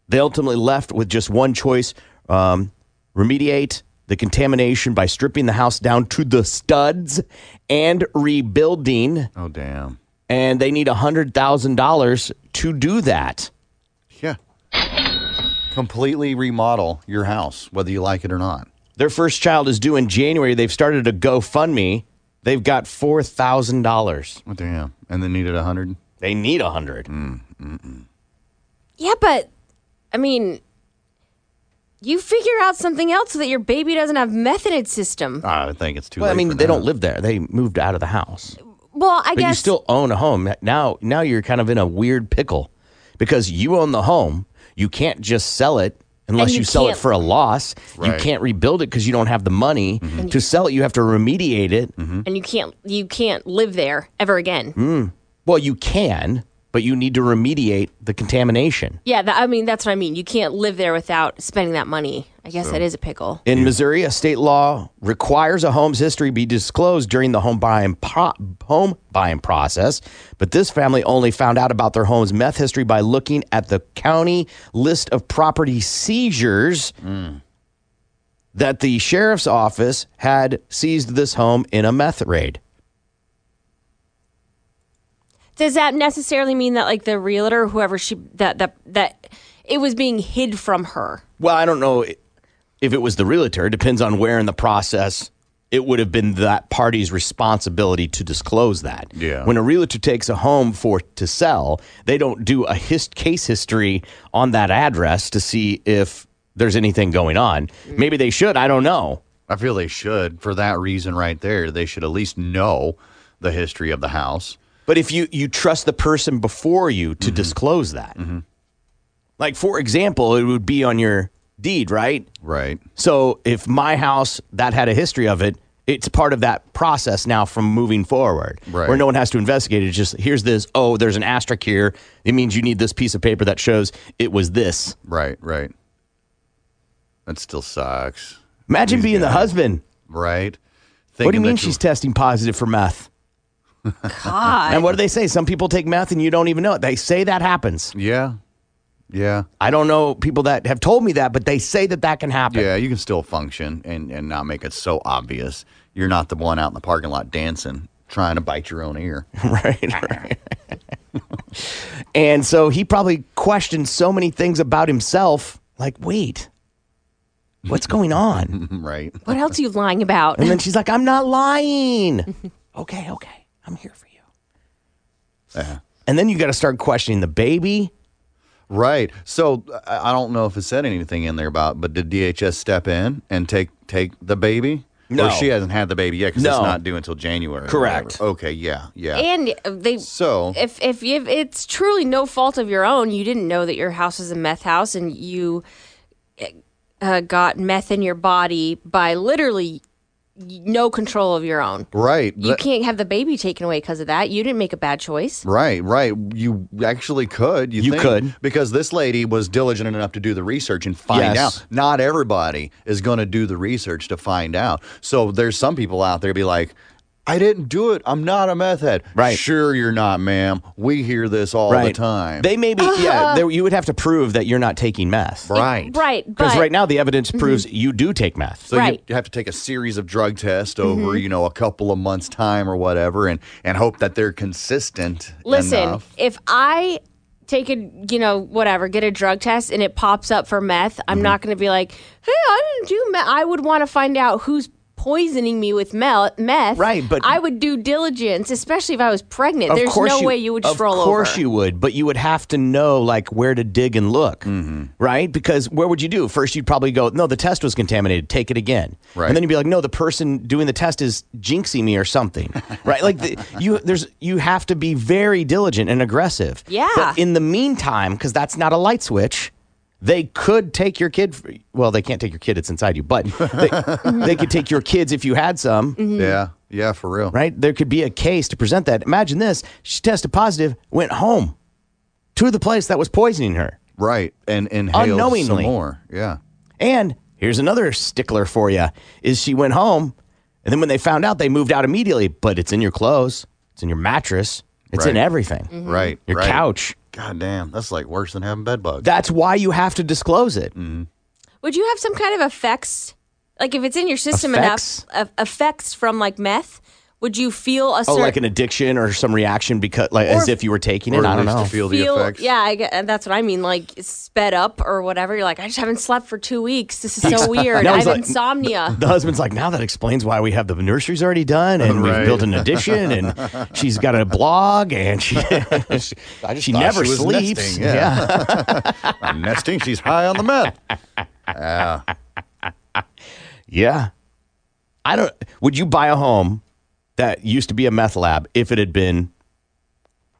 Speaker 9: They ultimately left with just one choice um, remediate the contamination by stripping the house down to the studs and rebuilding.
Speaker 11: Oh, damn.
Speaker 9: And they need $100,000 to do that.
Speaker 11: Yeah. Completely remodel your house, whether you like it or not.
Speaker 9: Their first child is due in January. They've started a GoFundMe. They've got $4,000.
Speaker 11: Oh, damn. And they needed a 100?
Speaker 9: They need a 100.
Speaker 10: Mm. Yeah, but I mean, you figure out something else so that your baby doesn't have meth in its system.
Speaker 11: I would think it's too
Speaker 9: Well,
Speaker 11: late.
Speaker 9: I mean,
Speaker 11: for
Speaker 9: they
Speaker 11: now.
Speaker 9: don't live there. They moved out of the house.
Speaker 10: Well, I
Speaker 9: but you
Speaker 10: guess
Speaker 9: still own a home. Now now you're kind of in a weird pickle because you own the home. You can't just sell it unless
Speaker 10: And
Speaker 9: you,
Speaker 10: you
Speaker 9: sell it
Speaker 10: can't-
Speaker 9: for a loss.
Speaker 10: Right. Mm-hmm.
Speaker 9: You can't rebuild it because you don't have the money to sell it. You have to remediate it.
Speaker 10: and you can't you can't live there ever again.
Speaker 9: Mm. Well, you can, but you need to remediate the contamination.
Speaker 10: Yeah, that, I mean that's what I mean. You can't live there without spending that money. I guess that is a pickle.
Speaker 9: In Missouri, a state law requires a home's history be disclosed during the home buying pro- home buying process, but this family only found out about their home's meth history by looking at the county list of property seizures that the sheriff's office had seized this home in a meth raid.
Speaker 10: Does that necessarily mean that like the realtor, whoever she that that that it was being hid from her?
Speaker 9: Well, I don't know if it was the realtor. It depends on where in the process it would have been that party's responsibility to disclose that.
Speaker 11: Yeah.
Speaker 9: When a realtor takes a home for to sell, they don't do a hist- case history on that address to see if there's anything going on. Maybe they should. I don't know.
Speaker 11: I feel they should for that reason right there. They should at least know the history of the house.
Speaker 9: But if you you trust the person before you to disclose that, like for example, it would be on your deed, right?
Speaker 11: Right.
Speaker 9: So if my house that had a history of it, it's part of that process now from moving forward,
Speaker 11: Right.
Speaker 9: where no one has to investigate. It's just here's this. Oh, there's an asterisk here. It means you need this piece of paper that shows it was this.
Speaker 11: Right. Right. That still sucks.
Speaker 9: Imagine being the husband.
Speaker 11: Right.
Speaker 9: what do you
Speaker 11: Thinking
Speaker 9: mean
Speaker 11: that you-
Speaker 9: she's testing positive for meth?
Speaker 10: God.
Speaker 9: And what do they say? Some people take meth and you don't even know it. They say that happens.
Speaker 11: Yeah. Yeah.
Speaker 9: I don't know people that have told me that, but they say that that can happen.
Speaker 11: Yeah, you can still function and, and not make it so obvious. You're not the one out in the parking lot dancing, trying to bite your own ear.
Speaker 9: right. right. and so he probably questioned so many things about himself. Like, wait, what's going on?
Speaker 11: right.
Speaker 10: What else are you lying about?
Speaker 9: And then she's like, I'm not lying. okay, okay. I'm here for you. And then you got to start questioning the baby.
Speaker 11: Right. So I I don't know if it said anything in there about, but did DHS step in and take take the baby?
Speaker 9: No.
Speaker 11: Or she hasn't had the baby yet because
Speaker 9: No.
Speaker 11: it's not due until January. or
Speaker 9: Correct.
Speaker 11: whatever. Okay. Yeah. Yeah.
Speaker 10: And they
Speaker 11: so
Speaker 10: if if you, if it's truly no fault of your own, you didn't know that your house was a meth house, and you uh, got meth in your body by literally no control of your own.
Speaker 11: right.
Speaker 10: You
Speaker 11: that-
Speaker 10: can't have the baby taken away because of that. You didn't make a bad choice.
Speaker 11: Right, right. You actually could. You,
Speaker 9: You
Speaker 11: think,
Speaker 9: could.
Speaker 11: because this lady was diligent enough to do the research and find
Speaker 9: Yes.
Speaker 11: out. Not everybody is going to do the research to find out. So there's some people out there be like, I didn't do it. I'm not a meth head.
Speaker 9: Right.
Speaker 11: Sure, you're not, ma'am. We hear this all the
Speaker 9: Right.
Speaker 11: time.
Speaker 9: They maybe, yeah, there, you would have to prove that you're not taking meth.
Speaker 11: right.
Speaker 10: Right,
Speaker 9: Because
Speaker 10: but- Mm-hmm.
Speaker 9: right now the evidence proves you do take meth.
Speaker 11: So
Speaker 10: Right. Mm-hmm.
Speaker 11: you have to take a series of drug tests over, you know, a couple of months' time or whatever, and and hope that they're consistent.
Speaker 10: Listen,
Speaker 11: enough.
Speaker 10: if I take a you know whatever, get a drug test, and it pops up for meth, I'm not going to be like, hey, I didn't do meth. I would want to find out who's poisoning me with mel- meth.
Speaker 9: Right, but-
Speaker 10: I would do diligence, especially if I was pregnant. There's no way you would just
Speaker 9: of
Speaker 10: roll
Speaker 9: course
Speaker 10: over.
Speaker 9: you would, but you would have to know like where to dig and look, right? Because where would you do? First, you'd probably go, no, the test was contaminated. Take it again,
Speaker 11: Right.
Speaker 9: and then you'd be like, no, the person doing the test is jinxing me or something, right? Like the, you, there's you have to be very diligent and aggressive.
Speaker 10: Yeah.
Speaker 9: But in the meantime, because that's not a light switch. They could take your kid. f- Well, they can't take your kid; it's inside you. But they, they could take your kids if you had some
Speaker 10: Mm-hmm.
Speaker 11: yeah, yeah, for real.
Speaker 9: right? There could be a case to present that. Imagine this. She tested positive, went home to the place that was poisoning her.
Speaker 11: Right, and inhale some
Speaker 9: Unknowingly.
Speaker 11: more. Yeah.
Speaker 9: And here's another stickler for you is she went home and then when they found out they moved out immediately, but it's in your clothes, it's in your mattress, it's
Speaker 11: Right.
Speaker 9: in
Speaker 11: Mm-hmm.
Speaker 9: everything.
Speaker 11: Right.
Speaker 9: Your
Speaker 11: right.
Speaker 9: couch.
Speaker 11: God damn, that's like worse than having bed bugs.
Speaker 9: That's why you have to disclose it.
Speaker 11: Mm.
Speaker 10: Would you have some kind of effects? Like if it's in your system
Speaker 9: Effects?
Speaker 10: enough, uh, effects from like meth, would you feel a
Speaker 9: Oh,
Speaker 10: certain
Speaker 9: like an addiction or some reaction because like
Speaker 10: Or
Speaker 9: as if you were
Speaker 11: or
Speaker 9: taking it.
Speaker 11: at
Speaker 9: I don't
Speaker 11: least to
Speaker 9: know.
Speaker 11: feel the effects.
Speaker 10: Yeah, I get, and that's what I mean. Like sped up or whatever. You're like, I just haven't slept for two weeks. This is so weird.
Speaker 9: Now
Speaker 10: I
Speaker 9: he's
Speaker 10: have
Speaker 9: like-
Speaker 10: insomnia.
Speaker 9: The husband's like, now that explains why we have the nurseries already done and
Speaker 11: Right.
Speaker 9: we've built an addition and she's got a blog and she she
Speaker 11: thought
Speaker 9: never
Speaker 11: she was
Speaker 9: sleeps.
Speaker 11: nesting, yeah. I'm nesting. She's high on the meth. Yeah.
Speaker 9: Yeah. I don't would you buy a home that used to be a meth lab if it had been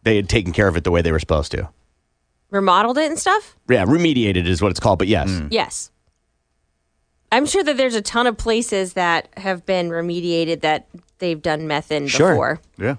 Speaker 9: they had taken care of it the way they were supposed to?
Speaker 10: Remodeled it and stuff.
Speaker 9: Yeah, remediated is what it's called, but yes.
Speaker 11: Mm.
Speaker 10: Yes, I'm sure that there's a ton of places that have been remediated that they've done meth in
Speaker 9: Sure.
Speaker 10: before.
Speaker 11: yeah.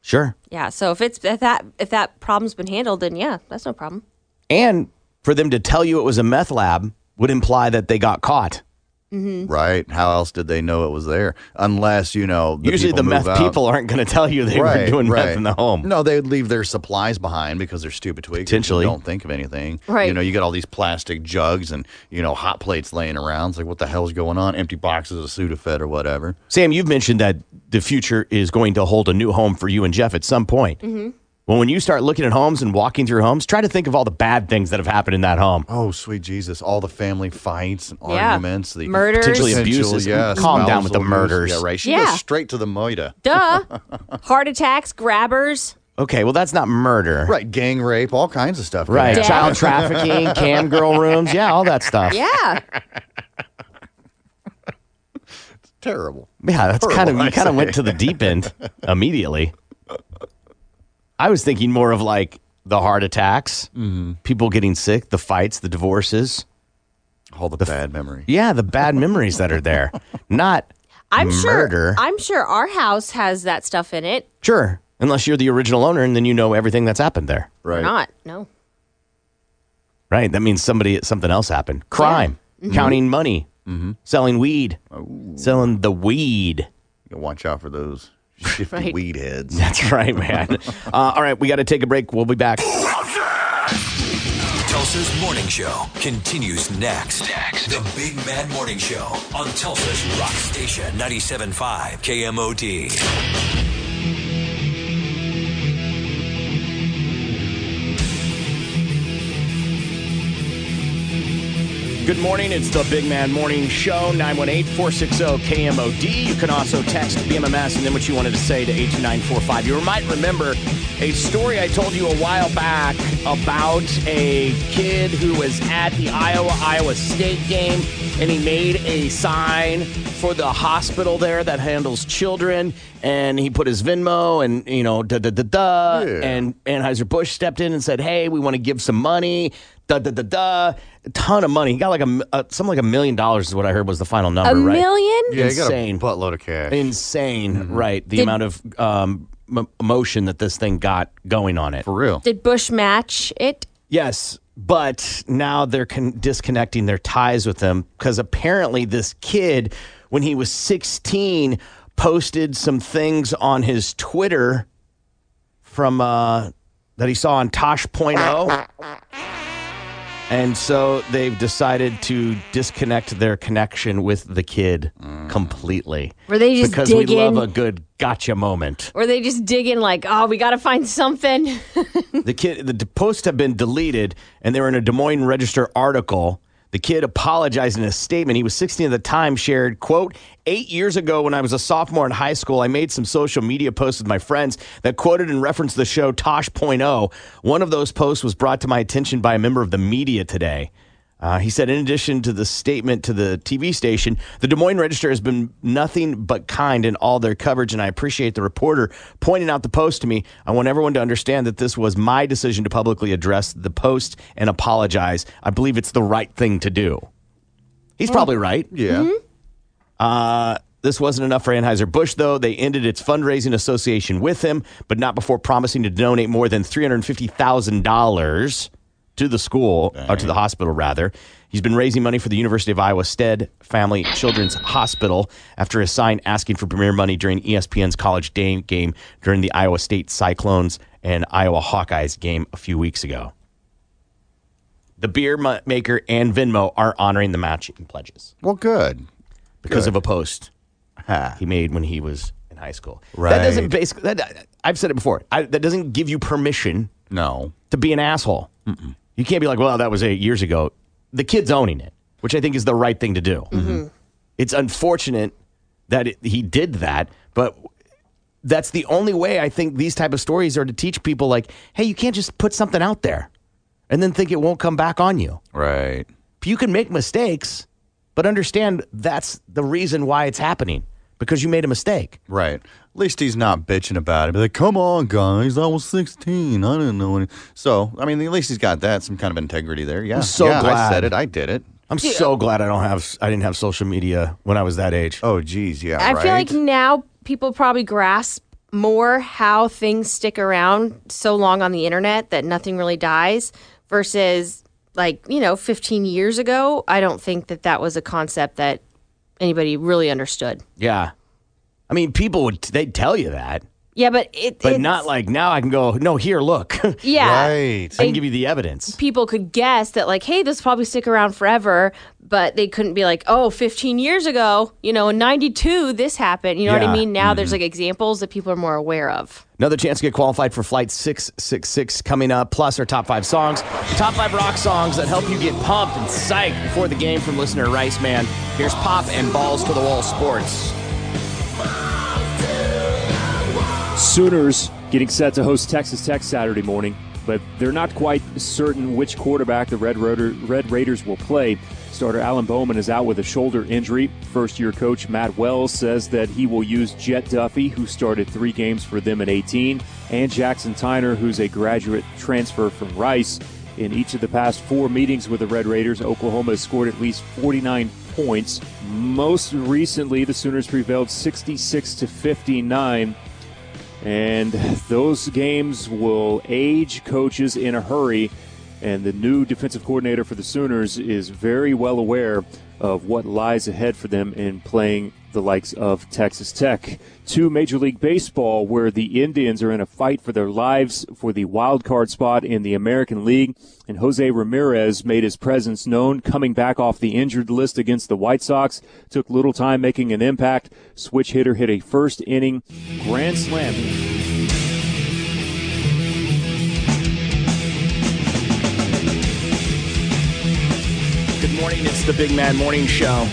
Speaker 9: Sure.
Speaker 10: Yeah. So if it's if that if that problem's been handled, then yeah, that's no problem.
Speaker 9: And for them to tell you it was a meth lab would imply that they got caught.
Speaker 11: Right. How else did they know it was there? Unless, you know, the
Speaker 9: Usually the
Speaker 11: people move out.
Speaker 9: meth people aren't going to tell you they
Speaker 11: right,
Speaker 9: were doing
Speaker 11: right.
Speaker 9: meth in the home.
Speaker 11: No, they would leave their supplies behind because they're stupid tweakers. who
Speaker 9: Potentially.
Speaker 11: don't think of anything.
Speaker 10: Right.
Speaker 11: You know, you got all these plastic jugs and you know hot plates laying around. It's like, what the hell's going on? Empty boxes of Sudafed or whatever.
Speaker 9: Sam, you've mentioned that the future is going to hold a new home for you and Jeff at some point. Mm-hmm. Well, when you start looking at homes and walking through homes, try to think of all the bad things that have happened in that home.
Speaker 11: Oh, sweet Jesus! All the family fights and
Speaker 10: Yeah.
Speaker 11: arguments, the
Speaker 10: Murders.
Speaker 9: Potentially
Speaker 11: potential,
Speaker 9: abuses.
Speaker 11: Yeah,
Speaker 9: Calm down with the
Speaker 11: spousal abuse.
Speaker 9: murders.
Speaker 11: Yeah, right. She
Speaker 10: Yeah.
Speaker 11: goes straight to the moita.
Speaker 10: Duh. Heart attacks, grabbers.
Speaker 9: Okay, well that's not murder.
Speaker 11: Right, gang rape, all kinds of stuff.
Speaker 9: Right,
Speaker 10: Death.
Speaker 9: child trafficking, cam girl rooms, yeah, all that stuff.
Speaker 10: Yeah.
Speaker 11: Terrible.
Speaker 9: Yeah, that's
Speaker 11: Horrible,
Speaker 9: kind of
Speaker 11: I
Speaker 9: you kind of
Speaker 11: say.
Speaker 9: went to the deep end immediately. I was thinking more of like the heart attacks, people getting sick, the fights, the divorces,
Speaker 11: all the, bad memories.
Speaker 9: Yeah, the bad memories that are there. Not
Speaker 10: I'm sure.
Speaker 9: murder.
Speaker 10: I'm sure our house has that stuff in it.
Speaker 9: Sure, unless you're the original owner and then you know everything that's happened there.
Speaker 10: Or Not. No.
Speaker 9: Right. That means somebody something else happened. Crime,
Speaker 10: Yeah. Mhm.
Speaker 9: counting money, selling weed, selling the weed.
Speaker 11: You watch out for those shifty
Speaker 9: Right.
Speaker 11: weed heads.
Speaker 9: That's right, man. uh, all right, we got to take a break. We'll be back.
Speaker 12: Tulsa's Morning Show continues next. Next. The Big Mad Morning Show on Tulsa's Rock Station 97.5 KMOD.
Speaker 9: Good morning. It's the Big Man Morning Show, 918 460 KMOD. You can also text BMMS and then what you wanted to say to 82945. You might remember a story I told you a while back about a kid who was at the Iowa Iowa State game and he made a sign for the hospital there that handles children and he put his Venmo and, you know, da da da da. And Anheuser-Busch stepped in and said, hey, we want to give some money da da da da, a ton of money. He got like a m- uh, something like a million dollars is what I heard was the final number. right?
Speaker 10: million?
Speaker 11: Yeah, he got a
Speaker 9: insane
Speaker 11: buttload of cash.
Speaker 9: Insane, right? The
Speaker 10: Did-
Speaker 9: amount of um, m- emotion that this thing got going on it for
Speaker 11: real.
Speaker 10: Did Bush match it?
Speaker 9: Yes, but now they're con- disconnecting their ties with them because apparently this kid, when he was 16, posted some things on his Twitter from uh, that he saw on Tosh.0. And so they've decided to disconnect their connection with the kid completely.
Speaker 10: Mm. Were they just
Speaker 9: because we
Speaker 10: digging-
Speaker 9: love a good gotcha moment?
Speaker 10: Or they just digging like, oh, we got to find something.
Speaker 9: the kid the d- posts have been deleted and they were in a des moines register article the kid apologized in a statement he was 16 at the time shared quote eight years ago when i was a sophomore in high school i made some social media posts with my friends that quoted and referenced the show tosh.0 one of those posts was brought to my attention by a member of the media today uh, he said, in addition to the statement to the TV station, the Des Moines Register has been nothing but kind in all their coverage, and I appreciate the reporter pointing out the post to me. I want everyone to understand that this was my decision to publicly address the post and apologize. I believe it's the right thing to do. He's probably right.
Speaker 11: Yeah.
Speaker 10: Mm-hmm.
Speaker 9: Uh, this wasn't enough for Anheuser-Busch, though. They ended its fundraising association with him, but not before promising to donate more than $350,000 to the school, or to the hospital, rather. He's been raising money for the University of Iowa Stead Family Children's Hospital after a sign asking for premier money during E ESPN's college day game during the Iowa State Cyclones and Iowa Hawkeyes game a few weeks ago. The beer mu- maker and Venmo are honoring the matching pledges
Speaker 11: Well, good.
Speaker 9: because
Speaker 11: Good.
Speaker 9: of a post he made when he was in high school.
Speaker 11: Right.
Speaker 9: That doesn't basically. That, I've said it before. I, that doesn't give you permission.
Speaker 11: No.
Speaker 9: To be an asshole. You can't be like, well, that was eight years ago. The kid's owning it, which I think is the right thing to do. It's unfortunate that it, he did that, but that's the only way I think these type of stories are to teach people like, hey, you can't just put something out there and then think it won't come back on you.
Speaker 11: Right.
Speaker 9: You can make mistakes, but understand that's the reason why it's happening because you made a mistake.
Speaker 11: Right. At least he's not bitching about it. Be like, come on, guys, I was 16. I didn't know any. So, I mean, at least he's got that, some kind of integrity there. Yeah.
Speaker 9: I'm so
Speaker 11: yeah, I
Speaker 9: glad.
Speaker 11: said it. I did it.
Speaker 9: I'm so glad I don't have I didn't have social media when I was that age.
Speaker 11: Oh geez, yeah.
Speaker 10: I feel like now people probably grasp more how things stick around so long on the internet that nothing really dies versus like, you know, 15 years ago, I don't think that that was a concept that anybody really understood.
Speaker 9: Yeah. I mean, people would they'd tell you that.
Speaker 10: Yeah, but it.
Speaker 9: But
Speaker 10: it's-
Speaker 9: not like now I can go, no, here, look.
Speaker 10: Yeah. Right.
Speaker 9: I can give you the evidence.
Speaker 10: people could guess that like hey this will probably stick around forever but they couldn't be like oh 15 years ago you know in 92 this happened you know what
Speaker 9: Yeah.
Speaker 10: i mean now there's
Speaker 9: Mhm.
Speaker 10: like examples that people are more aware of
Speaker 9: Another chance to get qualified for Flight 666 coming up, plus our top five songs. Top five rock songs that help you get pumped and psyched before the game from listener Rice Man. Here's Pop and Balls to the Wall Sports.
Speaker 16: Sooners getting set to host Texas Tech Saturday morning, but they're not quite certain which quarterback the Red, Raider, Red Raiders will play. Starter Alan Bowman is out with a shoulder injury. First year coach Matt Wells says that he will use Jet Duffy, who started three games for them in 18, and Jackson Tyner, who's a graduate transfer from Rice. In each of the past four meetings with the Red Raiders, Oklahoma has scored at least 49 points. Most recently, the Sooners prevailed 66 to 59. And those games will age coaches in a hurry. And the new defensive coordinator for the Sooners is very well aware of what lies ahead for them in playing the likes of Texas Tech. To Major League Baseball, where the Indians are in a fight for their lives for the wild card spot in the American League. And Jose Ramirez made his presence known coming back off the injured list against the White Sox. Took little time making an impact. Switch hitter hit a first inning grand slam.
Speaker 9: Good morning. It's the Big Man Morning Show.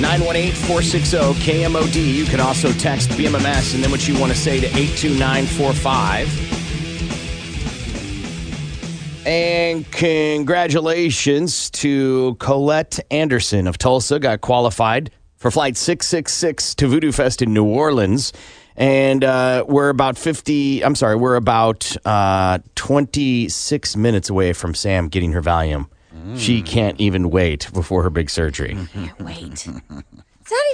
Speaker 9: 918 460 KMOD. You can also text BMMS and then what you want to say to 82945. And congratulations to Colette Anderson of Tulsa. Got qualified for Flight 666 to Voodoo Fest in New Orleans. And uh, we're about 50, I'm sorry, we're about uh, 26 minutes away from Sam getting her Valium. She can't even wait before her big surgery.
Speaker 10: wait. it's not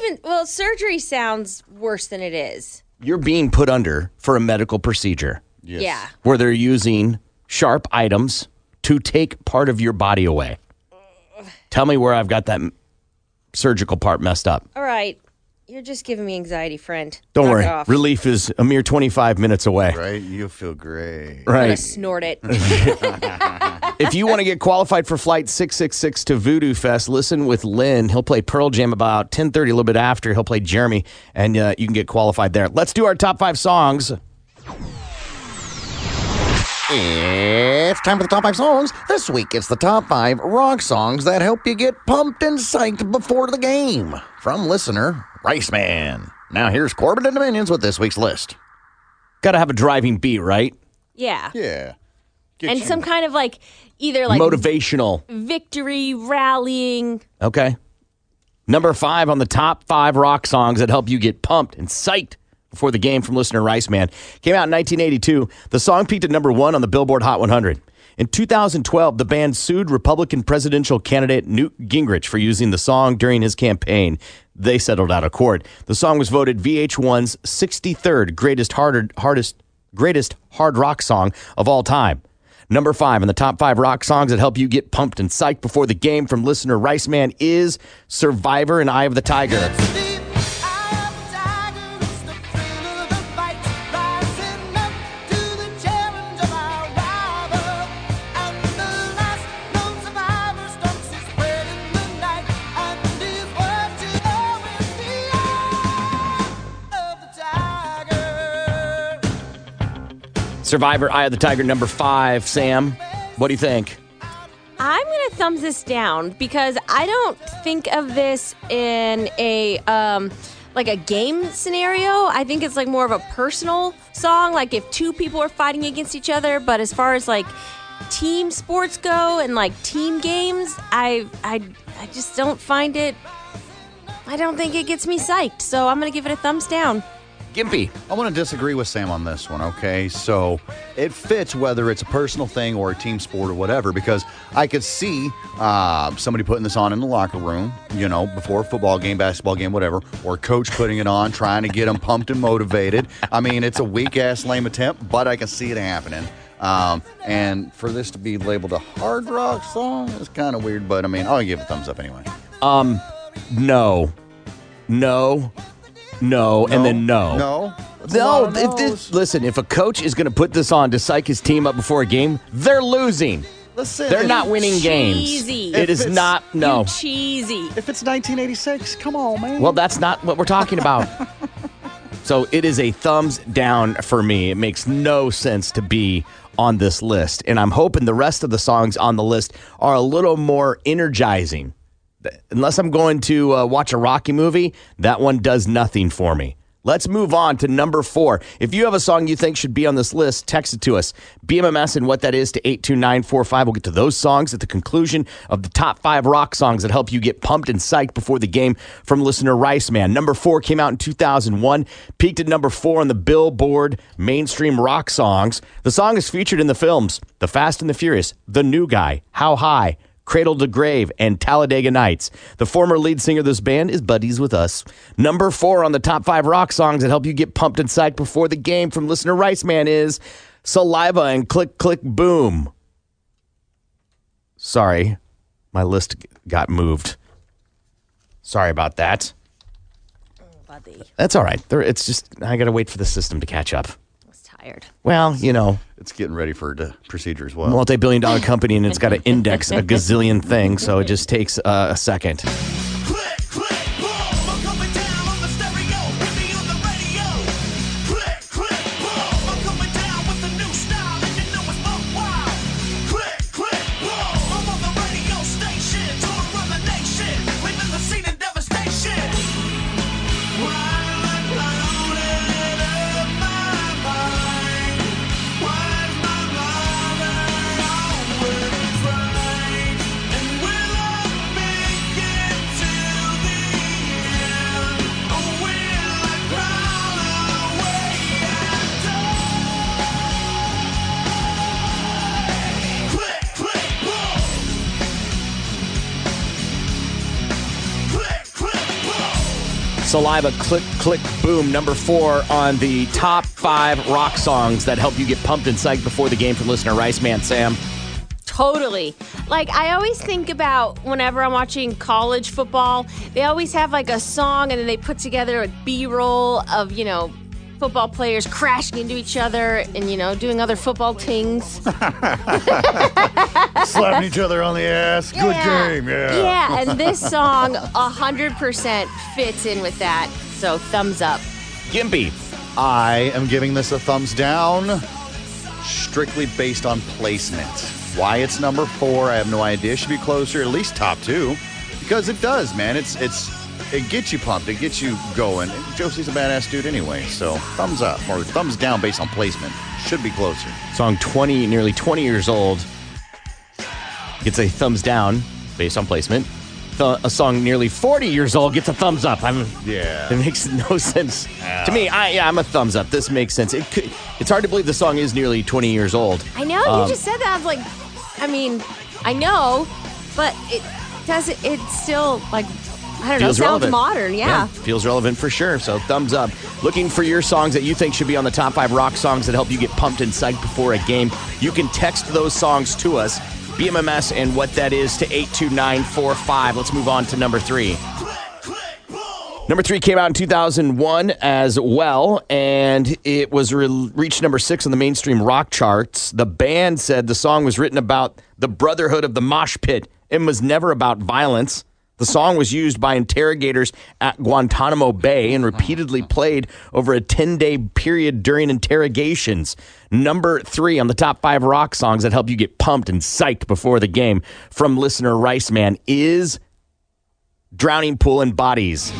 Speaker 10: even well surgery sounds worse than it is
Speaker 9: You're being put under for a medical procedure.
Speaker 10: yeah
Speaker 9: where they're using sharp items to take part of your body away. Tell me where I've got that m- surgical part messed up.
Speaker 10: all right you're just giving me anxiety friend
Speaker 9: Don't
Speaker 10: Knock it
Speaker 9: worry.
Speaker 10: off.
Speaker 9: Relief is a mere 25 minutes away.
Speaker 11: Right? You feel great.
Speaker 10: I'm gonna
Speaker 9: Right.
Speaker 10: snort it
Speaker 9: if you want to get qualified for flight 666 to Voodoo Fest, listen with Lynn. He'll play Pearl Jam about 10:30 a little bit after. He'll play Jeremy and uh, you can get qualified there. Let's do our top 5 songs.
Speaker 21: It's time for the top five songs. This week, it's the top five rock songs that help you get pumped and psyched before the game. From listener Riceman. Now, here's Corbin and Dominions with this week's list.
Speaker 9: Got to have a driving beat, right?
Speaker 10: yeah
Speaker 11: Yeah.
Speaker 10: and some kind of like either like
Speaker 9: Motivational.
Speaker 10: victory rallying
Speaker 9: Okay. Number five on the top five rock songs that help you get pumped and psyched before the game from listener Rice Man came out in 1982. The song peaked at number one on the Billboard Hot 100. In 2012, the band sued Republican presidential candidate Newt Gingrich for using the song during his campaign. They settled out of court. The song was voted VH1's 63rd greatest hard, hardest greatest hard rock song of all time. Number five in the top five rock songs that help you get pumped and psyched before the game from listener Rice Man is Survivor and Eye of the Tiger. Survivor, Eye of the Tiger, number five. Sam, what do you think?
Speaker 10: I'm gonna thumbs this down because I don't think of this in a um, like a game scenario. I think it's like more of a personal song, like if two people are fighting against each other. But as far as like team sports go and like team games, I I I just don't find it. I don't think it gets me psyched, so I'm gonna give it a thumbs down.
Speaker 9: Gimpy.
Speaker 11: I want to disagree with Sam on this one, okay? So it fits whether it's a personal thing or a team sport or whatever, because I could see uh, somebody putting this on in the locker room, you know, before a football game, basketball game, whatever, or a coach putting it on, trying to get them pumped and motivated. I mean, it's a weak ass lame attempt, but I can see it happening. Um, and for this to be labeled a hard rock song is kind of weird, but I mean, I'll give it a thumbs up anyway.
Speaker 9: Um, no, no, no, and then no.
Speaker 11: No.
Speaker 9: No, if this, listen, if a coach is going to put this on to psych his team up before a game, they're losing.
Speaker 11: Listen,
Speaker 9: they're
Speaker 11: if-
Speaker 9: not winning
Speaker 10: Cheesy.
Speaker 9: games. It
Speaker 10: If
Speaker 9: is
Speaker 10: it's-
Speaker 9: not, no.
Speaker 10: You cheesy. Oh,
Speaker 11: If it's 1986, come on, man.
Speaker 9: Well, that's not what we're talking about. so it is a thumbs down for me. It makes no sense to be on this list. And I'm hoping the rest of the songs on the list are a little more energizing. Th- Unless I'm going to uh, watch a Rocky movie, that one does nothing for me. Let's move on to number four. If you have a song you think should be on this list, text it to us. BMMS and what that is to 82945. We'll get to those songs at the conclusion of the top five rock songs that help you get pumped and psyched before the game from listener Rice Man. Number four came out in 2001, peaked at number four on the Billboard mainstream rock songs. The song is featured in the films The Fast and the Furious, The New Guy, How High, Cradle to Grave, and Talladega Nights. The former lead singer of this band is buddies with us. Number four on the top five rock songs that help you get pumped and psyched before the game from listener Rice Man is Saliva and Click Click Boom. Sorry, my list got moved. Sorry about that. That's all right. There, it's just I gotta wait for the system to catch up.
Speaker 10: Tired.
Speaker 9: Well, you know,
Speaker 11: it's getting ready for the procedure as well.
Speaker 9: multi-billion-dollar company, and it's got to index a gazillion things, so it just takes uh, a second. Saliva Click Click Boom, number four on the top five rock songs that help you get pumped and psyched before the game from listener Rice Man Sam.
Speaker 10: Totally. Like I always think about whenever I'm watching college football, they always have like a song and then they put together a B-roll of, you know, football players crashing into each other and, you know, doing other football things.
Speaker 11: Slapping each other on the ass. Good game. Yeah.
Speaker 10: Yeah, and this song 100% fits in with that. So thumbs up.
Speaker 9: Gimpy.
Speaker 11: I am giving this a thumbs down, strictly based on placement. Why it's number four, I have no idea. It should be closer, at least top two, because it does, man. It's it's it gets you pumped, it gets you going. And Josie's a badass dude anyway, so thumbs up or thumbs down based on placement. Should be closer.
Speaker 9: Song 20, nearly 20 years old, gets a thumbs down based on placement. Th- a song nearly 40 years old gets a thumbs up. I'm
Speaker 11: yeah.
Speaker 9: It makes no sense to me. I, yeah, I'm a thumbs up. This makes sense. It could, it's hard to believe the song is nearly 20 years old.
Speaker 10: I know you
Speaker 9: Um,
Speaker 10: just said that. I was like, I mean, I know, but it does. It still like I don't know.
Speaker 9: feels
Speaker 10: Sounds
Speaker 9: relevant.
Speaker 10: modern, yeah.
Speaker 9: Feels relevant for sure. So thumbs up. Looking for your songs that you think should be on the top five rock songs that help you get pumped and psyched before a game. You can text those songs to us, BMMS and what that is to 82945. Let's move on to number three. Number three came out in 2001 as well, and it was re- reached number six on the mainstream rock charts. The band said the song was written about the brotherhood of the mosh pit and was never about violence. The song was used by interrogators at Guantanamo Bay and repeatedly played over a 10 day period during interrogations. Number three on the top five rock songs that help you get pumped and psyched before the game from listener Riceman is Drowning Pool and Bodies.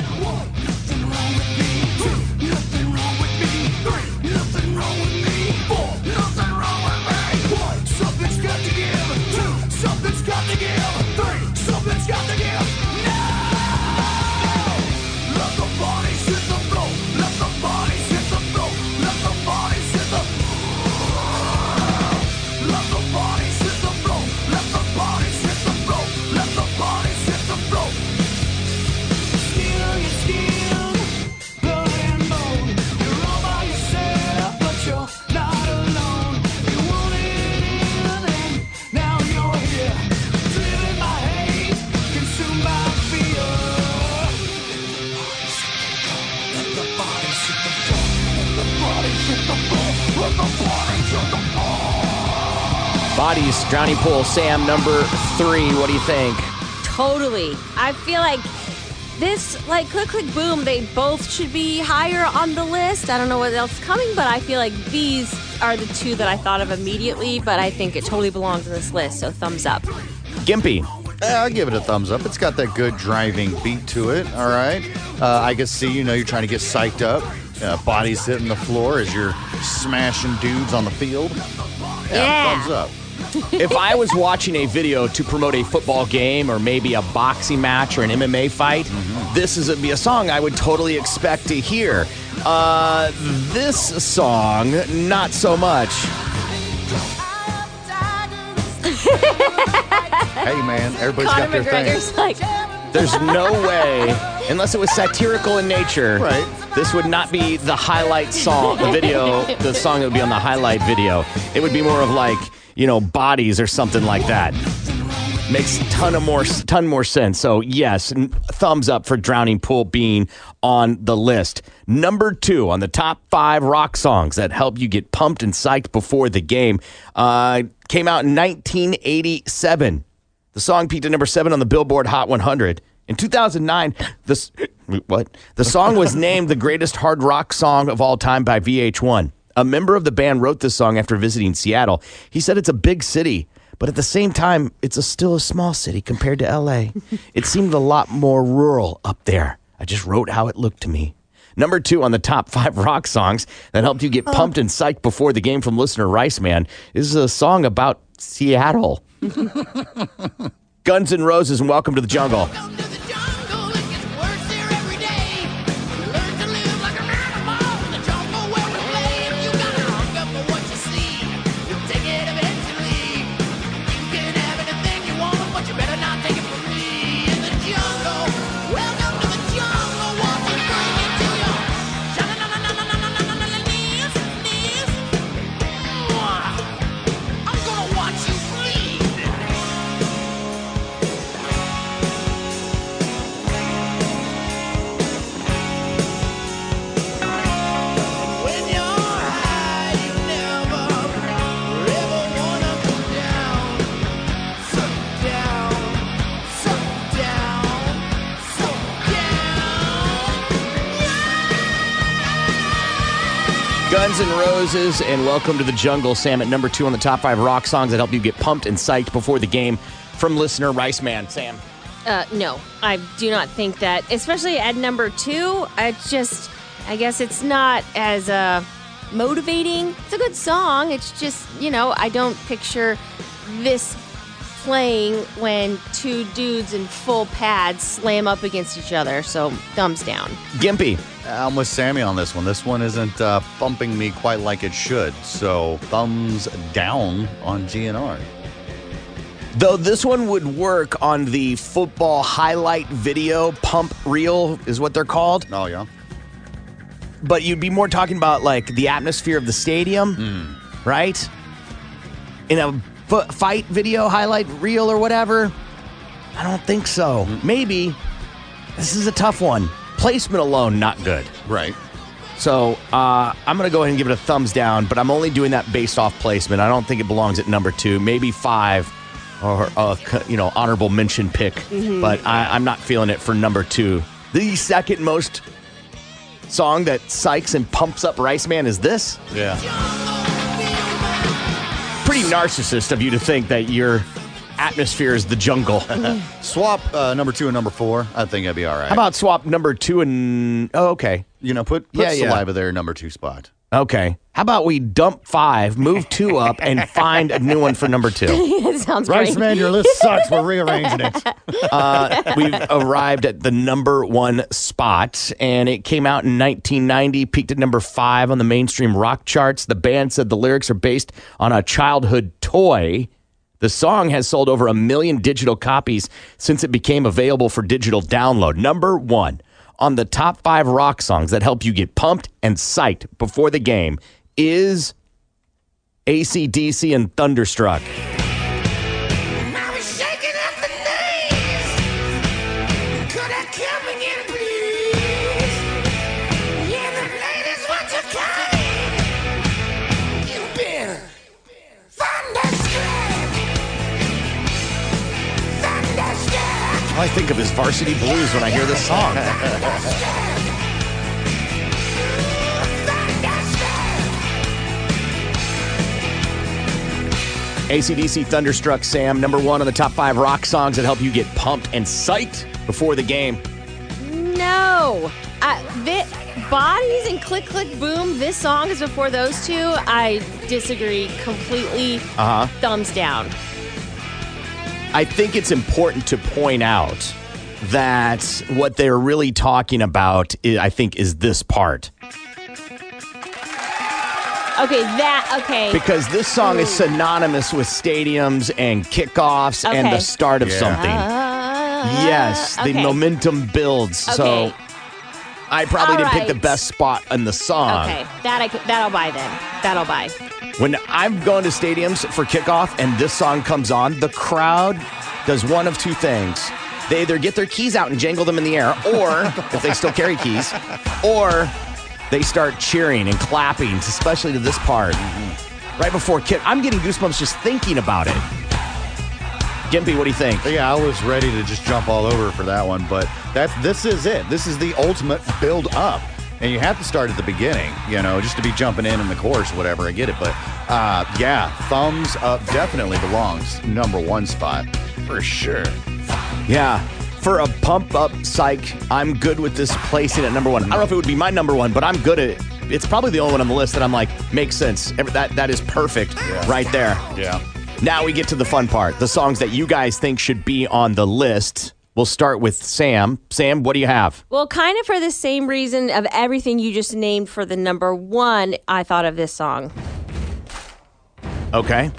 Speaker 8: Let the bodies hit the floor.
Speaker 9: Bodies, drowning pool. Sam, number three. What do you think?
Speaker 10: Totally. I feel like this, like Click Click Boom, they both should be higher on the list. I don't know what else is coming, but I feel like these are the two that I thought of immediately, but I think it totally belongs on this list, so thumbs up.
Speaker 9: Gimpy.
Speaker 11: Yeah, I'll give it a thumbs up. It's got that good driving beat to it. All right. Uh, I can see, you know, you're trying to get psyched up. Uh, body's hitting the floor as you're smashing dudes on the field.
Speaker 9: Yeah.
Speaker 11: Thumbs up.
Speaker 9: if I was watching a video to promote a football game or maybe a boxing match or an MMA fight, this is a, be a song I would totally expect to hear. Uh, this song, not so much.
Speaker 11: hey man, everybody's
Speaker 10: Conor McGregor's like,
Speaker 9: There's no way, unless it was satirical in nature,
Speaker 11: Right.
Speaker 9: this would not be the highlight song, the video, the song that would be on the highlight video. It would be more of like, you know, bodies or something like that. Makes ton of more ton more sense. So yes, n- thumbs up for Drowning Pool being on the list. Number two on the top five rock songs that help you get pumped and psyched before the game uh, came out in 1987. The song peaked at number seven on the Billboard Hot 100. In 2009, this what the song was named the greatest hard rock song of all time by VH1. A member of the band wrote this song after visiting Seattle. He said it's a big city, but at the same time, it's a, still a small city compared to LA. it seemed a lot more rural up there. I just wrote how it looked to me. Number two on the top five rock songs that helped you get pumped and psyched before the game from listener Riceman is a song about Seattle. Guns N' Roses and Welcome to the Jungle. Guns N' Roses and Welcome to the Jungle, Sam, at number two on the top five rock songs that help you get pumped and psyched before the game from listener Riceman. Sam.
Speaker 10: Uh, no, I do not think that, especially at number two. I just, I guess it's not as uh, motivating. It's a good song. It's just, you know, I don't picture this playing when two dudes in full pads slam up against each other. So thumbs down.
Speaker 9: Gimpy.
Speaker 11: I'm with Sammy on this one. This one isn't uh, bumping me quite like it should. So thumbs down on GNR.
Speaker 9: Though this one would work on the football highlight video pump reel, is what they're called.
Speaker 11: Oh, yeah.
Speaker 9: But you'd be more talking about like the atmosphere of the stadium, right? In a fu- fight video highlight reel or whatever. I don't think so. Maybe. This is a tough one. Placement alone, not good.
Speaker 11: Right.
Speaker 9: So uh, I'm going to go ahead and give it a thumbs down, but I'm only doing that based off placement. I don't think it belongs at number two, maybe five, or a c- you know honorable mention pick.
Speaker 22: Mhm.
Speaker 9: But I, I'm not feeling it for number two. The second most song that psychs and pumps up Rice Man is this.
Speaker 11: Yeah.
Speaker 9: Pretty narcissist of you to think that your atmosphere is the jungle.
Speaker 11: Swap uh, number two and number four. I think that'd be all right.
Speaker 9: How about swap number two and oh, okay.
Speaker 11: You know, put, put
Speaker 9: Yeah, yeah.
Speaker 11: saliva there, number two spot.
Speaker 9: Okay. How about we dump five, move two up, and find a new one for number two?
Speaker 10: it sounds
Speaker 11: Rice
Speaker 10: great.
Speaker 11: man, your list sucks. We're rearranging it.
Speaker 9: Uh, we've arrived at the number one spot, and it came out in 1990, peaked at number five on the mainstream rock charts. The band said the lyrics are based on a childhood toy. The song has sold over a million digital copies since it became available for digital download. Number one on the top five rock songs that help you get pumped and psyched before the game is ACDC and Thunderstruck.
Speaker 4: Thunderstruck!
Speaker 13: I think of is Varsity Blues when I hear this song.
Speaker 9: ACDC Thunderstruck Sam, number one on the top five rock songs that help you get pumped and psyched before the game.
Speaker 10: No. I, thi- bodies and click click boom. This song is before those two. I disagree completely.
Speaker 9: Uh huh.
Speaker 10: Thumbs down.
Speaker 9: I think it's important to point out that what they're really talking about, i- I think, is this part.
Speaker 10: Okay, that okay.
Speaker 9: Because this song is synonymous with stadiums and kickoffs and
Speaker 10: Okay.
Speaker 9: the start of
Speaker 10: Yeah.
Speaker 9: something. yes, the
Speaker 10: Uh, okay.
Speaker 9: momentum builds.
Speaker 10: Okay.
Speaker 9: So I probably
Speaker 10: All
Speaker 9: didn't pick the
Speaker 10: right.
Speaker 9: best spot on the song.
Speaker 10: okay, that I c- that'll buy then. That'll buy.
Speaker 9: When I've gone to stadiums for kickoff and this song comes on, the crowd does one of two things. They either get their keys out and jangle them in the air, or if they still carry keys, or they start cheering and clapping, especially to this part. Right before kick, I'm getting goosebumps just thinking about it. Gimpy, what do you think?
Speaker 11: Yeah, I was ready to just jump all over for that one, but that this is it. This is the ultimate build up. And you have to start at the beginning, you know, just to be jumping in in the course, whatever. I get it, but uh, yeah, thumbs up definitely belongs number one spot for sure.
Speaker 9: Yeah. For a pump up psych, I'm good with this placing at number one. I don't know if it would be my number one, but I'm good at it. It's probably the only one on the list that I'm like, makes sense. Every- That, that is perfect right there.
Speaker 11: Yeah.
Speaker 9: Now we get to the fun part the songs that you guys think should be on the list. We'll start with Sam. Sam, what do you have?
Speaker 10: Well, kind of for the same reason of everything you just named for the number one, I thought of this song.
Speaker 9: Okay.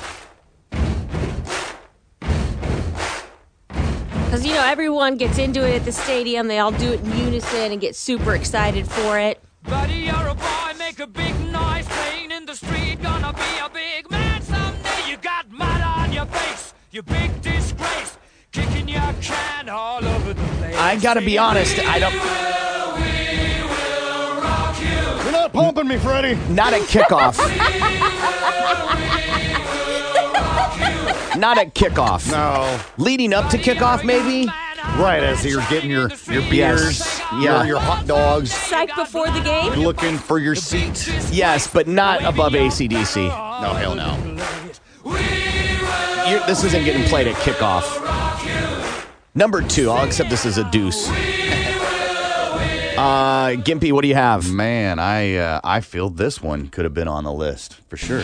Speaker 10: Because, you know, everyone gets into it at the stadium. They all do it in unison and get super excited for it.
Speaker 8: Buddy, you're a boy, make a big noise, playing in the street, gonna be a big man someday. You got mud on your face, you big disgrace, kicking your can all over the place.
Speaker 9: I gotta be honest, I don't.
Speaker 11: You're not pumping me, Freddie.
Speaker 9: Not at kickoff. Not at kickoff.
Speaker 11: No.
Speaker 9: Leading up to kickoff, maybe?
Speaker 11: Right, as you're getting your, your beers,
Speaker 9: Yeah.
Speaker 11: your, your hot dogs,
Speaker 10: Psych before the game.
Speaker 11: looking for your seat.
Speaker 9: Yes, but not above ACDC.
Speaker 11: No, hell no.
Speaker 9: You're, this isn't getting played at kickoff. Number two, I'll accept this as a deuce. Uh, Gimpy, what do you have?
Speaker 11: Man, I uh, I feel this one could have been on the list for sure.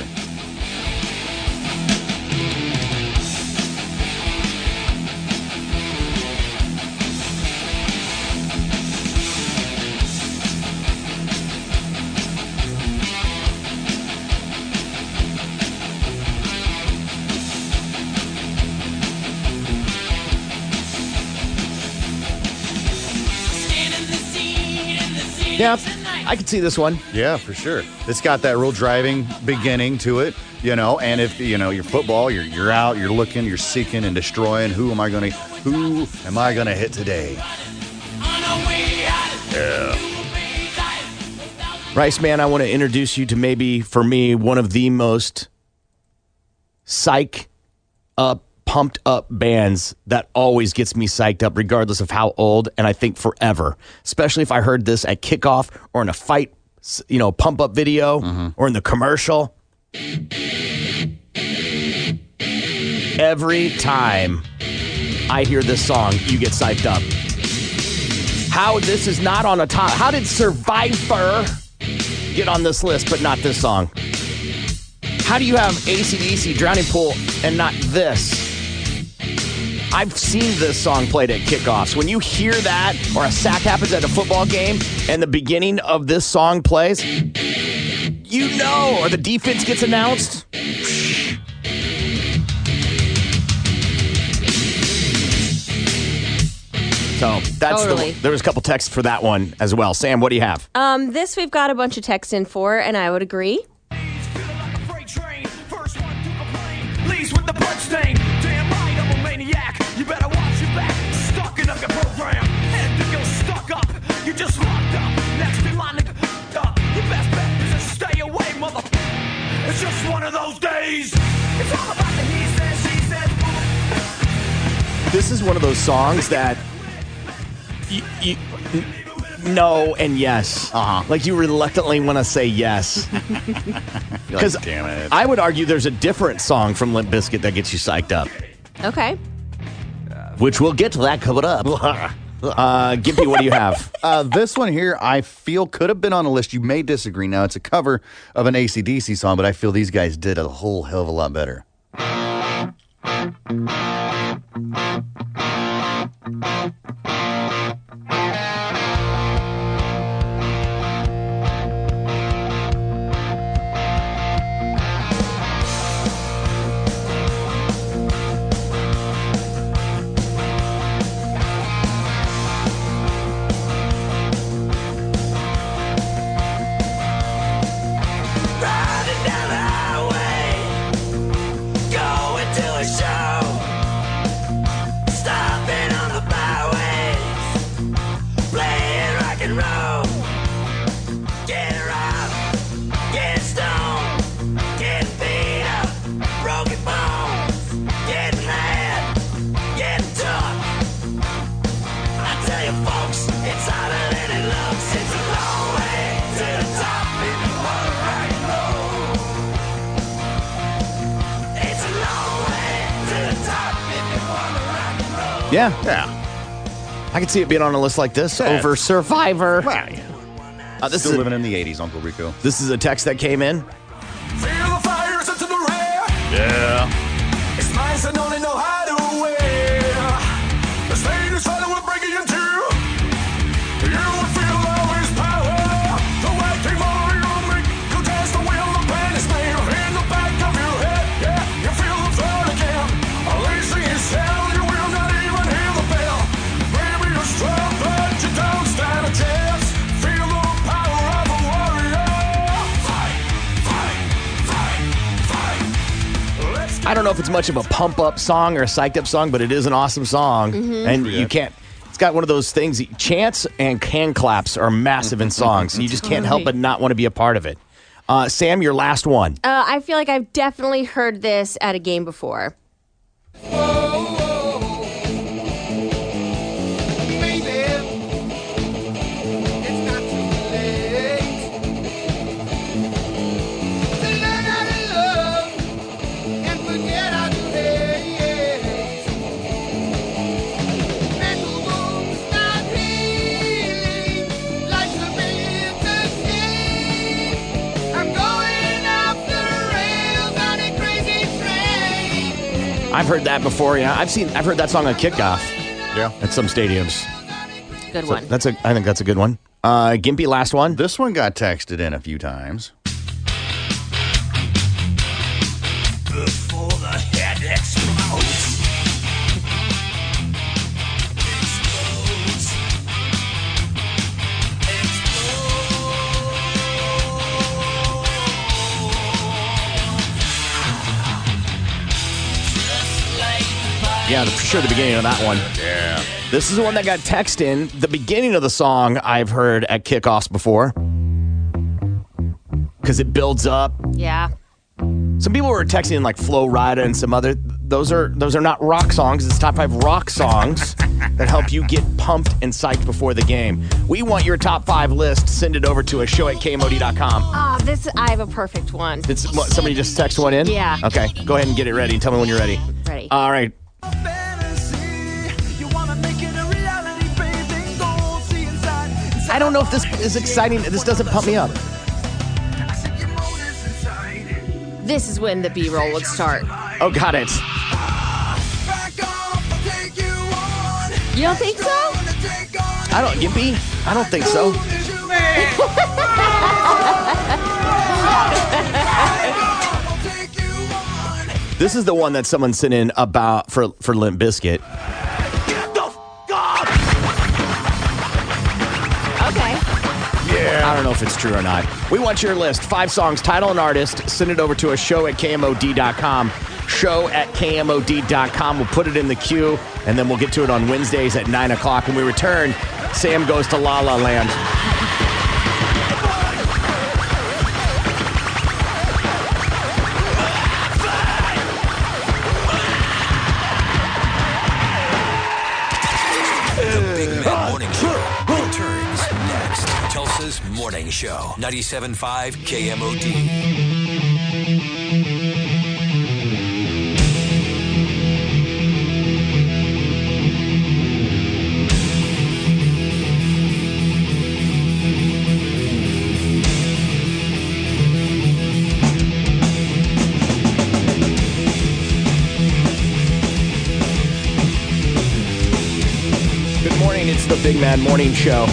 Speaker 9: Yeah, I could see this one.
Speaker 11: Yeah, for sure. It's got that real driving beginning to it, you know. And if you know your football, you're you're out, you're looking, you're seeking and destroying. Who am I gonna? Who am I gonna hit today? Yeah.
Speaker 9: Rice Man, I want to introduce you to maybe, for me, one of the most psych up, pumped up bands that always gets me psyched up, regardless of how old, and I think forever. Especially if I heard this at kickoff or in a fight, s- you know, pump up video or in the commercial. Every time I hear this song, you get psyched up. How this is not on a top? How did Survivor get on this list, but not this song? How do you have ACDC Drowning Pool and not this? I've seen this song played at kickoffs. When you hear that, or a sack happens at a football game and the beginning of this song plays, you know, or the defense gets announced. So that's
Speaker 10: Totally.
Speaker 9: the, there was a couple texts for that one as well. Sam, what do you have?
Speaker 10: Um, this we've got a bunch of text in for, and I would agree.
Speaker 8: Leaves with the punch stain. Damn right, I'm a maniac. You better watch your back. Stocking up your program. And if you're stuck up, you just locked up. Next in line to get up. Your best bet is to stay away, mother. It's just one of those days. It's all about the he says, she says.
Speaker 9: this is one of those songs that you, you, no and yes. Uh-huh. Like you reluctantly want to say yes. Because
Speaker 11: damn it.
Speaker 9: I would argue there's a different song from Limp Bizkit that gets you psyched up,
Speaker 10: Okay.
Speaker 9: which we'll get to that coming up. uh, Gimpy, what do you have?
Speaker 11: uh, this one here, I feel could have been on a list. You may disagree. Now, it's a cover of an ACDC song, but I feel these guys did a whole hell of a lot better.
Speaker 22: Riding down the highway, going to a show, stopping on the byways, playing rock and roll. Get her up, get stoned, getting beat up, broken bones, getting mad, getting tough. I tell you folks, it's harder than it looks. It's a long way to the top if you wanna rock and roll. It's a long way to the top if you wanna rock and roll.
Speaker 9: Yeah. Yeah. I could see it being on a list like this
Speaker 11: Yeah.
Speaker 9: over Survivor. Uh, this
Speaker 11: Still
Speaker 9: is a-
Speaker 11: living in the 80s, Uncle Rico.
Speaker 9: This is a text that came in.
Speaker 22: Feel the fires into the rear.
Speaker 11: Yeah.
Speaker 22: It's nice and only know how to wear. The state is trying to break it in two. You will feel always power. The way came over your make. You test the wheel, the pen is nailed in the back of your head. Yeah, you feel the thought again. A lazy as hell, you will not even hear the bell. Maybe you're strong, but you don't stand a chance. Feel the power of a warrior. Fight, fight, fight, fight.
Speaker 9: I don't know if it's much of a pump up song or a psyched up song, but it is an awesome song.
Speaker 22: Mhm.
Speaker 9: And
Speaker 22: Yeah.
Speaker 9: you can't, Mm-hmm. it's got one of those things, that- chants and hand claps are massive in songs. You just can't help
Speaker 10: Totally.
Speaker 9: but not want to be a part of it. Uh, Sam, your last one.
Speaker 10: Uh, I feel like I've definitely heard this at a game before.
Speaker 9: I've heard that before. Yeah, I've seen, I've heard that song on kickoff.
Speaker 11: Yeah,
Speaker 9: at some stadiums.
Speaker 10: Good
Speaker 9: So
Speaker 10: one.
Speaker 9: that's a, I think that's a good one. Uh, Gimpy, last one.
Speaker 11: This one got texted in a few times.
Speaker 22: Before the head explodes. Explodes.
Speaker 9: Yeah, the- for sure the beginning of that one. Yeah. This is the one that got text in. The beginning of the song I've heard at kickoffs before. Because it builds up.
Speaker 10: Yeah.
Speaker 9: Some people were texting like Flow Rida and some other those are those are not rock songs. It's top five rock songs that help you get pumped and psyched before the game. We want your top five list. Send it over to us, show at KMOD.com.
Speaker 10: Oh, this I have a perfect one.
Speaker 9: Did s- what, somebody just text one in?
Speaker 10: Yeah.
Speaker 9: Okay. Go ahead and get it ready. Tell me when you're ready.
Speaker 10: Ready.
Speaker 9: All right. I don't know if this is exciting. This doesn't pump me up.
Speaker 10: This is when the B-roll would start.
Speaker 9: Oh, got it.
Speaker 10: You don't think so?
Speaker 9: I don't, Gimpy. I don't think so. This is the one that someone sent in about for for Limp Biscuit.
Speaker 10: Okay.
Speaker 9: Yeah. I don't know if it's true or not. We want your list. Five songs, title and artist. Send it over to us, show at KMOD.com. Show at KMOD.com. We'll put it in the queue, and then we'll get to it on Wednesdays at 9 o'clock. When we return, Sam goes to La La Land.
Speaker 12: Tulsa's Morning Show, 97.5 KMOD.
Speaker 9: Good morning. It's the Big Man Morning Show.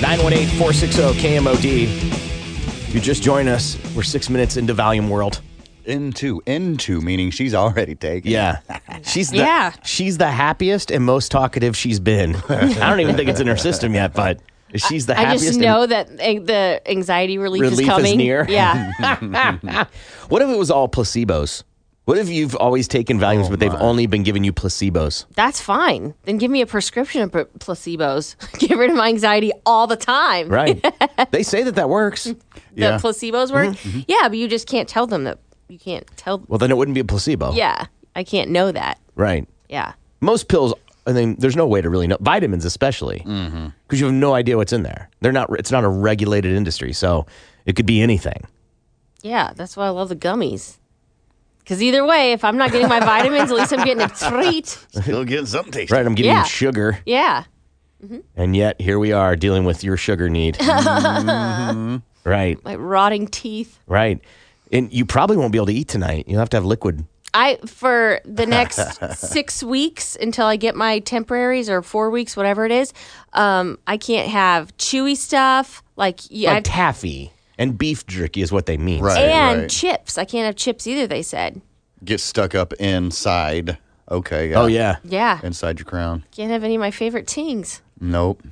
Speaker 9: 918 460 KMOD. If you just joined us, we're six minutes into Valium World.
Speaker 11: Into, into, meaning she's already taken.
Speaker 9: Yeah. She's the,
Speaker 11: Yeah.
Speaker 9: She's the happiest and most talkative she's been. I don't even think it's in her system yet, but she's the
Speaker 10: I
Speaker 9: happiest.
Speaker 10: just
Speaker 9: and-
Speaker 10: know that eh, the anxiety relief, is
Speaker 9: Relief is
Speaker 10: coming.
Speaker 9: near.
Speaker 10: Yeah.
Speaker 9: what if it was all placebos? What if you've always taken Valiums, but they've only been giving you placebos?
Speaker 10: That's fine. Then give me a prescription of pl- placebos. Get rid of my anxiety all the time.
Speaker 9: Right. they say that that works.
Speaker 10: the placebos work. Yeah, but you just can't tell them that. You can't tell.
Speaker 9: Mm-hmm. Well, then it wouldn't be a placebo.
Speaker 10: Yeah, I can't know that.
Speaker 9: Right.
Speaker 10: Yeah.
Speaker 9: Most pills, I mean, there's no way to really know. Vitamins, especially, because you have no idea what's in there. They're not. It's not a regulated industry, so it could be anything.
Speaker 10: Yeah, that's why I love the gummies. Because either way, if I'm not getting my vitamins, at least I'm getting a treat.
Speaker 11: Still getting something tasty.
Speaker 9: Right. I'm getting
Speaker 10: Yeah.
Speaker 9: sugar,
Speaker 10: Yeah.
Speaker 9: and yet here we are dealing with your sugar need.
Speaker 10: Mm-hmm.
Speaker 9: right.
Speaker 10: like rotting teeth.
Speaker 9: Right. And you probably won't be able to eat tonight. You'll have to have liquid.
Speaker 10: I for the next six weeks until I get my temporaries or four weeks, whatever it is, um, I can't have chewy stuff like yeah,
Speaker 9: like taffy and beef jerky is what they mean.
Speaker 10: and chips. I can't have chips either. They said
Speaker 11: Get stuck up inside. Okay.
Speaker 9: Oh, yeah.
Speaker 10: Yeah.
Speaker 11: Inside your crown.
Speaker 10: can't have any of my favorite things.
Speaker 11: Nope.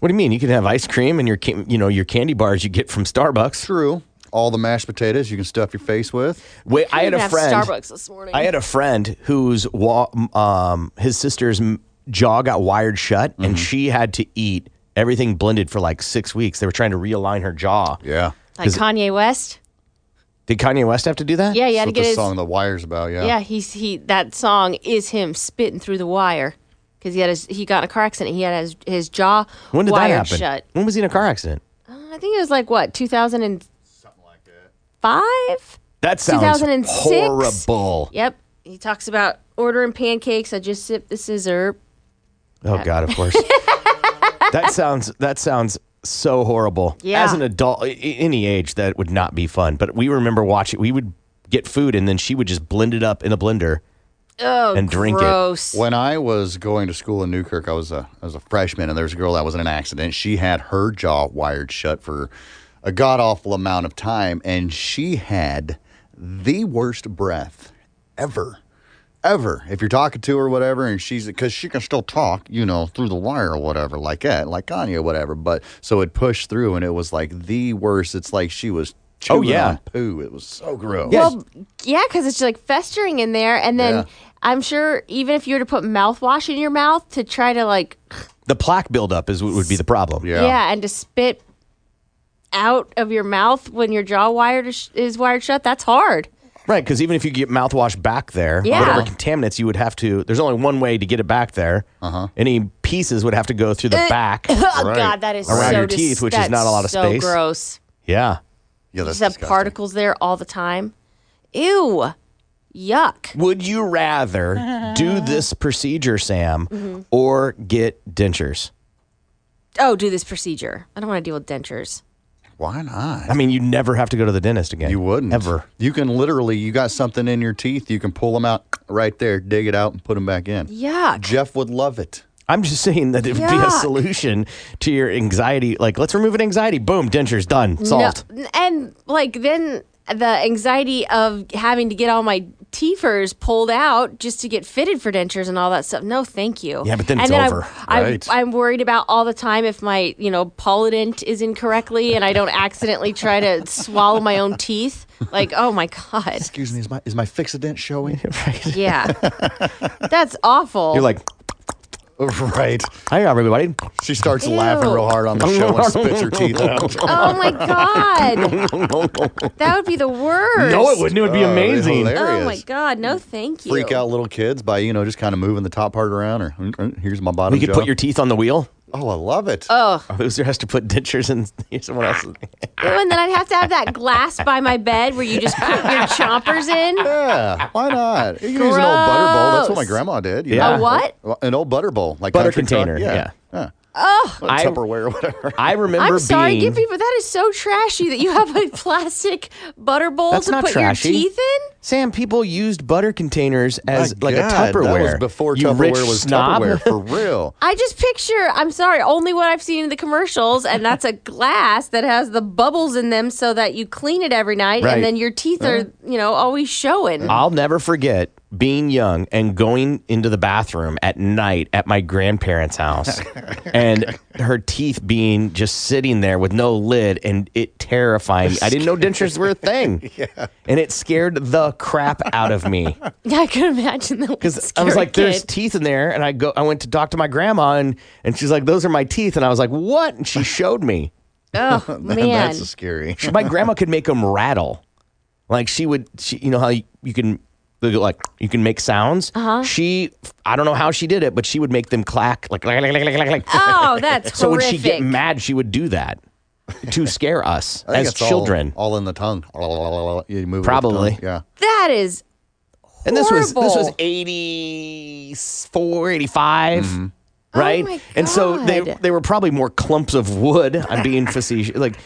Speaker 9: What do you mean? You can have ice cream and your ca- you know your candy bars you get from Starbucks.
Speaker 11: True. All the mashed potatoes you can stuff your face with.
Speaker 9: Wait, I had a friend.
Speaker 10: Starbucks this morning.
Speaker 9: I had a friend whose wa- um his sister's m- jaw got wired shut, and she had to eat everything blended for like six weeks. They were trying to realign her jaw.
Speaker 11: Yeah.
Speaker 10: like Kanye West.
Speaker 9: Did Kanye West have to do that?
Speaker 10: Yeah, he had That's to what get the his- song
Speaker 11: The Wire's about.
Speaker 10: Yeah. he's he. That song is him spitting through the wire because he had his he got in a car accident. He had his his jaw
Speaker 9: When did
Speaker 10: wired
Speaker 9: that happen?
Speaker 10: shut.
Speaker 9: When was he in a car accident?
Speaker 10: I think it was like what two thousand and five.
Speaker 9: That sounds
Speaker 10: 2006?
Speaker 9: horrible.
Speaker 10: Yep. He talks about ordering pancakes. I just sip the scissor.
Speaker 9: Oh God, of course. that sounds that sounds so horrible.
Speaker 10: Yeah.
Speaker 9: As an adult, i- i- any age, that would not be fun. But we remember watching. We would get food, and then she would just blend it up in a blender.
Speaker 10: Oh,
Speaker 9: And drink it. gross.
Speaker 11: When I was going to school in Newkirk, I was a I was a freshman, and there was a girl that was in an accident. She had her jaw wired shut for a god awful amount of time, and she had the worst breath ever. Ever, if you're talking to her, or whatever, and she's because she can still talk, you know, through the wire or whatever, like that, like Kanye, or whatever. But so it pushed through, and it was like the worst. It's like she was
Speaker 9: Oh,
Speaker 11: chewing
Speaker 9: yeah.
Speaker 11: on poo. It was so gross.
Speaker 10: Well, yeah, because it's like festering in there, and then
Speaker 11: Yeah.
Speaker 10: I'm sure even if you were to put mouthwash in your mouth to try to like
Speaker 9: The plaque buildup is what would be the problem.
Speaker 10: yeah, and to spit out of your mouth when your jaw wired is, is wired shut, that's hard.
Speaker 9: Right, because even if you get mouthwash back there,
Speaker 10: Yeah.
Speaker 9: whatever contaminants you would have to. There's only one way to get it back there. Uh-huh. Any pieces would have to go through the
Speaker 10: Uh,
Speaker 9: back.
Speaker 10: oh, God, that is
Speaker 9: around
Speaker 10: so
Speaker 9: your teeth,
Speaker 10: dis-
Speaker 9: which is
Speaker 10: that's
Speaker 9: not a lot of
Speaker 10: so
Speaker 9: space.
Speaker 10: gross.
Speaker 9: Yeah.
Speaker 11: Yeah,
Speaker 10: Just have particles there all the time. Ew, yuck.
Speaker 9: Would you rather do this procedure, Sam,
Speaker 10: Mm-hmm.
Speaker 9: or get dentures?
Speaker 10: Oh, do this procedure. I don't want to deal with dentures.
Speaker 11: Why not?
Speaker 9: I mean, you'd never have to go to the dentist again.
Speaker 11: You wouldn't
Speaker 9: ever.
Speaker 11: You can literally, you got something in your teeth, you can pull them out right there, dig it out, and put them back in.
Speaker 10: Yuck.
Speaker 11: Jeff would love it.
Speaker 9: I'm just saying that it would be a
Speaker 10: Yuck.
Speaker 9: solution to your anxiety. Like, let's remove an anxiety. Boom, dentures done, solved.
Speaker 10: No, and like then the anxiety of having to get all my teethers pulled out just to get fitted for dentures and all that stuff. No, thank you.
Speaker 9: Yeah, but then
Speaker 10: and
Speaker 9: it's
Speaker 10: I'm-
Speaker 9: over,
Speaker 10: I'm,
Speaker 9: right?
Speaker 10: I'm worried about all the time if my you know polydent is incorrectly and I don't accidentally try to swallow my own teeth. Like, oh my god,
Speaker 11: Excuse me, is my is my fixident showing?
Speaker 10: yeah, that's awful.
Speaker 9: You're like,
Speaker 11: right.
Speaker 9: Hi, everybody.
Speaker 11: She starts laughing real hard on the show and spits her teeth out.
Speaker 10: oh my god, that would be the worst.
Speaker 9: No, it wouldn't. It would be
Speaker 11: Oh, it'd be
Speaker 9: amazing.
Speaker 11: hilarious.
Speaker 10: Oh my god, no, thank you.
Speaker 11: Freak out little kids by you know just kind of moving the top part around, or "Mm, mm, here's my bottom.
Speaker 9: We could
Speaker 11: jaw."
Speaker 9: put your teeth on the wheel.
Speaker 11: Oh, I love it.
Speaker 10: Oh.
Speaker 9: A loser has to put dentures in someone else's.
Speaker 10: Oh, and then I'd have to have that glass by my bed where you just put your chompers in.
Speaker 11: Yeah, why not? You can use an old butter bowl. That's what my grandma did. you
Speaker 10: A
Speaker 11: know?
Speaker 10: what?
Speaker 11: An old butter bowl, like
Speaker 9: Butter
Speaker 11: country truck.
Speaker 9: container,
Speaker 11: Yeah.
Speaker 10: Oh,
Speaker 11: Or Tupperware or whatever.
Speaker 9: I remember
Speaker 10: I'm sorry,
Speaker 9: being.
Speaker 10: give people that is so trashy that you have a plastic butter bowl
Speaker 9: That's
Speaker 10: to
Speaker 9: not
Speaker 10: put
Speaker 9: trashy.
Speaker 10: your teeth in.
Speaker 9: Sam, people used butter containers as
Speaker 11: My
Speaker 9: like
Speaker 11: God,
Speaker 9: a Tupperware.
Speaker 11: That was before
Speaker 9: You
Speaker 11: Tupperware
Speaker 9: rich
Speaker 11: was
Speaker 9: snob.
Speaker 11: Tupperware for real.
Speaker 10: I just picture, I'm sorry, only what I've seen in the commercials, and that's a glass that has the bubbles in them so that you clean it every night,
Speaker 9: Right.
Speaker 10: and then your teeth are, you know, always showing.
Speaker 9: I'll never forget being young and going into the bathroom at night at my grandparents' house and her teeth being just sitting there with no lid and it terrifying me. I didn't know dentures were a thing. And it scared the crap out of me.
Speaker 10: Yeah, I can imagine that. Because
Speaker 9: I was like, there's teeth in there. And I go I went to talk to my grandma and, and she's like, those are my teeth. And I was like, what? And she showed me.
Speaker 10: oh man,
Speaker 11: scary.
Speaker 9: my grandma could make them rattle. Like she would, she, you know how you, you can they go like you can make sounds.
Speaker 10: Uh-huh.
Speaker 9: She, I don't know how she did it, but she would make them clack like. like, like, like, like, like.
Speaker 10: Oh, that's
Speaker 9: so when she get
Speaker 10: horrific.
Speaker 9: mad, she would do that to scare us
Speaker 11: I think
Speaker 9: as
Speaker 11: it's all-
Speaker 9: children.
Speaker 11: all, in the tongue. You move it with the
Speaker 9: Probably.
Speaker 11: tongue. yeah.
Speaker 10: that is horrible.
Speaker 9: And this was this was 84, 85,
Speaker 11: Mm-hmm.
Speaker 9: right?
Speaker 10: oh my
Speaker 9: And so they
Speaker 10: God.
Speaker 9: they were probably more clumps of wood. I'm being facetious. Like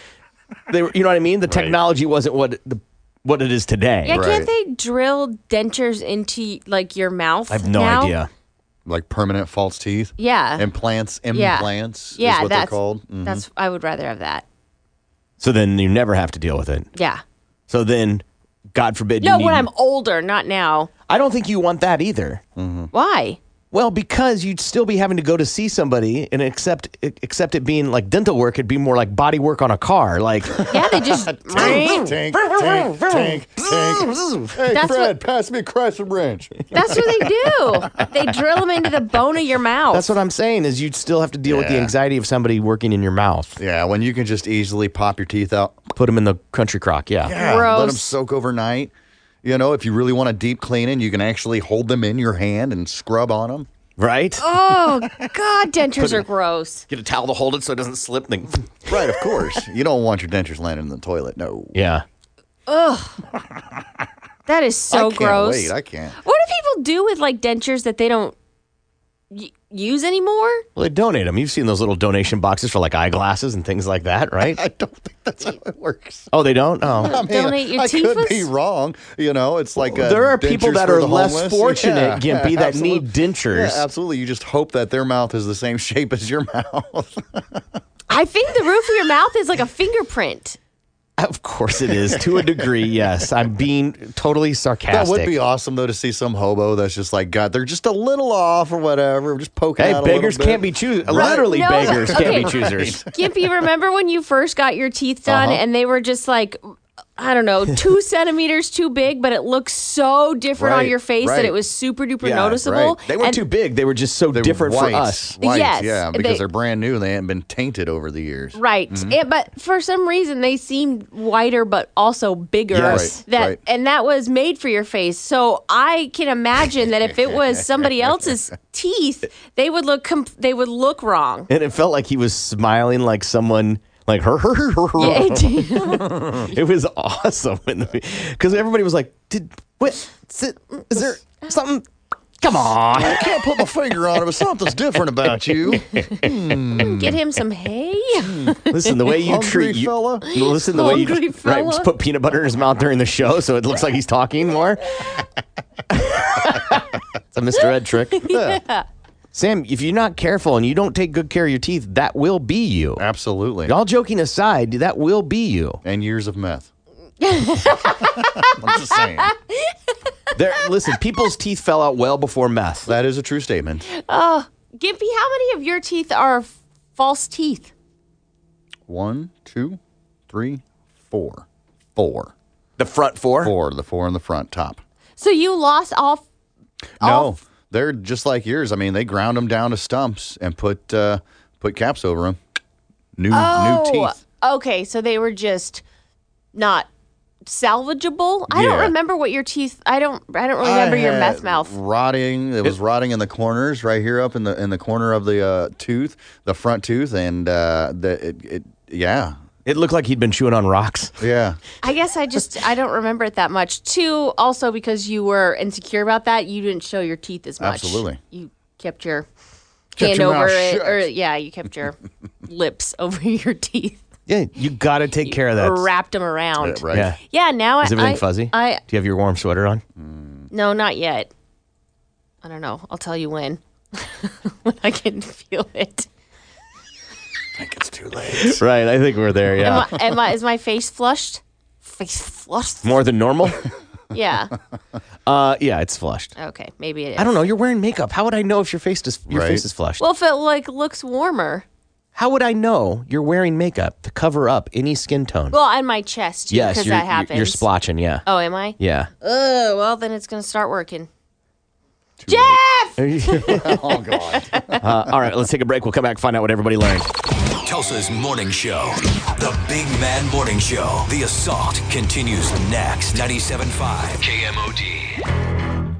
Speaker 9: they were, you know what I mean? The technology wasn't what the what it is today.
Speaker 10: Yeah, can't they drill dentures into like your mouth? now?
Speaker 11: Like permanent false teeth.
Speaker 10: Yeah.
Speaker 11: Implants.
Speaker 10: Yeah.
Speaker 11: Implants.
Speaker 10: Yeah,
Speaker 11: is what
Speaker 10: that's
Speaker 11: they're called. Mm-hmm.
Speaker 10: That's I would rather have that.
Speaker 9: So then you never have to deal with it.
Speaker 10: Yeah.
Speaker 9: So then, God forbid.
Speaker 10: No,
Speaker 9: you
Speaker 10: when
Speaker 9: need-
Speaker 10: I'm older, not now.
Speaker 9: I don't think you want that either.
Speaker 11: Hmm.
Speaker 10: Why?
Speaker 9: Well, because you'd still be having to go to see somebody, and except except it being like dental work, it'd be more like body work on a car. Like,
Speaker 10: Yeah, they just
Speaker 11: Tink, tink, tink, tink, tink. Hey,
Speaker 10: That's
Speaker 11: Fred,
Speaker 10: what-
Speaker 11: pass me a crescent wrench.
Speaker 10: That's what they do. They drill them into the bone of your mouth.
Speaker 9: that's what I'm saying is you'd still have to deal with the
Speaker 11: Yeah.
Speaker 9: anxiety of somebody working in your mouth.
Speaker 11: Yeah, when you can just easily pop your teeth out.
Speaker 9: Put them in the country crock. Yeah.
Speaker 11: Yeah, let them
Speaker 10: Gross.
Speaker 11: soak overnight. You know, if you really want a deep cleaning, you can actually hold them in your hand and scrub on them.
Speaker 9: Right.
Speaker 10: Oh God, dentures are gross.
Speaker 9: Get a towel to hold it so it doesn't slip. Then.
Speaker 11: Right, of course. you don't want your dentures landing in the toilet. No.
Speaker 9: Yeah.
Speaker 10: Ugh. That is so
Speaker 11: I can't
Speaker 10: gross.
Speaker 11: Wait, I can't.
Speaker 10: what do people do with like dentures that they don't y- use anymore?
Speaker 9: Well, they donate them. You've seen those little donation boxes for like eyeglasses and things like that, right?
Speaker 11: I don't think that's how it works.
Speaker 9: oh, they don't. Oh.
Speaker 11: I
Speaker 10: Donate your
Speaker 11: I could be
Speaker 10: teethus?
Speaker 11: wrong. You know, it's like uh,
Speaker 9: There are people
Speaker 11: dentures
Speaker 9: that
Speaker 11: for
Speaker 9: are
Speaker 11: the
Speaker 9: less
Speaker 11: homeless.
Speaker 9: fortunate, Gimpy, that
Speaker 11: absolute-
Speaker 9: need dentures.
Speaker 11: Yeah, absolutely. You just hope that their mouth is the same shape as your mouth.
Speaker 10: I think the roof of your mouth is like a fingerprint.
Speaker 9: Of course it is, to a degree, yes. I'm being totally sarcastic.
Speaker 11: That would be awesome though to see some hobo that's just like God, they're just a little off or whatever, just poking.
Speaker 9: Hey,
Speaker 11: out
Speaker 9: beggars
Speaker 11: a little bit.
Speaker 9: can't be choosers. Literally,
Speaker 10: No,
Speaker 9: beggars
Speaker 10: okay.
Speaker 9: can't be choosers.
Speaker 10: Gimpy, remember when you first got your teeth done
Speaker 9: Uh-huh.
Speaker 10: and they were just like, I don't know, two centimeters too big, but it looked so different on
Speaker 11: Right,
Speaker 10: your face that
Speaker 11: right.
Speaker 10: it was super duper
Speaker 11: Yeah,
Speaker 10: noticeable.
Speaker 11: right.
Speaker 9: They weren't
Speaker 10: And-
Speaker 9: too big. They were just so
Speaker 11: They're
Speaker 9: different
Speaker 11: white,
Speaker 9: for us.
Speaker 11: White,
Speaker 10: Yes,
Speaker 11: yeah, because
Speaker 10: they-
Speaker 11: they, are brand new. and They haven't been tainted over the years.
Speaker 10: Right,
Speaker 11: Mhm.
Speaker 10: It- but for some reason they seemed whiter, but also bigger.
Speaker 11: Yes. Right,
Speaker 10: that
Speaker 11: right.
Speaker 10: and that was made for your face. So I can imagine that if it was somebody else's teeth, they would look com- they would look wrong.
Speaker 9: And it felt like he was smiling like someone, like her. her, her, her, her.
Speaker 10: Yeah, it did.
Speaker 9: It was awesome. Because everybody was like, did, what, is, it- is there something? Come on.
Speaker 11: I can't put my finger on it, but something's different about you.
Speaker 10: Get him some hay.
Speaker 9: Listen, the way you
Speaker 11: Hungry
Speaker 9: treat you,
Speaker 11: fella.
Speaker 9: listen the way you
Speaker 10: Hungry
Speaker 9: just, right,
Speaker 10: fella.
Speaker 9: just put peanut butter in his mouth during the show, so it looks like he's talking more. it's a Mr. Ed trick.
Speaker 10: yeah.
Speaker 9: Sam, if you're not careful and you don't take good care of your teeth, that will be you.
Speaker 11: Absolutely.
Speaker 9: All joking aside, that will be you.
Speaker 11: And years of meth. I'm just saying.
Speaker 9: There, listen, people's teeth fell out well before meth.
Speaker 11: That is a true statement.
Speaker 10: Oh, Gimpy, how many of your teeth are f- false teeth?
Speaker 11: One, two, three, four. Four.
Speaker 9: The front four?
Speaker 11: Four, the four in the front top.
Speaker 10: So you lost all.
Speaker 11: No, they're just like yours. I mean, they ground them down to stumps and put uh, put caps over them. New
Speaker 10: oh,
Speaker 11: new teeth.
Speaker 10: okay. So they were just not salvageable? I don't
Speaker 11: Yeah.
Speaker 10: remember what your teeth. I don't. I don't remember
Speaker 11: I
Speaker 10: your
Speaker 11: had
Speaker 10: meth mouth.
Speaker 11: Rotting. It was rotting in the corners, right here up in the in the corner of the uh, tooth, the front tooth, and uh, the it, it yeah.
Speaker 9: It looked like he'd been chewing on rocks.
Speaker 11: Yeah.
Speaker 10: I guess I just I don't remember it that much. Two, also because you were insecure about that, you didn't show your teeth as much.
Speaker 11: Absolutely.
Speaker 10: you kept your
Speaker 9: Kept
Speaker 10: hand
Speaker 9: your
Speaker 10: over
Speaker 9: mouth
Speaker 10: it,
Speaker 9: shut.
Speaker 10: or yeah, you kept your lips over your teeth,
Speaker 9: Yeah, you got to take care of that.
Speaker 10: or wrapped them around.
Speaker 9: Yeah, right. Yeah.
Speaker 10: Yeah. Now
Speaker 9: Is
Speaker 10: I,
Speaker 9: everything
Speaker 10: I-
Speaker 9: fuzzy?
Speaker 10: I
Speaker 9: Do you have your warm sweater on?
Speaker 10: no, not yet. I don't know. I'll tell you when. when I can feel it.
Speaker 9: right, I think we're there. Yeah,
Speaker 10: Am I, am I, is my face flushed? Face flushed?
Speaker 9: more than normal.
Speaker 10: Yeah.
Speaker 9: Uh, yeah, it's flushed.
Speaker 10: Okay. Maybe it is.
Speaker 9: I don't know. You're wearing makeup. How would I know if your face is your face is flushed?
Speaker 10: Well, if it like looks warmer.
Speaker 9: How would I know you're wearing makeup to cover up any skin tone?
Speaker 10: Well, on my chest. Too,
Speaker 9: yes,
Speaker 10: Because
Speaker 9: you're,
Speaker 10: that
Speaker 9: you're-
Speaker 10: happens.
Speaker 9: You're splotching. Yeah.
Speaker 10: Oh, am I?
Speaker 9: Yeah.
Speaker 10: Oh, well, then it's going to start working. Jeff!
Speaker 9: oh God. Uh, all right, let's take a break. We'll come back and find out what everybody learned.
Speaker 12: Tulsa's morning show. The Big Man Morning Show. The assault continues next. 97.5 KMOD.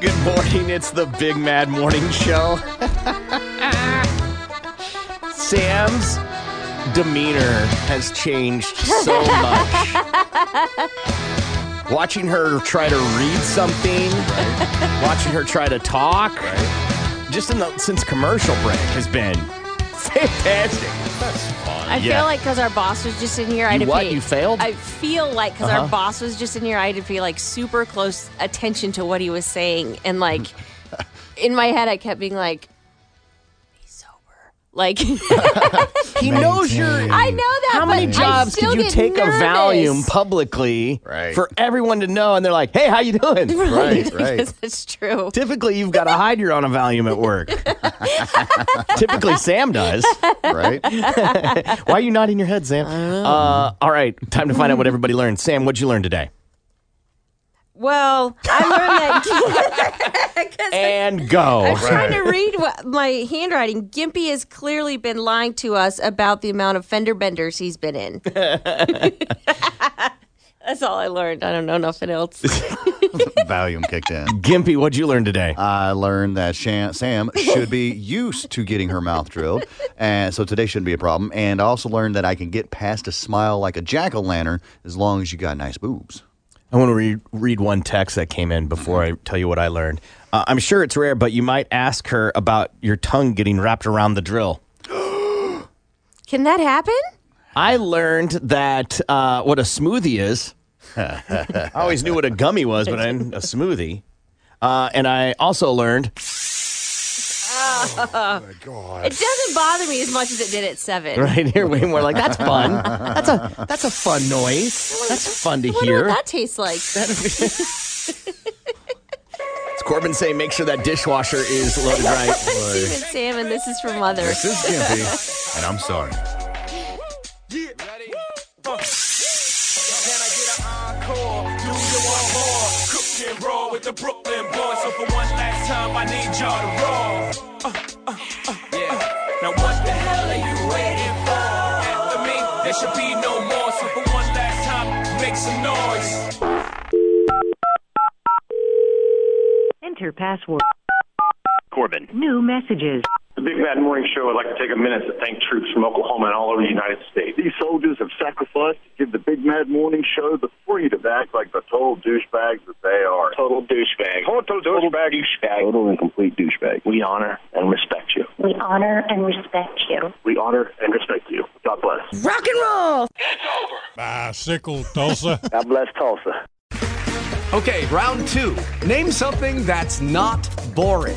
Speaker 9: Good morning. It's the Big Mad Morning Show. Sam's demeanor has changed so much. Watching her try to read something, watching her try to talk, just in the since commercial break has been fantastic. That's fun.
Speaker 10: I feel like because our boss was just in here, I
Speaker 9: You
Speaker 10: had to
Speaker 9: what?
Speaker 10: pay-
Speaker 9: You failed?
Speaker 10: I feel like because
Speaker 9: Uh-huh.
Speaker 10: our boss was just in here, I had to pay like super close attention to what he was saying, and like in my head, I kept being like, "Be sober." Like
Speaker 9: he knows you're.
Speaker 10: I know that.
Speaker 9: Hmm. How many
Speaker 10: but
Speaker 9: jobs
Speaker 10: I still
Speaker 9: could you
Speaker 10: get
Speaker 9: take
Speaker 10: nervous.
Speaker 9: a Valium publicly for everyone to know? And they're like, "Hey, how you doing?"
Speaker 10: Right, because It's true.
Speaker 9: Typically, you've got to hide you're on a Valium at work. Typically, Sam does.
Speaker 11: Right?
Speaker 9: Why are you nodding your head, Sam? Uh, all right, time to find out what everybody learned. Sam, what'd you learn today?
Speaker 10: Well, I learned that.
Speaker 9: And go.
Speaker 10: I'm trying to read what, my handwriting. Gimpy has clearly been lying to us about the amount of fender benders he's been in. That's all I learned. I don't know nothing else.
Speaker 11: Valium kicked in.
Speaker 9: Gimpy, what'd you learn today?
Speaker 11: I learned that Shan- Sam should be used to getting her mouth drilled, and so today shouldn't be a problem. And I also learned that I can get past a smile like a jack o' lantern as long as you got nice boobs.
Speaker 9: I want to re- read one text that came in before I tell you what I learned. Uh, I'm sure it's rare, but you might ask her about your tongue getting wrapped around the drill.
Speaker 10: Can that happen?
Speaker 9: I learned that uh, what a smoothie is. I always knew what a gummy was, but I didn't a smoothie. Uh, and I also learned
Speaker 10: It doesn't bother me as much as it did at seven.
Speaker 9: right here way more like that's fun. That's a that's a fun noise. That's fun to
Speaker 10: I wonder
Speaker 9: hear.
Speaker 10: what that tastes like.
Speaker 9: It's Corbin saying make sure that dishwasher is loaded
Speaker 10: Steven
Speaker 9: right.
Speaker 10: Sam, and this is for Mother.
Speaker 11: and I'm sorry.
Speaker 22: and roll with the Brooklyn boys. So for one last time, I need y'all to roll. Uh, uh, uh, uh. Now what the hell are you waiting for? After me, there should be no more. So for one last time, make some noise.
Speaker 23: Enter password.
Speaker 24: Corbin.
Speaker 23: New messages.
Speaker 24: The Big Bad Morning Show would like to take a minute to thank troops from Oklahoma and all over the United States.
Speaker 25: These soldiers have sacrificed to give the Big Mad Morning Show the freedom to act like the total douchebags that they are. Total douchebag. Total douchebag. douchebag. Total and complete douchebag.
Speaker 24: We honor and respect you.
Speaker 25: We honor and respect you.
Speaker 24: We honor and respect you. God bless.
Speaker 23: Rock and roll.
Speaker 26: Bicycle Tulsa.
Speaker 24: God bless Tulsa.
Speaker 27: Okay, round two. Name something that's not boring.